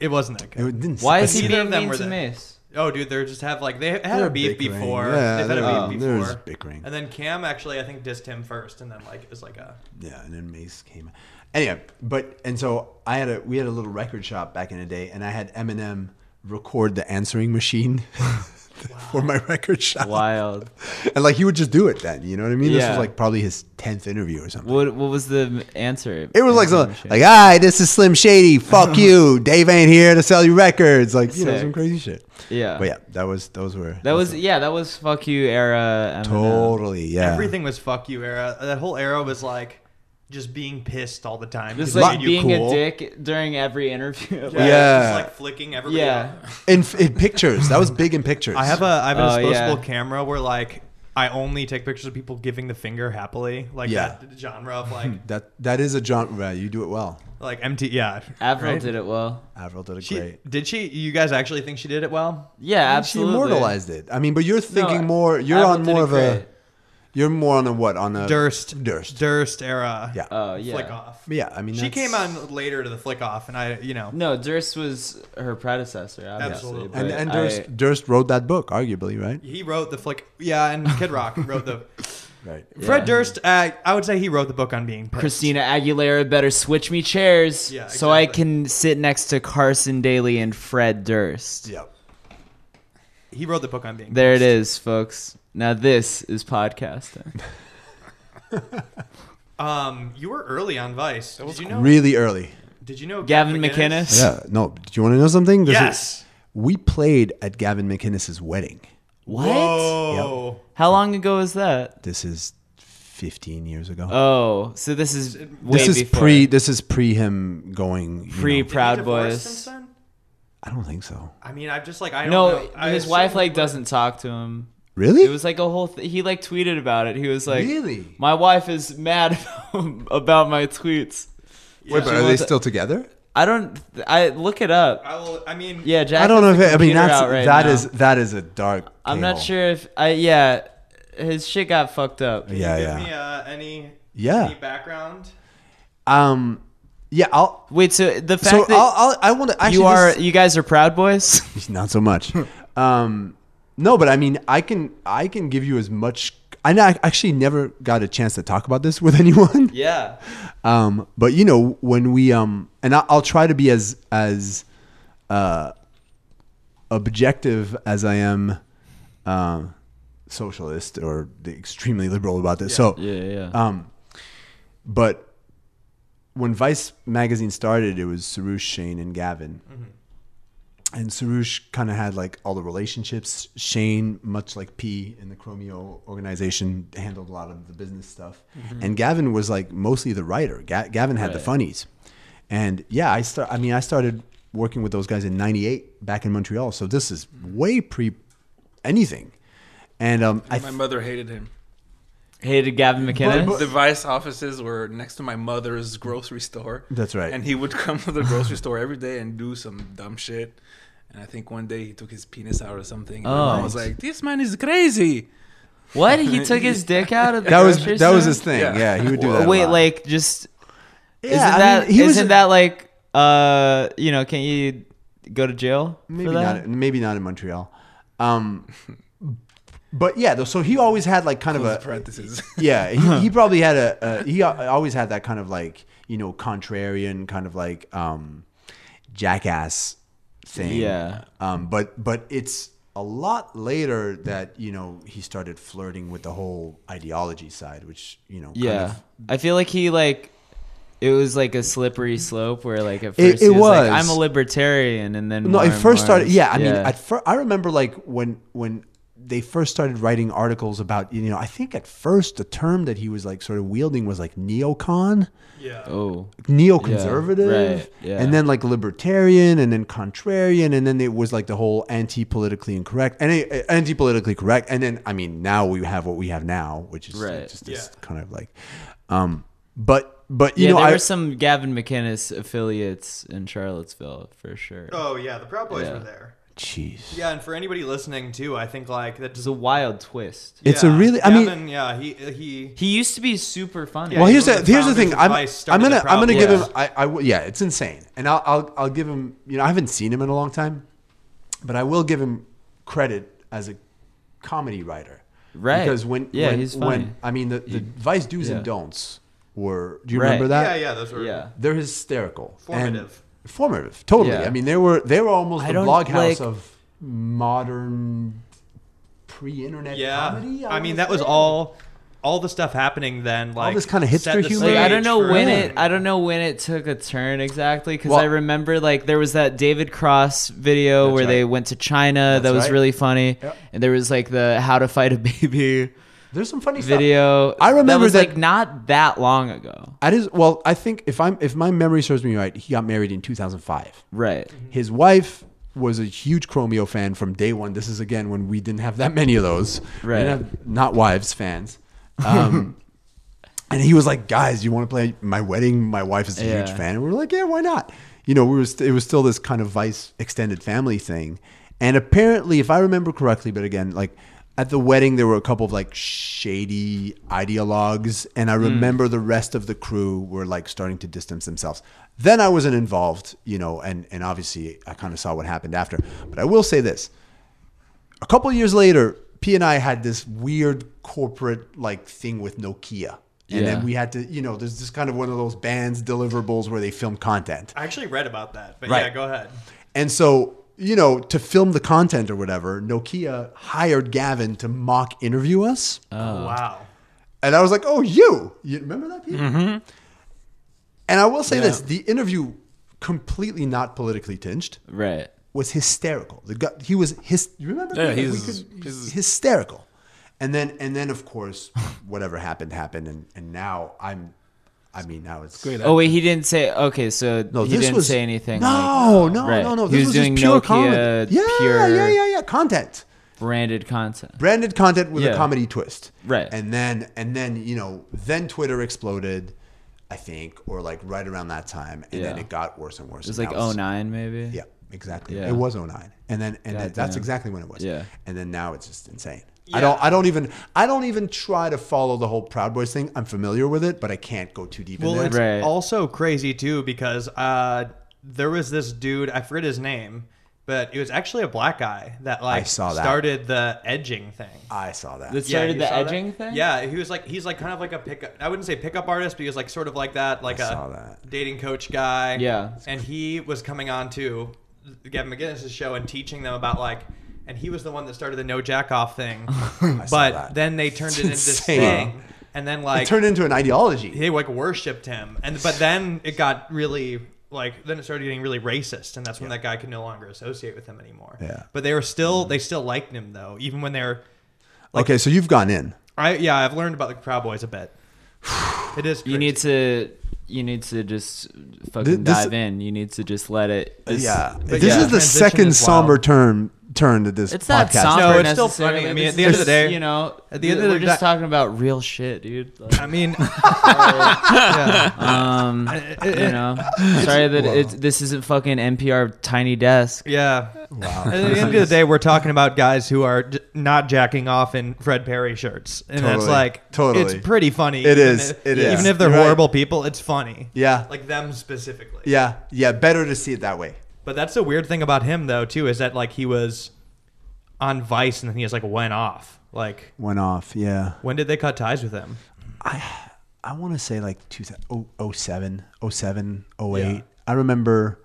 [SPEAKER 1] It wasn't that
[SPEAKER 3] it
[SPEAKER 1] good.
[SPEAKER 3] didn't.
[SPEAKER 2] Why
[SPEAKER 3] but
[SPEAKER 2] is he
[SPEAKER 1] neither of
[SPEAKER 2] being
[SPEAKER 1] them
[SPEAKER 2] mean
[SPEAKER 1] were
[SPEAKER 2] to
[SPEAKER 1] there.
[SPEAKER 2] Mace?
[SPEAKER 1] Oh, dude, they're just have like they had
[SPEAKER 3] They're
[SPEAKER 1] a beef
[SPEAKER 3] bickering.
[SPEAKER 1] before.
[SPEAKER 3] Yeah, um,
[SPEAKER 1] They've had
[SPEAKER 3] they're-
[SPEAKER 1] a beef
[SPEAKER 3] they're
[SPEAKER 1] before.
[SPEAKER 3] just bickering.
[SPEAKER 1] And then Cam actually, I think, dissed him first, and then like it was like a
[SPEAKER 3] Yeah, and then Mace came. Anyway, but and so I had a we had a little record shop back in the day, and I had Eminem record the answering machine for my record shop.
[SPEAKER 2] Wild.
[SPEAKER 3] And like he would just do it then, you know what I mean? This was
[SPEAKER 2] Yeah.
[SPEAKER 3] like probably his tenth interview or something.
[SPEAKER 2] What What was the m- answer?
[SPEAKER 3] It was like something like, "Hi, this is Slim Shady. Fuck you, Dave ain't here to sell you records." Like you know
[SPEAKER 2] Sick.
[SPEAKER 3] some crazy shit.
[SPEAKER 2] yeah.
[SPEAKER 3] But yeah, that was those were
[SPEAKER 2] That was uh, yeah. That was fuck you era. Eminem.
[SPEAKER 3] totally yeah.
[SPEAKER 1] everything was fuck you era. That whole era was like just being pissed all the time.
[SPEAKER 2] Just
[SPEAKER 1] It
[SPEAKER 2] like
[SPEAKER 1] made you
[SPEAKER 2] being
[SPEAKER 1] cool.
[SPEAKER 2] a dick during every interview. Like,
[SPEAKER 1] Yeah,
[SPEAKER 3] Yeah.
[SPEAKER 1] just like flicking everybody.
[SPEAKER 2] Yeah.
[SPEAKER 1] off.
[SPEAKER 3] in, in pictures. That was big in pictures.
[SPEAKER 1] I have a I have a
[SPEAKER 2] Oh,
[SPEAKER 1] disposable
[SPEAKER 2] yeah.
[SPEAKER 1] camera where like I only take pictures of people giving the finger happily, like
[SPEAKER 3] Yeah.
[SPEAKER 1] that genre of like
[SPEAKER 3] that that is a genre. You do it well.
[SPEAKER 1] like MT. Yeah,
[SPEAKER 2] Avril
[SPEAKER 1] right?
[SPEAKER 2] did it well.
[SPEAKER 3] Avril did it
[SPEAKER 1] She
[SPEAKER 3] great.
[SPEAKER 1] did she? You guys actually think she did it well?
[SPEAKER 2] Yeah,
[SPEAKER 3] She
[SPEAKER 2] absolutely.
[SPEAKER 3] immortalized it. I mean, but you're
[SPEAKER 2] No,
[SPEAKER 3] thinking more. You're
[SPEAKER 2] Avril
[SPEAKER 3] on
[SPEAKER 2] did
[SPEAKER 3] more
[SPEAKER 2] it
[SPEAKER 3] of a.
[SPEAKER 2] great.
[SPEAKER 3] You're more on a what on a
[SPEAKER 1] Durst,
[SPEAKER 3] Uh, Durst.
[SPEAKER 1] Durst era.
[SPEAKER 3] Yeah.
[SPEAKER 2] Oh yeah.
[SPEAKER 1] flick off.
[SPEAKER 3] But yeah, I mean
[SPEAKER 1] She
[SPEAKER 3] that's-
[SPEAKER 1] came on later to the flick off, and I, you know,
[SPEAKER 2] No, Durst was her predecessor. Obviously,
[SPEAKER 1] Absolutely.
[SPEAKER 3] and,
[SPEAKER 2] but
[SPEAKER 3] and
[SPEAKER 2] I-
[SPEAKER 3] Durst Durst wrote that book, arguably, right?
[SPEAKER 1] he wrote the flick. Yeah, and Kid Rock wrote the.
[SPEAKER 3] Right.
[SPEAKER 1] Fred
[SPEAKER 2] Yeah.
[SPEAKER 1] Durst, uh, I would say he wrote the book on being pissed.
[SPEAKER 2] Christina Aguilera better switch me chairs
[SPEAKER 1] Yeah,
[SPEAKER 2] so I
[SPEAKER 1] exactly.
[SPEAKER 2] can sit next to Carson Daly and Fred Durst.
[SPEAKER 3] Yeah.
[SPEAKER 1] He wrote the book on being.
[SPEAKER 2] There it is, folks. Now this is podcasting.
[SPEAKER 1] Um, you were early on Vice. Did you
[SPEAKER 2] Oh.
[SPEAKER 1] know?
[SPEAKER 3] Really early.
[SPEAKER 1] did you know
[SPEAKER 2] Gavin McInnes?
[SPEAKER 3] Yeah. No. Do you want to know something? There's a-
[SPEAKER 1] Yes.
[SPEAKER 3] we played at Gavin McInnes' wedding.
[SPEAKER 2] What?
[SPEAKER 1] Whoa.
[SPEAKER 2] How long ago was that?
[SPEAKER 3] This is 15 years ago.
[SPEAKER 2] Oh, so this is way
[SPEAKER 3] this is
[SPEAKER 2] before.
[SPEAKER 3] pre. This is pre him going. you
[SPEAKER 2] Pre-
[SPEAKER 3] know.
[SPEAKER 1] Did he
[SPEAKER 2] Proud
[SPEAKER 1] divorce
[SPEAKER 2] Boys.
[SPEAKER 1] since then?
[SPEAKER 3] I don't think so.
[SPEAKER 1] I mean, I'm just like I don't
[SPEAKER 2] No,
[SPEAKER 1] know. I
[SPEAKER 2] his
[SPEAKER 1] assume-
[SPEAKER 2] wife like doesn't talk to him.
[SPEAKER 3] Really?
[SPEAKER 2] It was like a whole. Th- he like tweeted about it. He was like,
[SPEAKER 3] Really?
[SPEAKER 2] My wife is mad about my tweets.
[SPEAKER 3] Wait, but
[SPEAKER 2] She
[SPEAKER 3] are they
[SPEAKER 2] wants-
[SPEAKER 3] still together?
[SPEAKER 2] I don't. I look it up.
[SPEAKER 1] I will. I mean,
[SPEAKER 2] Yeah, Jack.
[SPEAKER 3] I don't know
[SPEAKER 2] has
[SPEAKER 3] if
[SPEAKER 2] the
[SPEAKER 3] it, I mean
[SPEAKER 2] computer
[SPEAKER 3] that's
[SPEAKER 2] out right
[SPEAKER 3] that
[SPEAKER 2] now.
[SPEAKER 3] is that is a dark.
[SPEAKER 2] I'm not
[SPEAKER 3] tale.
[SPEAKER 2] sure if I. Yeah, his shit got fucked up.
[SPEAKER 3] Yeah,
[SPEAKER 1] Give
[SPEAKER 3] yeah.
[SPEAKER 1] me uh, any
[SPEAKER 3] Yeah.
[SPEAKER 1] any background.
[SPEAKER 3] Um, yeah. I'll.
[SPEAKER 2] Wait, so the fact
[SPEAKER 3] So
[SPEAKER 2] that
[SPEAKER 3] I'll, I'll. I want to.
[SPEAKER 2] you are you guys are Proud Boys.
[SPEAKER 3] not so much. um, no, but I mean, I can. I can give you as much. I know- I actually never got a chance to talk about this with anyone.
[SPEAKER 2] Yeah.
[SPEAKER 3] Um, but you know, when we um, and I, I'll try to be as as uh, objective as I am um, socialist or extremely liberal about this. So
[SPEAKER 2] Yeah, yeah.
[SPEAKER 3] Um, but when Vice magazine started, it was Sarush, Shane, and Gavin.
[SPEAKER 2] Mm-hmm.
[SPEAKER 3] And Sarush kind of had like all the relationships. Shane, much like P in the Chromeo organization, handled a lot of the business stuff. And Gavin was like mostly the writer. Ga- Gavin had
[SPEAKER 2] Mm-hmm.
[SPEAKER 3] the
[SPEAKER 2] Right.
[SPEAKER 3] funnies. And yeah, I start. I mean, I started working with those guys in '98 back in Montreal. So this is
[SPEAKER 2] Mm-hmm.
[SPEAKER 3] way pre anything. And um, I
[SPEAKER 4] my mother hated him.
[SPEAKER 2] Hated Gavin McKinnon.
[SPEAKER 4] The Vice offices were next to my mother's grocery store.
[SPEAKER 3] That's right.
[SPEAKER 4] And he would come to the grocery store every day and do some dumb shit. And I think one day he took his penis out or something. And
[SPEAKER 2] Oh.
[SPEAKER 4] I was like, this man is crazy.
[SPEAKER 2] what? He took his dick out of the
[SPEAKER 3] that was
[SPEAKER 2] grocery
[SPEAKER 3] that was
[SPEAKER 2] store?
[SPEAKER 3] his thing. Yeah,
[SPEAKER 4] Yeah.
[SPEAKER 3] he would do
[SPEAKER 2] W-
[SPEAKER 3] that. a
[SPEAKER 2] Wait,
[SPEAKER 3] lot.
[SPEAKER 2] like just
[SPEAKER 3] Yeah,
[SPEAKER 2] isn't
[SPEAKER 3] I mean,
[SPEAKER 2] that
[SPEAKER 3] he was-
[SPEAKER 2] not that like uh you know can't you go to jail
[SPEAKER 3] maybe
[SPEAKER 2] for that?
[SPEAKER 3] not maybe not in Montreal. Um, but yeah, though, so he always had like kind of
[SPEAKER 4] Close
[SPEAKER 3] a
[SPEAKER 4] parentheses.
[SPEAKER 3] yeah. He, he probably had a, a he al- always had that kind of like you know contrarian kind of like um, jackass thing.
[SPEAKER 2] Yeah.
[SPEAKER 3] Um, but but it's a lot later that you know he started flirting with the whole ideology side, which you know kind
[SPEAKER 2] yeah,
[SPEAKER 3] of-
[SPEAKER 2] I feel like he like it was like a slippery slope where like at
[SPEAKER 3] It-
[SPEAKER 2] first
[SPEAKER 3] it
[SPEAKER 2] he was,
[SPEAKER 3] was.
[SPEAKER 2] like I'm a libertarian and then
[SPEAKER 3] No,
[SPEAKER 2] more
[SPEAKER 3] it
[SPEAKER 2] and
[SPEAKER 3] first
[SPEAKER 2] more.
[SPEAKER 3] started. Yeah, I mean, at first, I remember like when when they first started writing articles about you know I think at first the term that he was like sort of wielding was like neocon
[SPEAKER 4] Yeah.
[SPEAKER 2] Oh.
[SPEAKER 3] neoconservative
[SPEAKER 2] right, yeah.
[SPEAKER 3] and then like libertarian and then contrarian and then it was like the whole anti-politically incorrect and uh, anti-politically correct and then i mean now we have what we have now which is like,
[SPEAKER 2] Right.
[SPEAKER 3] just this
[SPEAKER 4] Yeah.
[SPEAKER 3] kind of like um but but you
[SPEAKER 2] yeah,
[SPEAKER 3] know
[SPEAKER 2] there
[SPEAKER 3] i
[SPEAKER 2] were some Gavin McInnes affiliates in Charlottesville for sure.
[SPEAKER 1] Oh yeah, the Proud Boys
[SPEAKER 2] Yeah.
[SPEAKER 1] were there.
[SPEAKER 3] jeez
[SPEAKER 1] Yeah, and for anybody listening too, I think like that
[SPEAKER 2] It
[SPEAKER 1] just
[SPEAKER 2] was a wild twist.
[SPEAKER 3] It's a really- I mean-
[SPEAKER 1] Gavin, yeah, he uh, he
[SPEAKER 2] He used to be super funny.
[SPEAKER 3] well,
[SPEAKER 1] he
[SPEAKER 3] here's
[SPEAKER 1] was
[SPEAKER 3] the
[SPEAKER 1] the
[SPEAKER 3] here's the
[SPEAKER 1] founders
[SPEAKER 3] thing.
[SPEAKER 1] of
[SPEAKER 3] I'm,
[SPEAKER 1] Vice,
[SPEAKER 3] I'm
[SPEAKER 1] started
[SPEAKER 3] gonna
[SPEAKER 1] the
[SPEAKER 3] I'm gonna
[SPEAKER 1] Proud
[SPEAKER 3] give him.
[SPEAKER 2] Boys.
[SPEAKER 3] I, I will- yeah, it's insane, and I'll, I'll I'll give him. You know, I haven't seen him in a long time, but I will give him credit as a comedy writer.
[SPEAKER 2] Right.
[SPEAKER 3] Because when
[SPEAKER 2] Yeah,
[SPEAKER 3] when,
[SPEAKER 2] he's funny.
[SPEAKER 3] when I mean the, the Vice do's
[SPEAKER 2] yeah.
[SPEAKER 3] and don'ts were. Do you
[SPEAKER 2] Right.
[SPEAKER 3] remember that?
[SPEAKER 1] yeah yeah those were
[SPEAKER 2] yeah.
[SPEAKER 3] They're hysterical. and
[SPEAKER 1] Formative.
[SPEAKER 3] formative. Totally.
[SPEAKER 2] Yeah.
[SPEAKER 3] I mean, they were they were almost
[SPEAKER 2] I
[SPEAKER 3] the
[SPEAKER 2] don't,
[SPEAKER 3] blog house
[SPEAKER 2] like-
[SPEAKER 3] of modern pre-internet
[SPEAKER 1] yeah.
[SPEAKER 3] comedy.
[SPEAKER 1] I mean
[SPEAKER 3] would
[SPEAKER 1] that was
[SPEAKER 3] say.
[SPEAKER 1] all all this stuff happening then like
[SPEAKER 3] this kinda
[SPEAKER 1] set
[SPEAKER 3] hipster
[SPEAKER 1] the
[SPEAKER 3] humor.
[SPEAKER 2] Like I
[SPEAKER 1] stage
[SPEAKER 2] don't know
[SPEAKER 1] for-
[SPEAKER 2] when it I don't know when it took a turn exactly because
[SPEAKER 3] Well-
[SPEAKER 2] I remember like there was that David Cross video
[SPEAKER 3] That's
[SPEAKER 2] where they
[SPEAKER 3] right.
[SPEAKER 2] went to China that
[SPEAKER 3] That's
[SPEAKER 2] was
[SPEAKER 3] right.
[SPEAKER 2] really funny
[SPEAKER 3] Yep.
[SPEAKER 2] and there was like the how to fight a baby
[SPEAKER 3] There's some funny stuff.
[SPEAKER 2] video
[SPEAKER 3] I remember
[SPEAKER 2] that was
[SPEAKER 3] that-
[SPEAKER 2] like not that long ago
[SPEAKER 3] I just well, I think if I'm if my memory serves me right, he got married in 2005.
[SPEAKER 2] right
[SPEAKER 3] His wife was a huge Chromeo fan from day one. This is again when we didn't have that many of those, We didn't
[SPEAKER 2] Right.
[SPEAKER 3] have- not wives fans. Um, and he was like, "Guys, you want to play my wedding? My wife is a
[SPEAKER 2] Yeah.
[SPEAKER 3] huge fan." And we were like, "Yeah, why not?" You know, we were st- it was still this kind of Vice extended family thing. And apparently, if I remember correctly, but again, like at the wedding, there were a couple of like shady ideologues, and I remember the rest of the crew were like starting to distance themselves. Then I wasn't involved, you know, and and obviously I kind of saw what happened after. But I will say this: a couple years later, P and I had this weird corporate like thing with Nokia. And
[SPEAKER 2] Yeah.
[SPEAKER 3] then we had to, you know, there's just kind of one of those bands deliverables where they film content.
[SPEAKER 1] I actually read about that, but
[SPEAKER 3] Right.
[SPEAKER 1] yeah, go ahead.
[SPEAKER 3] And so, you know, to film the content or whatever, Nokia hired Gavin to mock interview us.
[SPEAKER 1] Uh. Oh, Wow.
[SPEAKER 3] And I was like, oh, you. You remember that, Peter? And I will say this the interview, completely not politically tinged,
[SPEAKER 2] right
[SPEAKER 3] was hysterical. The guy, he was his. You remember?
[SPEAKER 4] Yeah,
[SPEAKER 3] Like, we
[SPEAKER 4] he's- he's-
[SPEAKER 3] hysterical. And then and then of course whatever happened happened and and now I'm, I mean now it's
[SPEAKER 4] Great.
[SPEAKER 2] oh wait he didn't say okay so
[SPEAKER 3] No,
[SPEAKER 2] he
[SPEAKER 3] this
[SPEAKER 2] didn't
[SPEAKER 3] was,
[SPEAKER 2] say anything like
[SPEAKER 3] No, no,
[SPEAKER 2] Right.
[SPEAKER 3] no, no.
[SPEAKER 2] He
[SPEAKER 3] This
[SPEAKER 2] was
[SPEAKER 3] just
[SPEAKER 2] doing
[SPEAKER 3] pure
[SPEAKER 2] Nokia,
[SPEAKER 3] comedy. Yeah,
[SPEAKER 2] pure-
[SPEAKER 3] yeah, yeah, yeah. Content,
[SPEAKER 2] branded content
[SPEAKER 3] branded content with
[SPEAKER 2] Yeah.
[SPEAKER 3] a comedy twist.
[SPEAKER 2] Right.
[SPEAKER 3] And then and then you know then Twitter exploded, I think, or like right around that time, and then
[SPEAKER 2] Yeah.
[SPEAKER 3] it got worse and worse.
[SPEAKER 2] it was like 09 maybe
[SPEAKER 3] Yeah, exactly.
[SPEAKER 2] Yeah.
[SPEAKER 3] It was 09. And then and then, that's
[SPEAKER 2] Goddamn.
[SPEAKER 3] exactly when it was.
[SPEAKER 2] Yeah.
[SPEAKER 3] And then now it's just insane. I don't I don't even I don't even try to follow the whole Proud Boys thing. I'm familiar with it, but I can't go too deep
[SPEAKER 1] Well,
[SPEAKER 3] in
[SPEAKER 1] it's
[SPEAKER 3] there.
[SPEAKER 2] Right.
[SPEAKER 1] also crazy too because uh, there was this dude I forget his name, but it was actually a black guy that like
[SPEAKER 3] saw that.
[SPEAKER 1] started the edging thing.
[SPEAKER 3] I saw that.
[SPEAKER 2] This-
[SPEAKER 1] Yeah,
[SPEAKER 2] Started
[SPEAKER 1] you
[SPEAKER 2] the
[SPEAKER 1] saw that?
[SPEAKER 2] edging thing?
[SPEAKER 1] Yeah, he was like he's like kind of like a pickup. I wouldn't say pickup artist, but he was like sort of like that, like a
[SPEAKER 3] saw that.
[SPEAKER 1] dating coach guy.
[SPEAKER 2] Yeah.
[SPEAKER 1] and he was coming on to Gavin McGinnis' show and teaching them about like, and he was the one that started the no jack off thing. but
[SPEAKER 3] that.
[SPEAKER 1] then they turned it into this
[SPEAKER 3] insane.
[SPEAKER 1] thing, and then like
[SPEAKER 3] it turned into an ideology.
[SPEAKER 1] they like worshipped him, and but then it got really like then it started getting really racist, and that's when that guy could no longer associate with him anymore.
[SPEAKER 3] Yeah.
[SPEAKER 1] but they were still they still liked him though, even when they're
[SPEAKER 3] okay, so you've gone in.
[SPEAKER 1] I yeah, I've learned about the Proud Boys a bit. It is.
[SPEAKER 2] you need to you need to just
[SPEAKER 3] Th-
[SPEAKER 2] fucking
[SPEAKER 3] this- Uh,
[SPEAKER 2] dive in you need to just let it this-
[SPEAKER 3] yeah.
[SPEAKER 1] but
[SPEAKER 3] This
[SPEAKER 1] yeah.
[SPEAKER 3] is the
[SPEAKER 1] Transition
[SPEAKER 3] second
[SPEAKER 1] is wild.
[SPEAKER 3] somber turn turn to this
[SPEAKER 2] It's not
[SPEAKER 3] podcast.
[SPEAKER 2] somber.
[SPEAKER 1] No, it's still
[SPEAKER 2] necessarily.
[SPEAKER 1] funny. I mean,
[SPEAKER 2] This
[SPEAKER 1] at the end
[SPEAKER 2] is
[SPEAKER 1] of the
[SPEAKER 2] just,
[SPEAKER 1] day-
[SPEAKER 2] you know,
[SPEAKER 1] at the end of the
[SPEAKER 2] we're just
[SPEAKER 1] day-
[SPEAKER 2] talking about real shit, dude. Like,
[SPEAKER 1] I mean,
[SPEAKER 2] um, you know, sorry that it's, this isn't fucking NPR Tiny Desk.
[SPEAKER 1] yeah. Wow. At the end of the day, we're talking about guys who are j- not jacking off in Fred Perry shirts, and that's
[SPEAKER 3] Totally.
[SPEAKER 1] like
[SPEAKER 3] Totally.
[SPEAKER 1] It's pretty funny.
[SPEAKER 3] It
[SPEAKER 1] even
[SPEAKER 3] is.
[SPEAKER 1] If,
[SPEAKER 3] It is.
[SPEAKER 1] Even if they're
[SPEAKER 3] You're right.
[SPEAKER 1] horrible people, it's funny.
[SPEAKER 3] Yeah.
[SPEAKER 1] Like them specifically.
[SPEAKER 3] Yeah. Yeah, better to see it that way.
[SPEAKER 1] But that's the weird thing about him though too is that like he was on Vice and then he just like went off. Like
[SPEAKER 3] Went off, yeah.
[SPEAKER 1] when did they cut ties with him?
[SPEAKER 3] I I want to say like 2000, oh- 07, 07, 08. I remember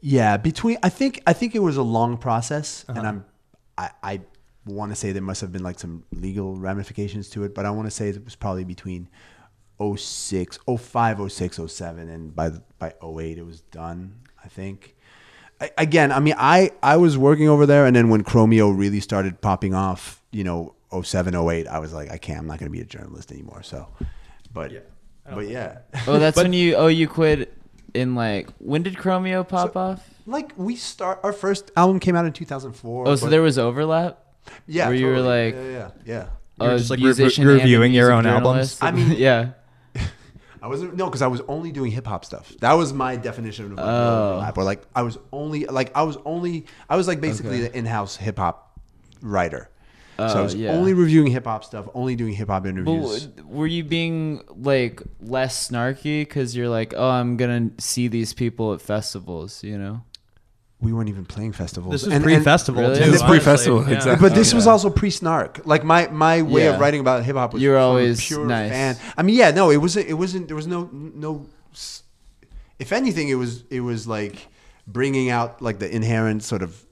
[SPEAKER 3] yeah, between I think I think it was a long process and I'm I I want to say there must have been like some legal ramifications to it, but I want to say it was probably between 06, 05, 06, 07 and by the- by 08 it was done, I think. I- again, I mean, I I was working over there, and then when Chromio really started popping off, you know, 07, 08, I was like, I can't. I'm not going to be a journalist anymore. So, but but yeah,
[SPEAKER 2] Oh, that's when you. Oh, you quit in like. When did Chromeo pop off?
[SPEAKER 3] like we start our first album came out in 2004.
[SPEAKER 2] Oh, so
[SPEAKER 3] but-
[SPEAKER 2] there was overlap.
[SPEAKER 3] yeah,
[SPEAKER 2] where you were like-
[SPEAKER 3] yeah, yeah, yeah.
[SPEAKER 1] You were
[SPEAKER 2] Uh,
[SPEAKER 1] just, like, re-
[SPEAKER 2] musician
[SPEAKER 1] re-
[SPEAKER 2] and a
[SPEAKER 1] reviewing your
[SPEAKER 2] music
[SPEAKER 1] own albums?
[SPEAKER 2] journalist? yeah.
[SPEAKER 3] I wasn't no, because I was only doing hip hop stuff. That was my definition of like,
[SPEAKER 2] Oh.
[SPEAKER 3] overlap, or like I was only like I was only I was like basically the in-house hip hop writer. so I
[SPEAKER 2] Oh,
[SPEAKER 3] was
[SPEAKER 2] yeah.
[SPEAKER 3] only reviewing hip hop stuff, only doing hip hop
[SPEAKER 2] But
[SPEAKER 3] interviews.
[SPEAKER 2] w- were you being like less snarky because you're like, oh, I'm gonna see these people at festivals, you know?
[SPEAKER 3] we weren't even playing festivals.
[SPEAKER 1] This was
[SPEAKER 3] And- and-
[SPEAKER 1] pre-festival
[SPEAKER 2] Really?
[SPEAKER 1] too.
[SPEAKER 2] This is
[SPEAKER 1] honestly.
[SPEAKER 4] pre-festival,
[SPEAKER 1] Yeah.
[SPEAKER 4] exactly.
[SPEAKER 3] but this was also pre-snark. Like my my way of
[SPEAKER 2] Yeah.
[SPEAKER 3] writing about hip hop was
[SPEAKER 2] You were
[SPEAKER 3] from a
[SPEAKER 2] always
[SPEAKER 3] pure
[SPEAKER 2] nice.
[SPEAKER 3] fan. I mean, yeah, no, it wasn't. It wasn't. There was no no. s- If anything, it was it was like bringing out like the inherent sort of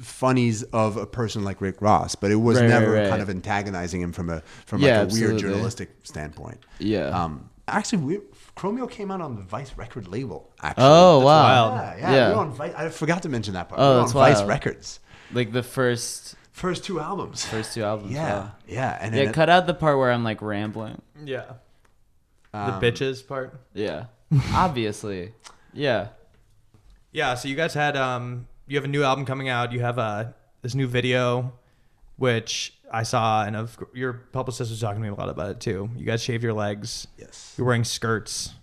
[SPEAKER 3] funnies of a person like Rick Ross, but it was
[SPEAKER 2] Right,
[SPEAKER 3] never
[SPEAKER 2] right, right.
[SPEAKER 3] kind of antagonizing him from a from
[SPEAKER 2] Yeah,
[SPEAKER 3] like a weird
[SPEAKER 2] absolutely.
[SPEAKER 3] journalistic standpoint.
[SPEAKER 2] Yeah.
[SPEAKER 3] Um. Actually, we Chromeo came out on the Vice record label. Actually.
[SPEAKER 2] Oh
[SPEAKER 3] That's
[SPEAKER 2] wow!
[SPEAKER 3] Yeah, yeah, We were on Vice. I forgot to mention that part.
[SPEAKER 2] Oh,
[SPEAKER 3] we were on
[SPEAKER 2] that's
[SPEAKER 3] Vice
[SPEAKER 2] wild.
[SPEAKER 3] Records.
[SPEAKER 2] like the first
[SPEAKER 3] First two albums.
[SPEAKER 2] first two albums.
[SPEAKER 3] Yeah,
[SPEAKER 2] wow.
[SPEAKER 3] yeah, and
[SPEAKER 2] yeah.
[SPEAKER 3] then
[SPEAKER 2] cut out the part where I'm like rambling.
[SPEAKER 1] Yeah.
[SPEAKER 3] Um,
[SPEAKER 1] the bitches part.
[SPEAKER 2] Yeah, obviously. Yeah.
[SPEAKER 1] Yeah, so you guys had um you have a new album coming out. You have uh, this new video which I saw and of your publicist was talking to me a lot about it too. You guys shave your legs.
[SPEAKER 3] Yes.
[SPEAKER 1] You're wearing skirts.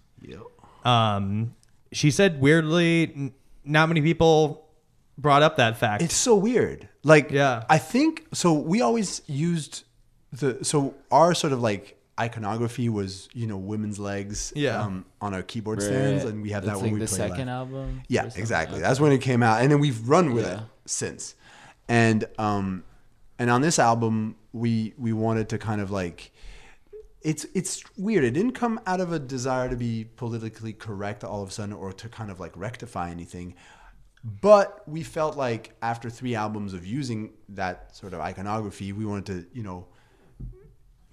[SPEAKER 1] Um she said weirdly n- not many people brought up that fact.
[SPEAKER 3] It's so weird. Like,
[SPEAKER 1] Yeah.
[SPEAKER 3] I think so. We always used the so our sort of like iconography was you know women's legs. um,
[SPEAKER 1] Yeah.
[SPEAKER 3] on our keyboard stands, and we have that
[SPEAKER 2] It's
[SPEAKER 3] when
[SPEAKER 2] like
[SPEAKER 3] we
[SPEAKER 2] the
[SPEAKER 3] play
[SPEAKER 2] second
[SPEAKER 3] live.
[SPEAKER 2] album. or
[SPEAKER 3] Yeah,
[SPEAKER 2] something.
[SPEAKER 3] exactly. That's when it came out, and then we've run with it
[SPEAKER 2] Yeah.
[SPEAKER 3] since. And um, and on this album, we we wanted to kind of like, it's it's weird. It didn't come out of a desire to be politically correct all of a sudden, or to kind of like rectify anything. But we felt like after three albums of using that sort of iconography, we wanted to you know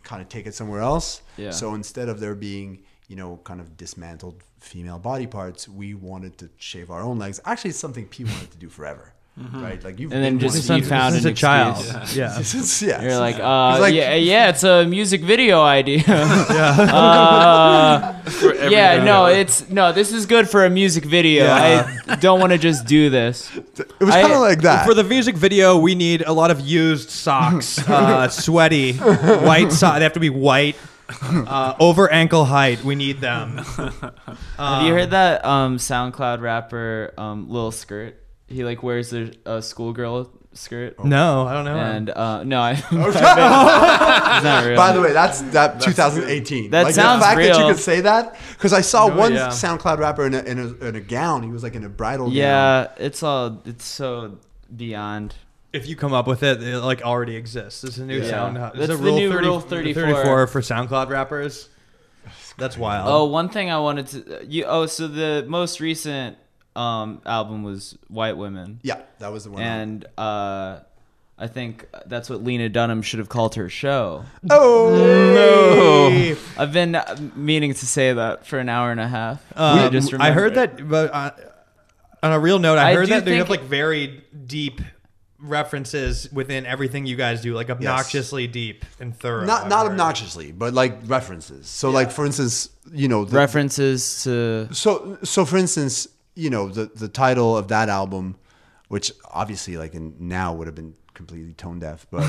[SPEAKER 3] kind of take it somewhere else.
[SPEAKER 2] Yeah.
[SPEAKER 3] So instead of there being, you know, kind of dismantled female body parts, we wanted to shave our own legs. Actually, it's something P wanted to do forever, right? Like you've
[SPEAKER 2] Mm-hmm. And then
[SPEAKER 3] been
[SPEAKER 2] just
[SPEAKER 3] wanting
[SPEAKER 2] you
[SPEAKER 3] to
[SPEAKER 2] found
[SPEAKER 1] since
[SPEAKER 2] an
[SPEAKER 1] a child.
[SPEAKER 2] excuse.
[SPEAKER 1] Yeah.
[SPEAKER 3] do this. yeah.
[SPEAKER 2] You're like,
[SPEAKER 3] He's
[SPEAKER 2] uh,
[SPEAKER 3] like,
[SPEAKER 2] yeah, yeah, it's a music video idea. yeah.
[SPEAKER 4] For every
[SPEAKER 2] yeah,
[SPEAKER 4] video.
[SPEAKER 2] no, it's no. This is good for a music video. I don't want to just do this.
[SPEAKER 3] It was
[SPEAKER 2] I-
[SPEAKER 3] kind of like that.
[SPEAKER 1] For the music video, we need a lot of used socks, uh, sweaty, white socks. They have to be white, uh, over ankle height. We need them.
[SPEAKER 2] Have you heard that um, SoundCloud rapper um, Lil Skirt? He like wears a, a schoolgirl skirt.
[SPEAKER 3] Oh,
[SPEAKER 1] No, I don't know.
[SPEAKER 2] And uh, no, I. it's not real.
[SPEAKER 3] By the way, that's that 2018.
[SPEAKER 2] That
[SPEAKER 3] like,
[SPEAKER 2] sounds
[SPEAKER 3] the fact that you
[SPEAKER 2] real.
[SPEAKER 3] could say that because I saw one
[SPEAKER 1] yeah.
[SPEAKER 3] SoundCloud rapper in a, in a in a gown. He was like in a bridal gown.
[SPEAKER 2] yeah, it's all it's so beyond.
[SPEAKER 1] if you come up with it, it like already exists. It's a new
[SPEAKER 2] Yeah.
[SPEAKER 1] sound.
[SPEAKER 2] That's
[SPEAKER 1] It's a
[SPEAKER 2] the
[SPEAKER 1] rule,
[SPEAKER 2] new
[SPEAKER 1] 30
[SPEAKER 2] Rule 34.
[SPEAKER 1] for SoundCloud rappers. That's wild.
[SPEAKER 2] Oh, one thing I wanted to you. Oh, so the most recent um, album was White Women,
[SPEAKER 3] Yeah, that was the one.
[SPEAKER 2] and uh, I think that's what Lena Dunham should have called her show.
[SPEAKER 3] oh
[SPEAKER 1] Hey.
[SPEAKER 2] I've been uh, meaning to say that for an hour and a half.
[SPEAKER 1] Um,
[SPEAKER 2] I just
[SPEAKER 1] I
[SPEAKER 2] remembered.
[SPEAKER 1] heard that, but uh, on a real note, I,
[SPEAKER 2] I
[SPEAKER 1] heard
[SPEAKER 2] do
[SPEAKER 1] that they have
[SPEAKER 2] think-
[SPEAKER 1] like very deep references within everything you guys do, like obnoxiously deep and thorough.
[SPEAKER 3] not
[SPEAKER 1] I've
[SPEAKER 3] not
[SPEAKER 1] heard.
[SPEAKER 3] obnoxiously, but like references. So like for instance, you know, the,
[SPEAKER 2] references to
[SPEAKER 3] so so for instance, you know, the the title of that album, which obviously like in now would have been completely tone deaf, but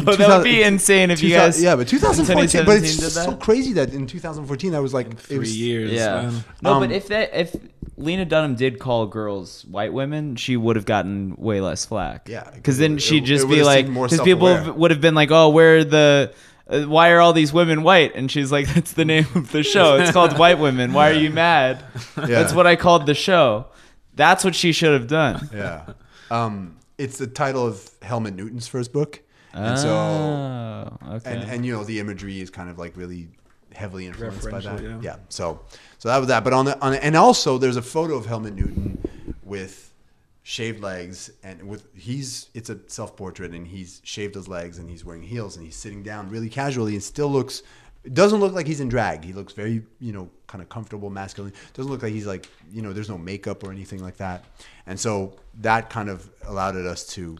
[SPEAKER 2] Oh, that would be
[SPEAKER 3] 2000
[SPEAKER 2] insane if you
[SPEAKER 3] 2000
[SPEAKER 2] guys.
[SPEAKER 3] yeah, but 2014. But it's
[SPEAKER 2] 2017 did
[SPEAKER 3] so
[SPEAKER 2] that?
[SPEAKER 3] crazy that in 2014 I was like it
[SPEAKER 4] three
[SPEAKER 3] was-
[SPEAKER 4] years.
[SPEAKER 2] Yeah.
[SPEAKER 4] man.
[SPEAKER 2] No,
[SPEAKER 3] Um,
[SPEAKER 2] but if that if Lena Dunham did call girls white women, she would have gotten way less flack.
[SPEAKER 3] Yeah,
[SPEAKER 2] because then
[SPEAKER 3] it-
[SPEAKER 2] she'd
[SPEAKER 3] it-
[SPEAKER 2] just
[SPEAKER 3] it
[SPEAKER 2] be
[SPEAKER 3] would've
[SPEAKER 2] like,
[SPEAKER 3] seemed more
[SPEAKER 2] because people
[SPEAKER 3] self-aware.
[SPEAKER 2] v- would have been like, "Oh, where are the." Uh, why are all these women white? And she's like, "That's the name of the show. It's called White Women. Why are you mad? That's what I called the show. That's what she should have done."
[SPEAKER 3] Yeah. Um, it's the title of Helmut Newton's first book, and so
[SPEAKER 2] oh, okay.
[SPEAKER 3] and and you know the imagery is kind of like really heavily influenced by that. Yeah.
[SPEAKER 4] Referential, yeah.
[SPEAKER 3] So so that was that. But on the on the, and also there's a photo of Helmut Newton with shaved legs and with he's it's a self portrait and he's shaved his legs and he's wearing heels and he's sitting down really casually and still looks It doesn't look like he's in drag. He looks very, you know, kind of comfortable, masculine. Doesn't look like he's like, you know, there's no makeup or anything like that. And so that kind of allowed us to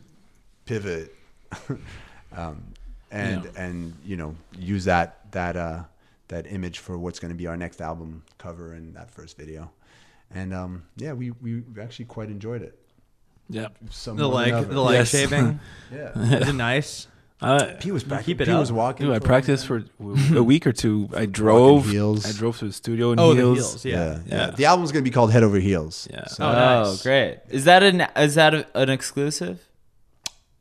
[SPEAKER 3] pivot um, and and you know use that that uh, that image for what's going to be our next album cover and that first video. And um, yeah, we we actually quite enjoyed it.
[SPEAKER 4] Yep.
[SPEAKER 3] Some
[SPEAKER 1] The
[SPEAKER 3] more than
[SPEAKER 1] leg,
[SPEAKER 3] others.
[SPEAKER 1] the leg
[SPEAKER 4] Yes.
[SPEAKER 1] shaving.
[SPEAKER 3] yeah.
[SPEAKER 1] Is it nice?
[SPEAKER 4] Uh,
[SPEAKER 3] He was back.
[SPEAKER 1] Keep it
[SPEAKER 3] he
[SPEAKER 1] up.
[SPEAKER 3] was walking.
[SPEAKER 4] dude, I
[SPEAKER 3] for-
[SPEAKER 4] practiced for a week or two. I drove.
[SPEAKER 3] heels.
[SPEAKER 4] I drove to the studio in
[SPEAKER 1] Oh, the
[SPEAKER 4] heels.
[SPEAKER 1] heels. Yeah.
[SPEAKER 3] Yeah, yeah.
[SPEAKER 4] Yeah.
[SPEAKER 3] The album's going to be called Head Over Heels.
[SPEAKER 4] Yeah.
[SPEAKER 3] So-
[SPEAKER 1] Oh, nice.
[SPEAKER 2] great! Is that an is that a, an exclusive?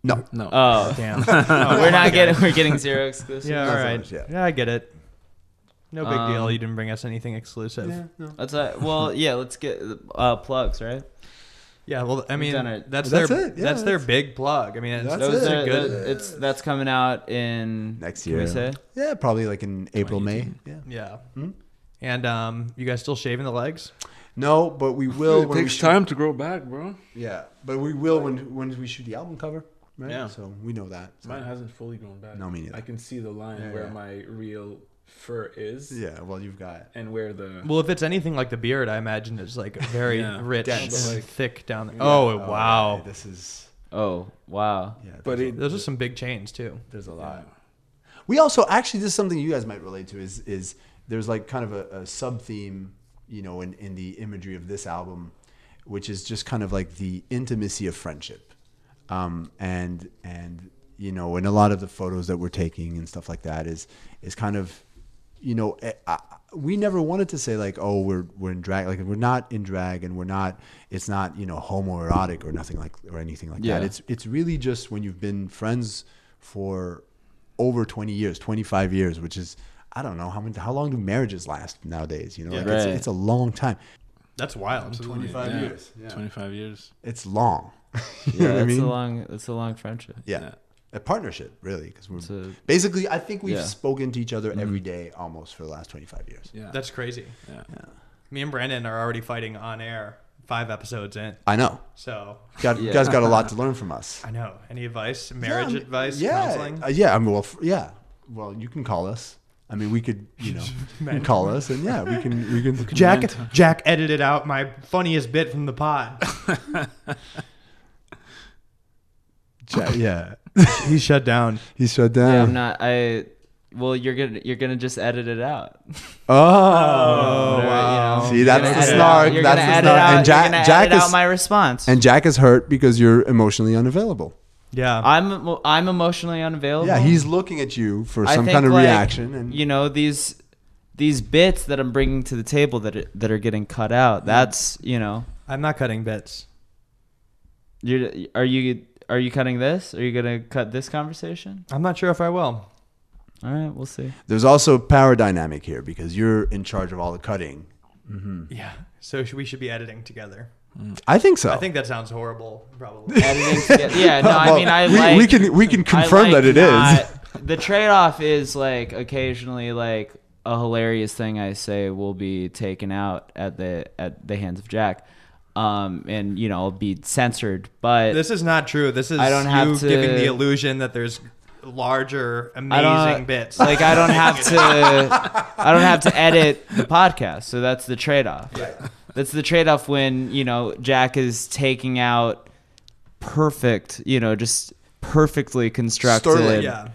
[SPEAKER 3] no.
[SPEAKER 4] No.
[SPEAKER 2] Oh,
[SPEAKER 1] Damn.
[SPEAKER 2] we're not getting we're getting zero exclusive.
[SPEAKER 1] yeah. All
[SPEAKER 3] Not so
[SPEAKER 1] right.
[SPEAKER 3] much, yeah.
[SPEAKER 1] yeah. I get it. No big
[SPEAKER 2] Um,
[SPEAKER 1] deal. You didn't bring us anything exclusive. Yeah.
[SPEAKER 2] That's a, well, yeah. Let's get uh, plugs, right?
[SPEAKER 1] well, I mean,
[SPEAKER 2] done it.
[SPEAKER 1] that's
[SPEAKER 3] That's
[SPEAKER 1] their
[SPEAKER 3] it, yeah,
[SPEAKER 1] that's their
[SPEAKER 3] that's-
[SPEAKER 1] big plug. I mean, it's,
[SPEAKER 3] That's
[SPEAKER 1] those
[SPEAKER 3] it.
[SPEAKER 1] are good.
[SPEAKER 2] that- it's that's coming out in
[SPEAKER 3] Next
[SPEAKER 2] Can
[SPEAKER 3] year.
[SPEAKER 2] we say?
[SPEAKER 3] Yeah, probably like in April, May. Yeah.
[SPEAKER 1] Yeah. And um, you guys still shaving the legs?
[SPEAKER 3] No, but we will.
[SPEAKER 4] It
[SPEAKER 3] when we
[SPEAKER 4] takes
[SPEAKER 3] shoot-
[SPEAKER 4] time to grow back, bro.
[SPEAKER 3] Yeah, but we will when when we shoot the album cover. Right?
[SPEAKER 4] Yeah.
[SPEAKER 3] So we know that. So-
[SPEAKER 4] Mine hasn't fully grown back.
[SPEAKER 3] No, me neither.
[SPEAKER 4] I can see the line
[SPEAKER 3] Yeah,
[SPEAKER 4] where
[SPEAKER 3] yeah.
[SPEAKER 4] my real fur is
[SPEAKER 3] Yeah. Well, you've got.
[SPEAKER 4] and where the
[SPEAKER 1] Well, if it's anything like the beard, I imagine it's like very
[SPEAKER 4] Yeah.
[SPEAKER 1] rich,
[SPEAKER 4] Dense.
[SPEAKER 1] and
[SPEAKER 4] Like-
[SPEAKER 1] thick down there. Oh,
[SPEAKER 3] Oh,
[SPEAKER 1] wow.
[SPEAKER 3] yeah, this is.
[SPEAKER 2] Oh wow!
[SPEAKER 3] Yeah.
[SPEAKER 4] But
[SPEAKER 3] there's
[SPEAKER 4] it-
[SPEAKER 3] a-
[SPEAKER 1] Those are some big chains too.
[SPEAKER 3] there's a lot. We also actually this is something you guys might relate to is is there's like kind of a, a sub theme, you know, in, in the imagery of this album, which is just kind of like the intimacy of friendship, um, and and you know, and a lot of the photos that we're taking and stuff like that is is kind of, you know, eh, I, we never wanted to say like, oh, we're we're in drag, like we're not in drag, and we're not, it's not you know homoerotic or nothing like or anything like
[SPEAKER 2] Yeah.
[SPEAKER 3] that. It's it's really just when you've been friends for over 20 years 25 years which is i don't know how many how long do marriages last nowadays you know like
[SPEAKER 2] Right.
[SPEAKER 3] it's, it's a long time
[SPEAKER 1] That's wild.
[SPEAKER 3] 25
[SPEAKER 4] Yeah.
[SPEAKER 3] years yeah.
[SPEAKER 4] 25 years.
[SPEAKER 3] it's long you
[SPEAKER 2] Yeah,
[SPEAKER 3] know what i
[SPEAKER 2] that's
[SPEAKER 3] mean
[SPEAKER 2] a long that's a long friendship.
[SPEAKER 3] yeah.
[SPEAKER 4] yeah.
[SPEAKER 3] a partnership really because we're
[SPEAKER 2] a-
[SPEAKER 3] basically i think we've
[SPEAKER 2] Yeah.
[SPEAKER 3] spoken to each other every day almost for the last 25 years
[SPEAKER 4] Yeah.
[SPEAKER 1] That's crazy.
[SPEAKER 4] yeah.
[SPEAKER 1] Me and Brandon are already fighting on air five episodes in.
[SPEAKER 3] i know
[SPEAKER 1] So
[SPEAKER 3] got,
[SPEAKER 2] Yeah.
[SPEAKER 3] guys got a lot to learn from us
[SPEAKER 1] I know. Any advice? Marriage
[SPEAKER 3] Yeah,
[SPEAKER 1] advice?
[SPEAKER 3] yeah
[SPEAKER 1] Counseling?
[SPEAKER 3] Uh, yeah i mean well f- yeah well you can call us i mean we could you know you can call us and yeah we can we can,
[SPEAKER 1] Jack
[SPEAKER 4] Comment.
[SPEAKER 1] Jack edited out my funniest bit from the pod.
[SPEAKER 3] Jack- yeah
[SPEAKER 1] he shut down.
[SPEAKER 3] he shut down
[SPEAKER 2] Yeah, I'm not. I well, you're gonna you're gonna just edit it out.
[SPEAKER 3] Oh,
[SPEAKER 2] Whatever, you
[SPEAKER 1] wow.
[SPEAKER 2] know.
[SPEAKER 3] See,
[SPEAKER 2] You're
[SPEAKER 3] that's
[SPEAKER 2] gonna
[SPEAKER 1] the
[SPEAKER 2] edit it
[SPEAKER 3] snark,
[SPEAKER 2] out. You're
[SPEAKER 3] that's
[SPEAKER 2] gonna
[SPEAKER 3] the
[SPEAKER 2] edit
[SPEAKER 3] snark.
[SPEAKER 2] out-
[SPEAKER 3] And
[SPEAKER 2] you're
[SPEAKER 3] Jack-
[SPEAKER 2] gonna
[SPEAKER 3] Jack
[SPEAKER 2] edit out
[SPEAKER 3] is-
[SPEAKER 2] my response.
[SPEAKER 3] and Jack is hurt because you're emotionally unavailable.
[SPEAKER 1] Yeah.
[SPEAKER 2] I'm I'm emotionally unavailable.
[SPEAKER 3] Yeah, he's looking at you for
[SPEAKER 2] I
[SPEAKER 3] some
[SPEAKER 2] think,
[SPEAKER 3] kind of
[SPEAKER 2] like,
[SPEAKER 3] reaction, and
[SPEAKER 2] you know these these bits that I'm bringing to the table that are, that are getting cut out. That's you know.
[SPEAKER 1] I'm not cutting bits.
[SPEAKER 2] You are you are you cutting this? Are you gonna cut this conversation?
[SPEAKER 1] I'm not sure if I will.
[SPEAKER 2] All right, we'll see.
[SPEAKER 3] there's also a power dynamic here because you're in charge of all the cutting.
[SPEAKER 1] Yeah. So should, we should be editing together.
[SPEAKER 3] I think so.
[SPEAKER 1] I think that sounds horrible. Probably.
[SPEAKER 2] Editing together. Yeah, no, I
[SPEAKER 3] Well,
[SPEAKER 2] mean, I
[SPEAKER 3] we,
[SPEAKER 2] like.
[SPEAKER 3] we can we can
[SPEAKER 2] I
[SPEAKER 3] confirm
[SPEAKER 2] like
[SPEAKER 3] that it is.
[SPEAKER 2] not- the trade-off is like occasionally like a hilarious thing I say will be taken out at the at the hands of Jack, um, and you know I'll be censored. But
[SPEAKER 1] This is not true. This is
[SPEAKER 2] I don't have
[SPEAKER 1] you
[SPEAKER 2] to-
[SPEAKER 1] giving the illusion that there's larger,
[SPEAKER 2] I
[SPEAKER 1] amazing
[SPEAKER 2] don't
[SPEAKER 1] bits.
[SPEAKER 2] like I don't have to I don't have to edit the podcast. So that's the trade-off. That's the trade-off when you know Jack is taking out perfect, you know, just perfectly constructed.
[SPEAKER 3] Sterling.
[SPEAKER 1] yeah.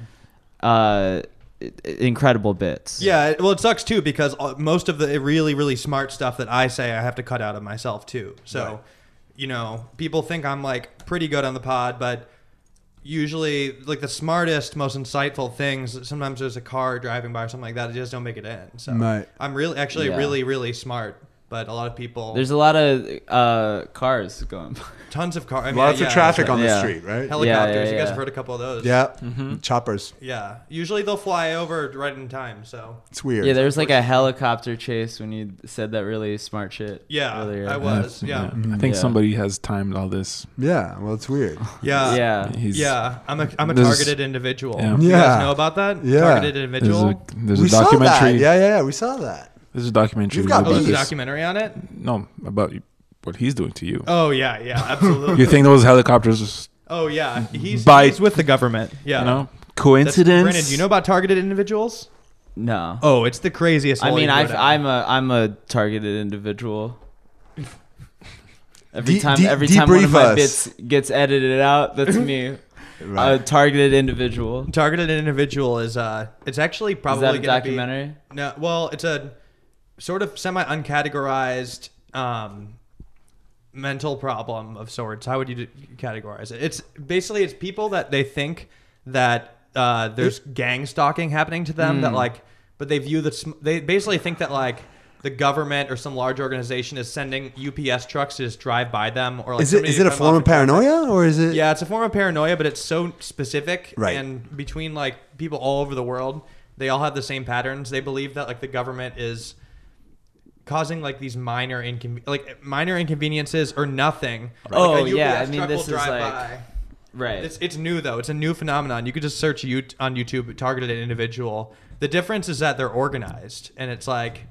[SPEAKER 2] uh, i- incredible bits.
[SPEAKER 1] Yeah, it- well, it sucks too because uh, most of the really, really smart stuff that I say, I have to cut out of myself too. So,
[SPEAKER 3] Right.
[SPEAKER 1] you know, people think I'm like pretty good on the pod, but usually, like the smartest, most insightful things, sometimes there's a car driving by or something like that. I just don't make it in. So,
[SPEAKER 3] Right.
[SPEAKER 1] I'm really, actually,
[SPEAKER 2] Yeah.
[SPEAKER 1] really, really smart. But a lot of people,
[SPEAKER 2] There's a lot of uh, cars going by.
[SPEAKER 1] tons of cars, I mean,
[SPEAKER 3] Lots
[SPEAKER 1] yeah,
[SPEAKER 3] of traffic
[SPEAKER 1] that's
[SPEAKER 3] on the
[SPEAKER 2] Yeah. Mm-hmm.
[SPEAKER 3] street, right?
[SPEAKER 1] right. helicopters.
[SPEAKER 2] Yeah, yeah,
[SPEAKER 1] You guys
[SPEAKER 2] yeah.
[SPEAKER 1] have heard a couple of those.
[SPEAKER 3] Yeah, choppers.
[SPEAKER 1] Yeah. Usually they'll fly over right in time. So
[SPEAKER 3] It's weird.
[SPEAKER 2] Yeah, there was like a helicopter chase when you said that really smart shit.
[SPEAKER 1] yeah,
[SPEAKER 2] earlier.
[SPEAKER 1] I was. Uh, Yeah.
[SPEAKER 4] I think
[SPEAKER 2] Yeah.
[SPEAKER 4] somebody has timed all this.
[SPEAKER 3] yeah, well, it's weird.
[SPEAKER 1] Yeah.
[SPEAKER 2] Yeah.
[SPEAKER 4] He's,
[SPEAKER 1] yeah, I'm a I'm a
[SPEAKER 4] This-
[SPEAKER 1] targeted individual.
[SPEAKER 4] yeah.
[SPEAKER 1] You
[SPEAKER 3] Yeah.
[SPEAKER 1] guys know about that?
[SPEAKER 3] Yeah.
[SPEAKER 1] Targeted
[SPEAKER 4] There's
[SPEAKER 1] individual. Oh,
[SPEAKER 4] a, there's
[SPEAKER 3] we
[SPEAKER 4] a documentary.
[SPEAKER 3] saw that. Yeah, yeah, yeah, we saw that.
[SPEAKER 4] There's a documentary.
[SPEAKER 3] You've got
[SPEAKER 1] oh,
[SPEAKER 4] about
[SPEAKER 1] there's a
[SPEAKER 3] these.
[SPEAKER 4] this.
[SPEAKER 1] documentary on it.
[SPEAKER 4] No, about you- what he's doing to you.
[SPEAKER 1] Oh yeah, yeah, absolutely.
[SPEAKER 4] You think those helicopters, was,
[SPEAKER 1] oh yeah, he's
[SPEAKER 4] By-
[SPEAKER 1] he's with the government. Yeah.
[SPEAKER 4] you know,
[SPEAKER 1] That's- Brandon,
[SPEAKER 4] coincidence?
[SPEAKER 1] do you know about targeted individuals?
[SPEAKER 2] No.
[SPEAKER 1] Oh, it's the craziest.
[SPEAKER 2] I
[SPEAKER 1] hole
[SPEAKER 2] mean,
[SPEAKER 1] you
[SPEAKER 2] I,
[SPEAKER 1] can go down.
[SPEAKER 2] I'm a I'm a targeted individual. Every
[SPEAKER 3] De-
[SPEAKER 2] time,
[SPEAKER 3] de-
[SPEAKER 2] every time one of
[SPEAKER 3] debrief
[SPEAKER 2] my
[SPEAKER 3] us.
[SPEAKER 2] bits gets edited out, that's me. A targeted individual.
[SPEAKER 1] targeted individual is uh, it's actually
[SPEAKER 2] Is
[SPEAKER 1] probably
[SPEAKER 2] that a
[SPEAKER 1] gonna be-
[SPEAKER 2] documentary?
[SPEAKER 1] No, well, it's a sort of semi uncategorized um, mental problem of sorts. How would you d- categorize it? It's basically it's people that they think that uh, there's gang stalking happening to them
[SPEAKER 3] Hmm.
[SPEAKER 1] that like, but they view the sm- they basically think that like the government or some large organization is sending UPS trucks to just drive by them or like
[SPEAKER 3] Is it
[SPEAKER 1] somebody
[SPEAKER 3] is
[SPEAKER 1] to
[SPEAKER 3] it a
[SPEAKER 1] cut them off
[SPEAKER 3] form of
[SPEAKER 1] in traffic.
[SPEAKER 3] paranoia or is it?
[SPEAKER 1] Yeah, it's a form of paranoia, but it's so specific.
[SPEAKER 3] Right.
[SPEAKER 1] And between like people all over the world, they all have the same patterns. They believe that like the government is causing like these minor incon like minor inconveniences or nothing.
[SPEAKER 2] Oh,
[SPEAKER 1] like, a
[SPEAKER 2] yeah,
[SPEAKER 1] UPS
[SPEAKER 2] I mean,
[SPEAKER 1] truck
[SPEAKER 2] this
[SPEAKER 1] will
[SPEAKER 2] is,
[SPEAKER 1] drive
[SPEAKER 2] like-
[SPEAKER 1] by.
[SPEAKER 2] Right.
[SPEAKER 1] It's, it's new though. It's a new phenomenon. You could just search you on YouTube targeted individual. The difference is that they're organized and it's like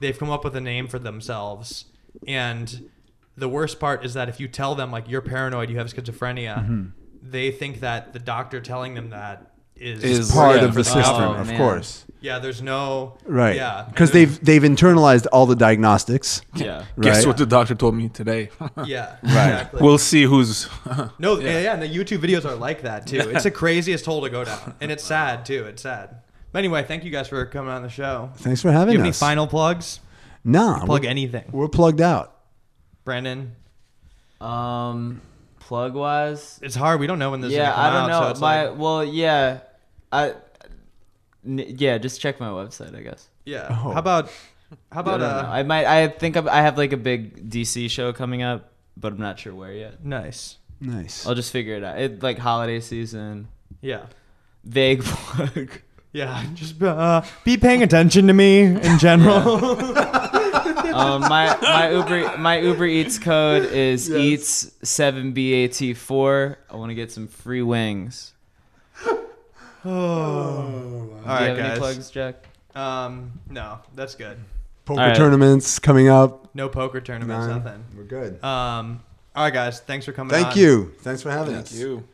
[SPEAKER 1] they've come up with a name for themselves. And the worst part is that if you tell them like you're paranoid, you have schizophrenia, they think that the doctor telling them that is,
[SPEAKER 4] Is-
[SPEAKER 3] Part
[SPEAKER 4] Yeah.
[SPEAKER 3] of the system,
[SPEAKER 2] Oh,
[SPEAKER 3] of
[SPEAKER 2] man.
[SPEAKER 3] course.
[SPEAKER 1] yeah, there's no
[SPEAKER 3] Right.
[SPEAKER 1] Yeah.
[SPEAKER 3] Because they've they've internalized all the diagnostics.
[SPEAKER 2] yeah.
[SPEAKER 4] Guess
[SPEAKER 3] Right.
[SPEAKER 4] what the doctor told me today?
[SPEAKER 1] yeah. Exactly.
[SPEAKER 4] we'll see who's.
[SPEAKER 1] no, yeah. yeah, and the YouTube videos are like that too. It's the craziest hole to go down. And it's sad too. It's sad. But anyway, thank you guys for coming on the show.
[SPEAKER 3] Thanks for having
[SPEAKER 1] Do you have any
[SPEAKER 3] us.
[SPEAKER 1] final plugs?
[SPEAKER 3] no,
[SPEAKER 1] Plug
[SPEAKER 3] we're,
[SPEAKER 1] anything.
[SPEAKER 3] we're plugged out.
[SPEAKER 1] Brandon,
[SPEAKER 2] Um, plug wise.
[SPEAKER 1] it's hard. We don't know when this
[SPEAKER 2] Yeah,
[SPEAKER 1] is going
[SPEAKER 2] I
[SPEAKER 1] to come
[SPEAKER 2] don't
[SPEAKER 1] out.
[SPEAKER 2] know.
[SPEAKER 1] So it's
[SPEAKER 2] my
[SPEAKER 1] like,
[SPEAKER 2] well, yeah, I. N- yeah, just check my website, I guess.
[SPEAKER 1] yeah.
[SPEAKER 3] Oh.
[SPEAKER 1] How about how
[SPEAKER 2] I
[SPEAKER 1] about
[SPEAKER 2] don't know.
[SPEAKER 1] uh
[SPEAKER 2] I might. I think I'm- I have like a big DC show coming up, but I'm not sure where yet.
[SPEAKER 1] nice.
[SPEAKER 3] Nice.
[SPEAKER 2] I'll just figure it out. It like holiday season.
[SPEAKER 1] Yeah.
[SPEAKER 2] Vague plug.
[SPEAKER 1] Yeah, just uh, be paying attention to me in general.
[SPEAKER 2] um, my my Uber my Uber Eats code is Eats seven B A T four. I want to get some free wings.
[SPEAKER 1] All
[SPEAKER 2] Do you
[SPEAKER 1] right,
[SPEAKER 2] have any
[SPEAKER 1] guys.
[SPEAKER 2] plugs, Jack?
[SPEAKER 1] Um, no, that's good.
[SPEAKER 3] Poker
[SPEAKER 2] all right.
[SPEAKER 3] tournaments coming up.
[SPEAKER 1] No poker tournaments,
[SPEAKER 3] Nine.
[SPEAKER 1] nothing. Uh,
[SPEAKER 3] We're good.
[SPEAKER 1] Um, all right, guys. Thanks for coming.
[SPEAKER 3] Thank
[SPEAKER 1] on.
[SPEAKER 3] you. Thanks for having
[SPEAKER 4] Thank
[SPEAKER 3] us.
[SPEAKER 4] you.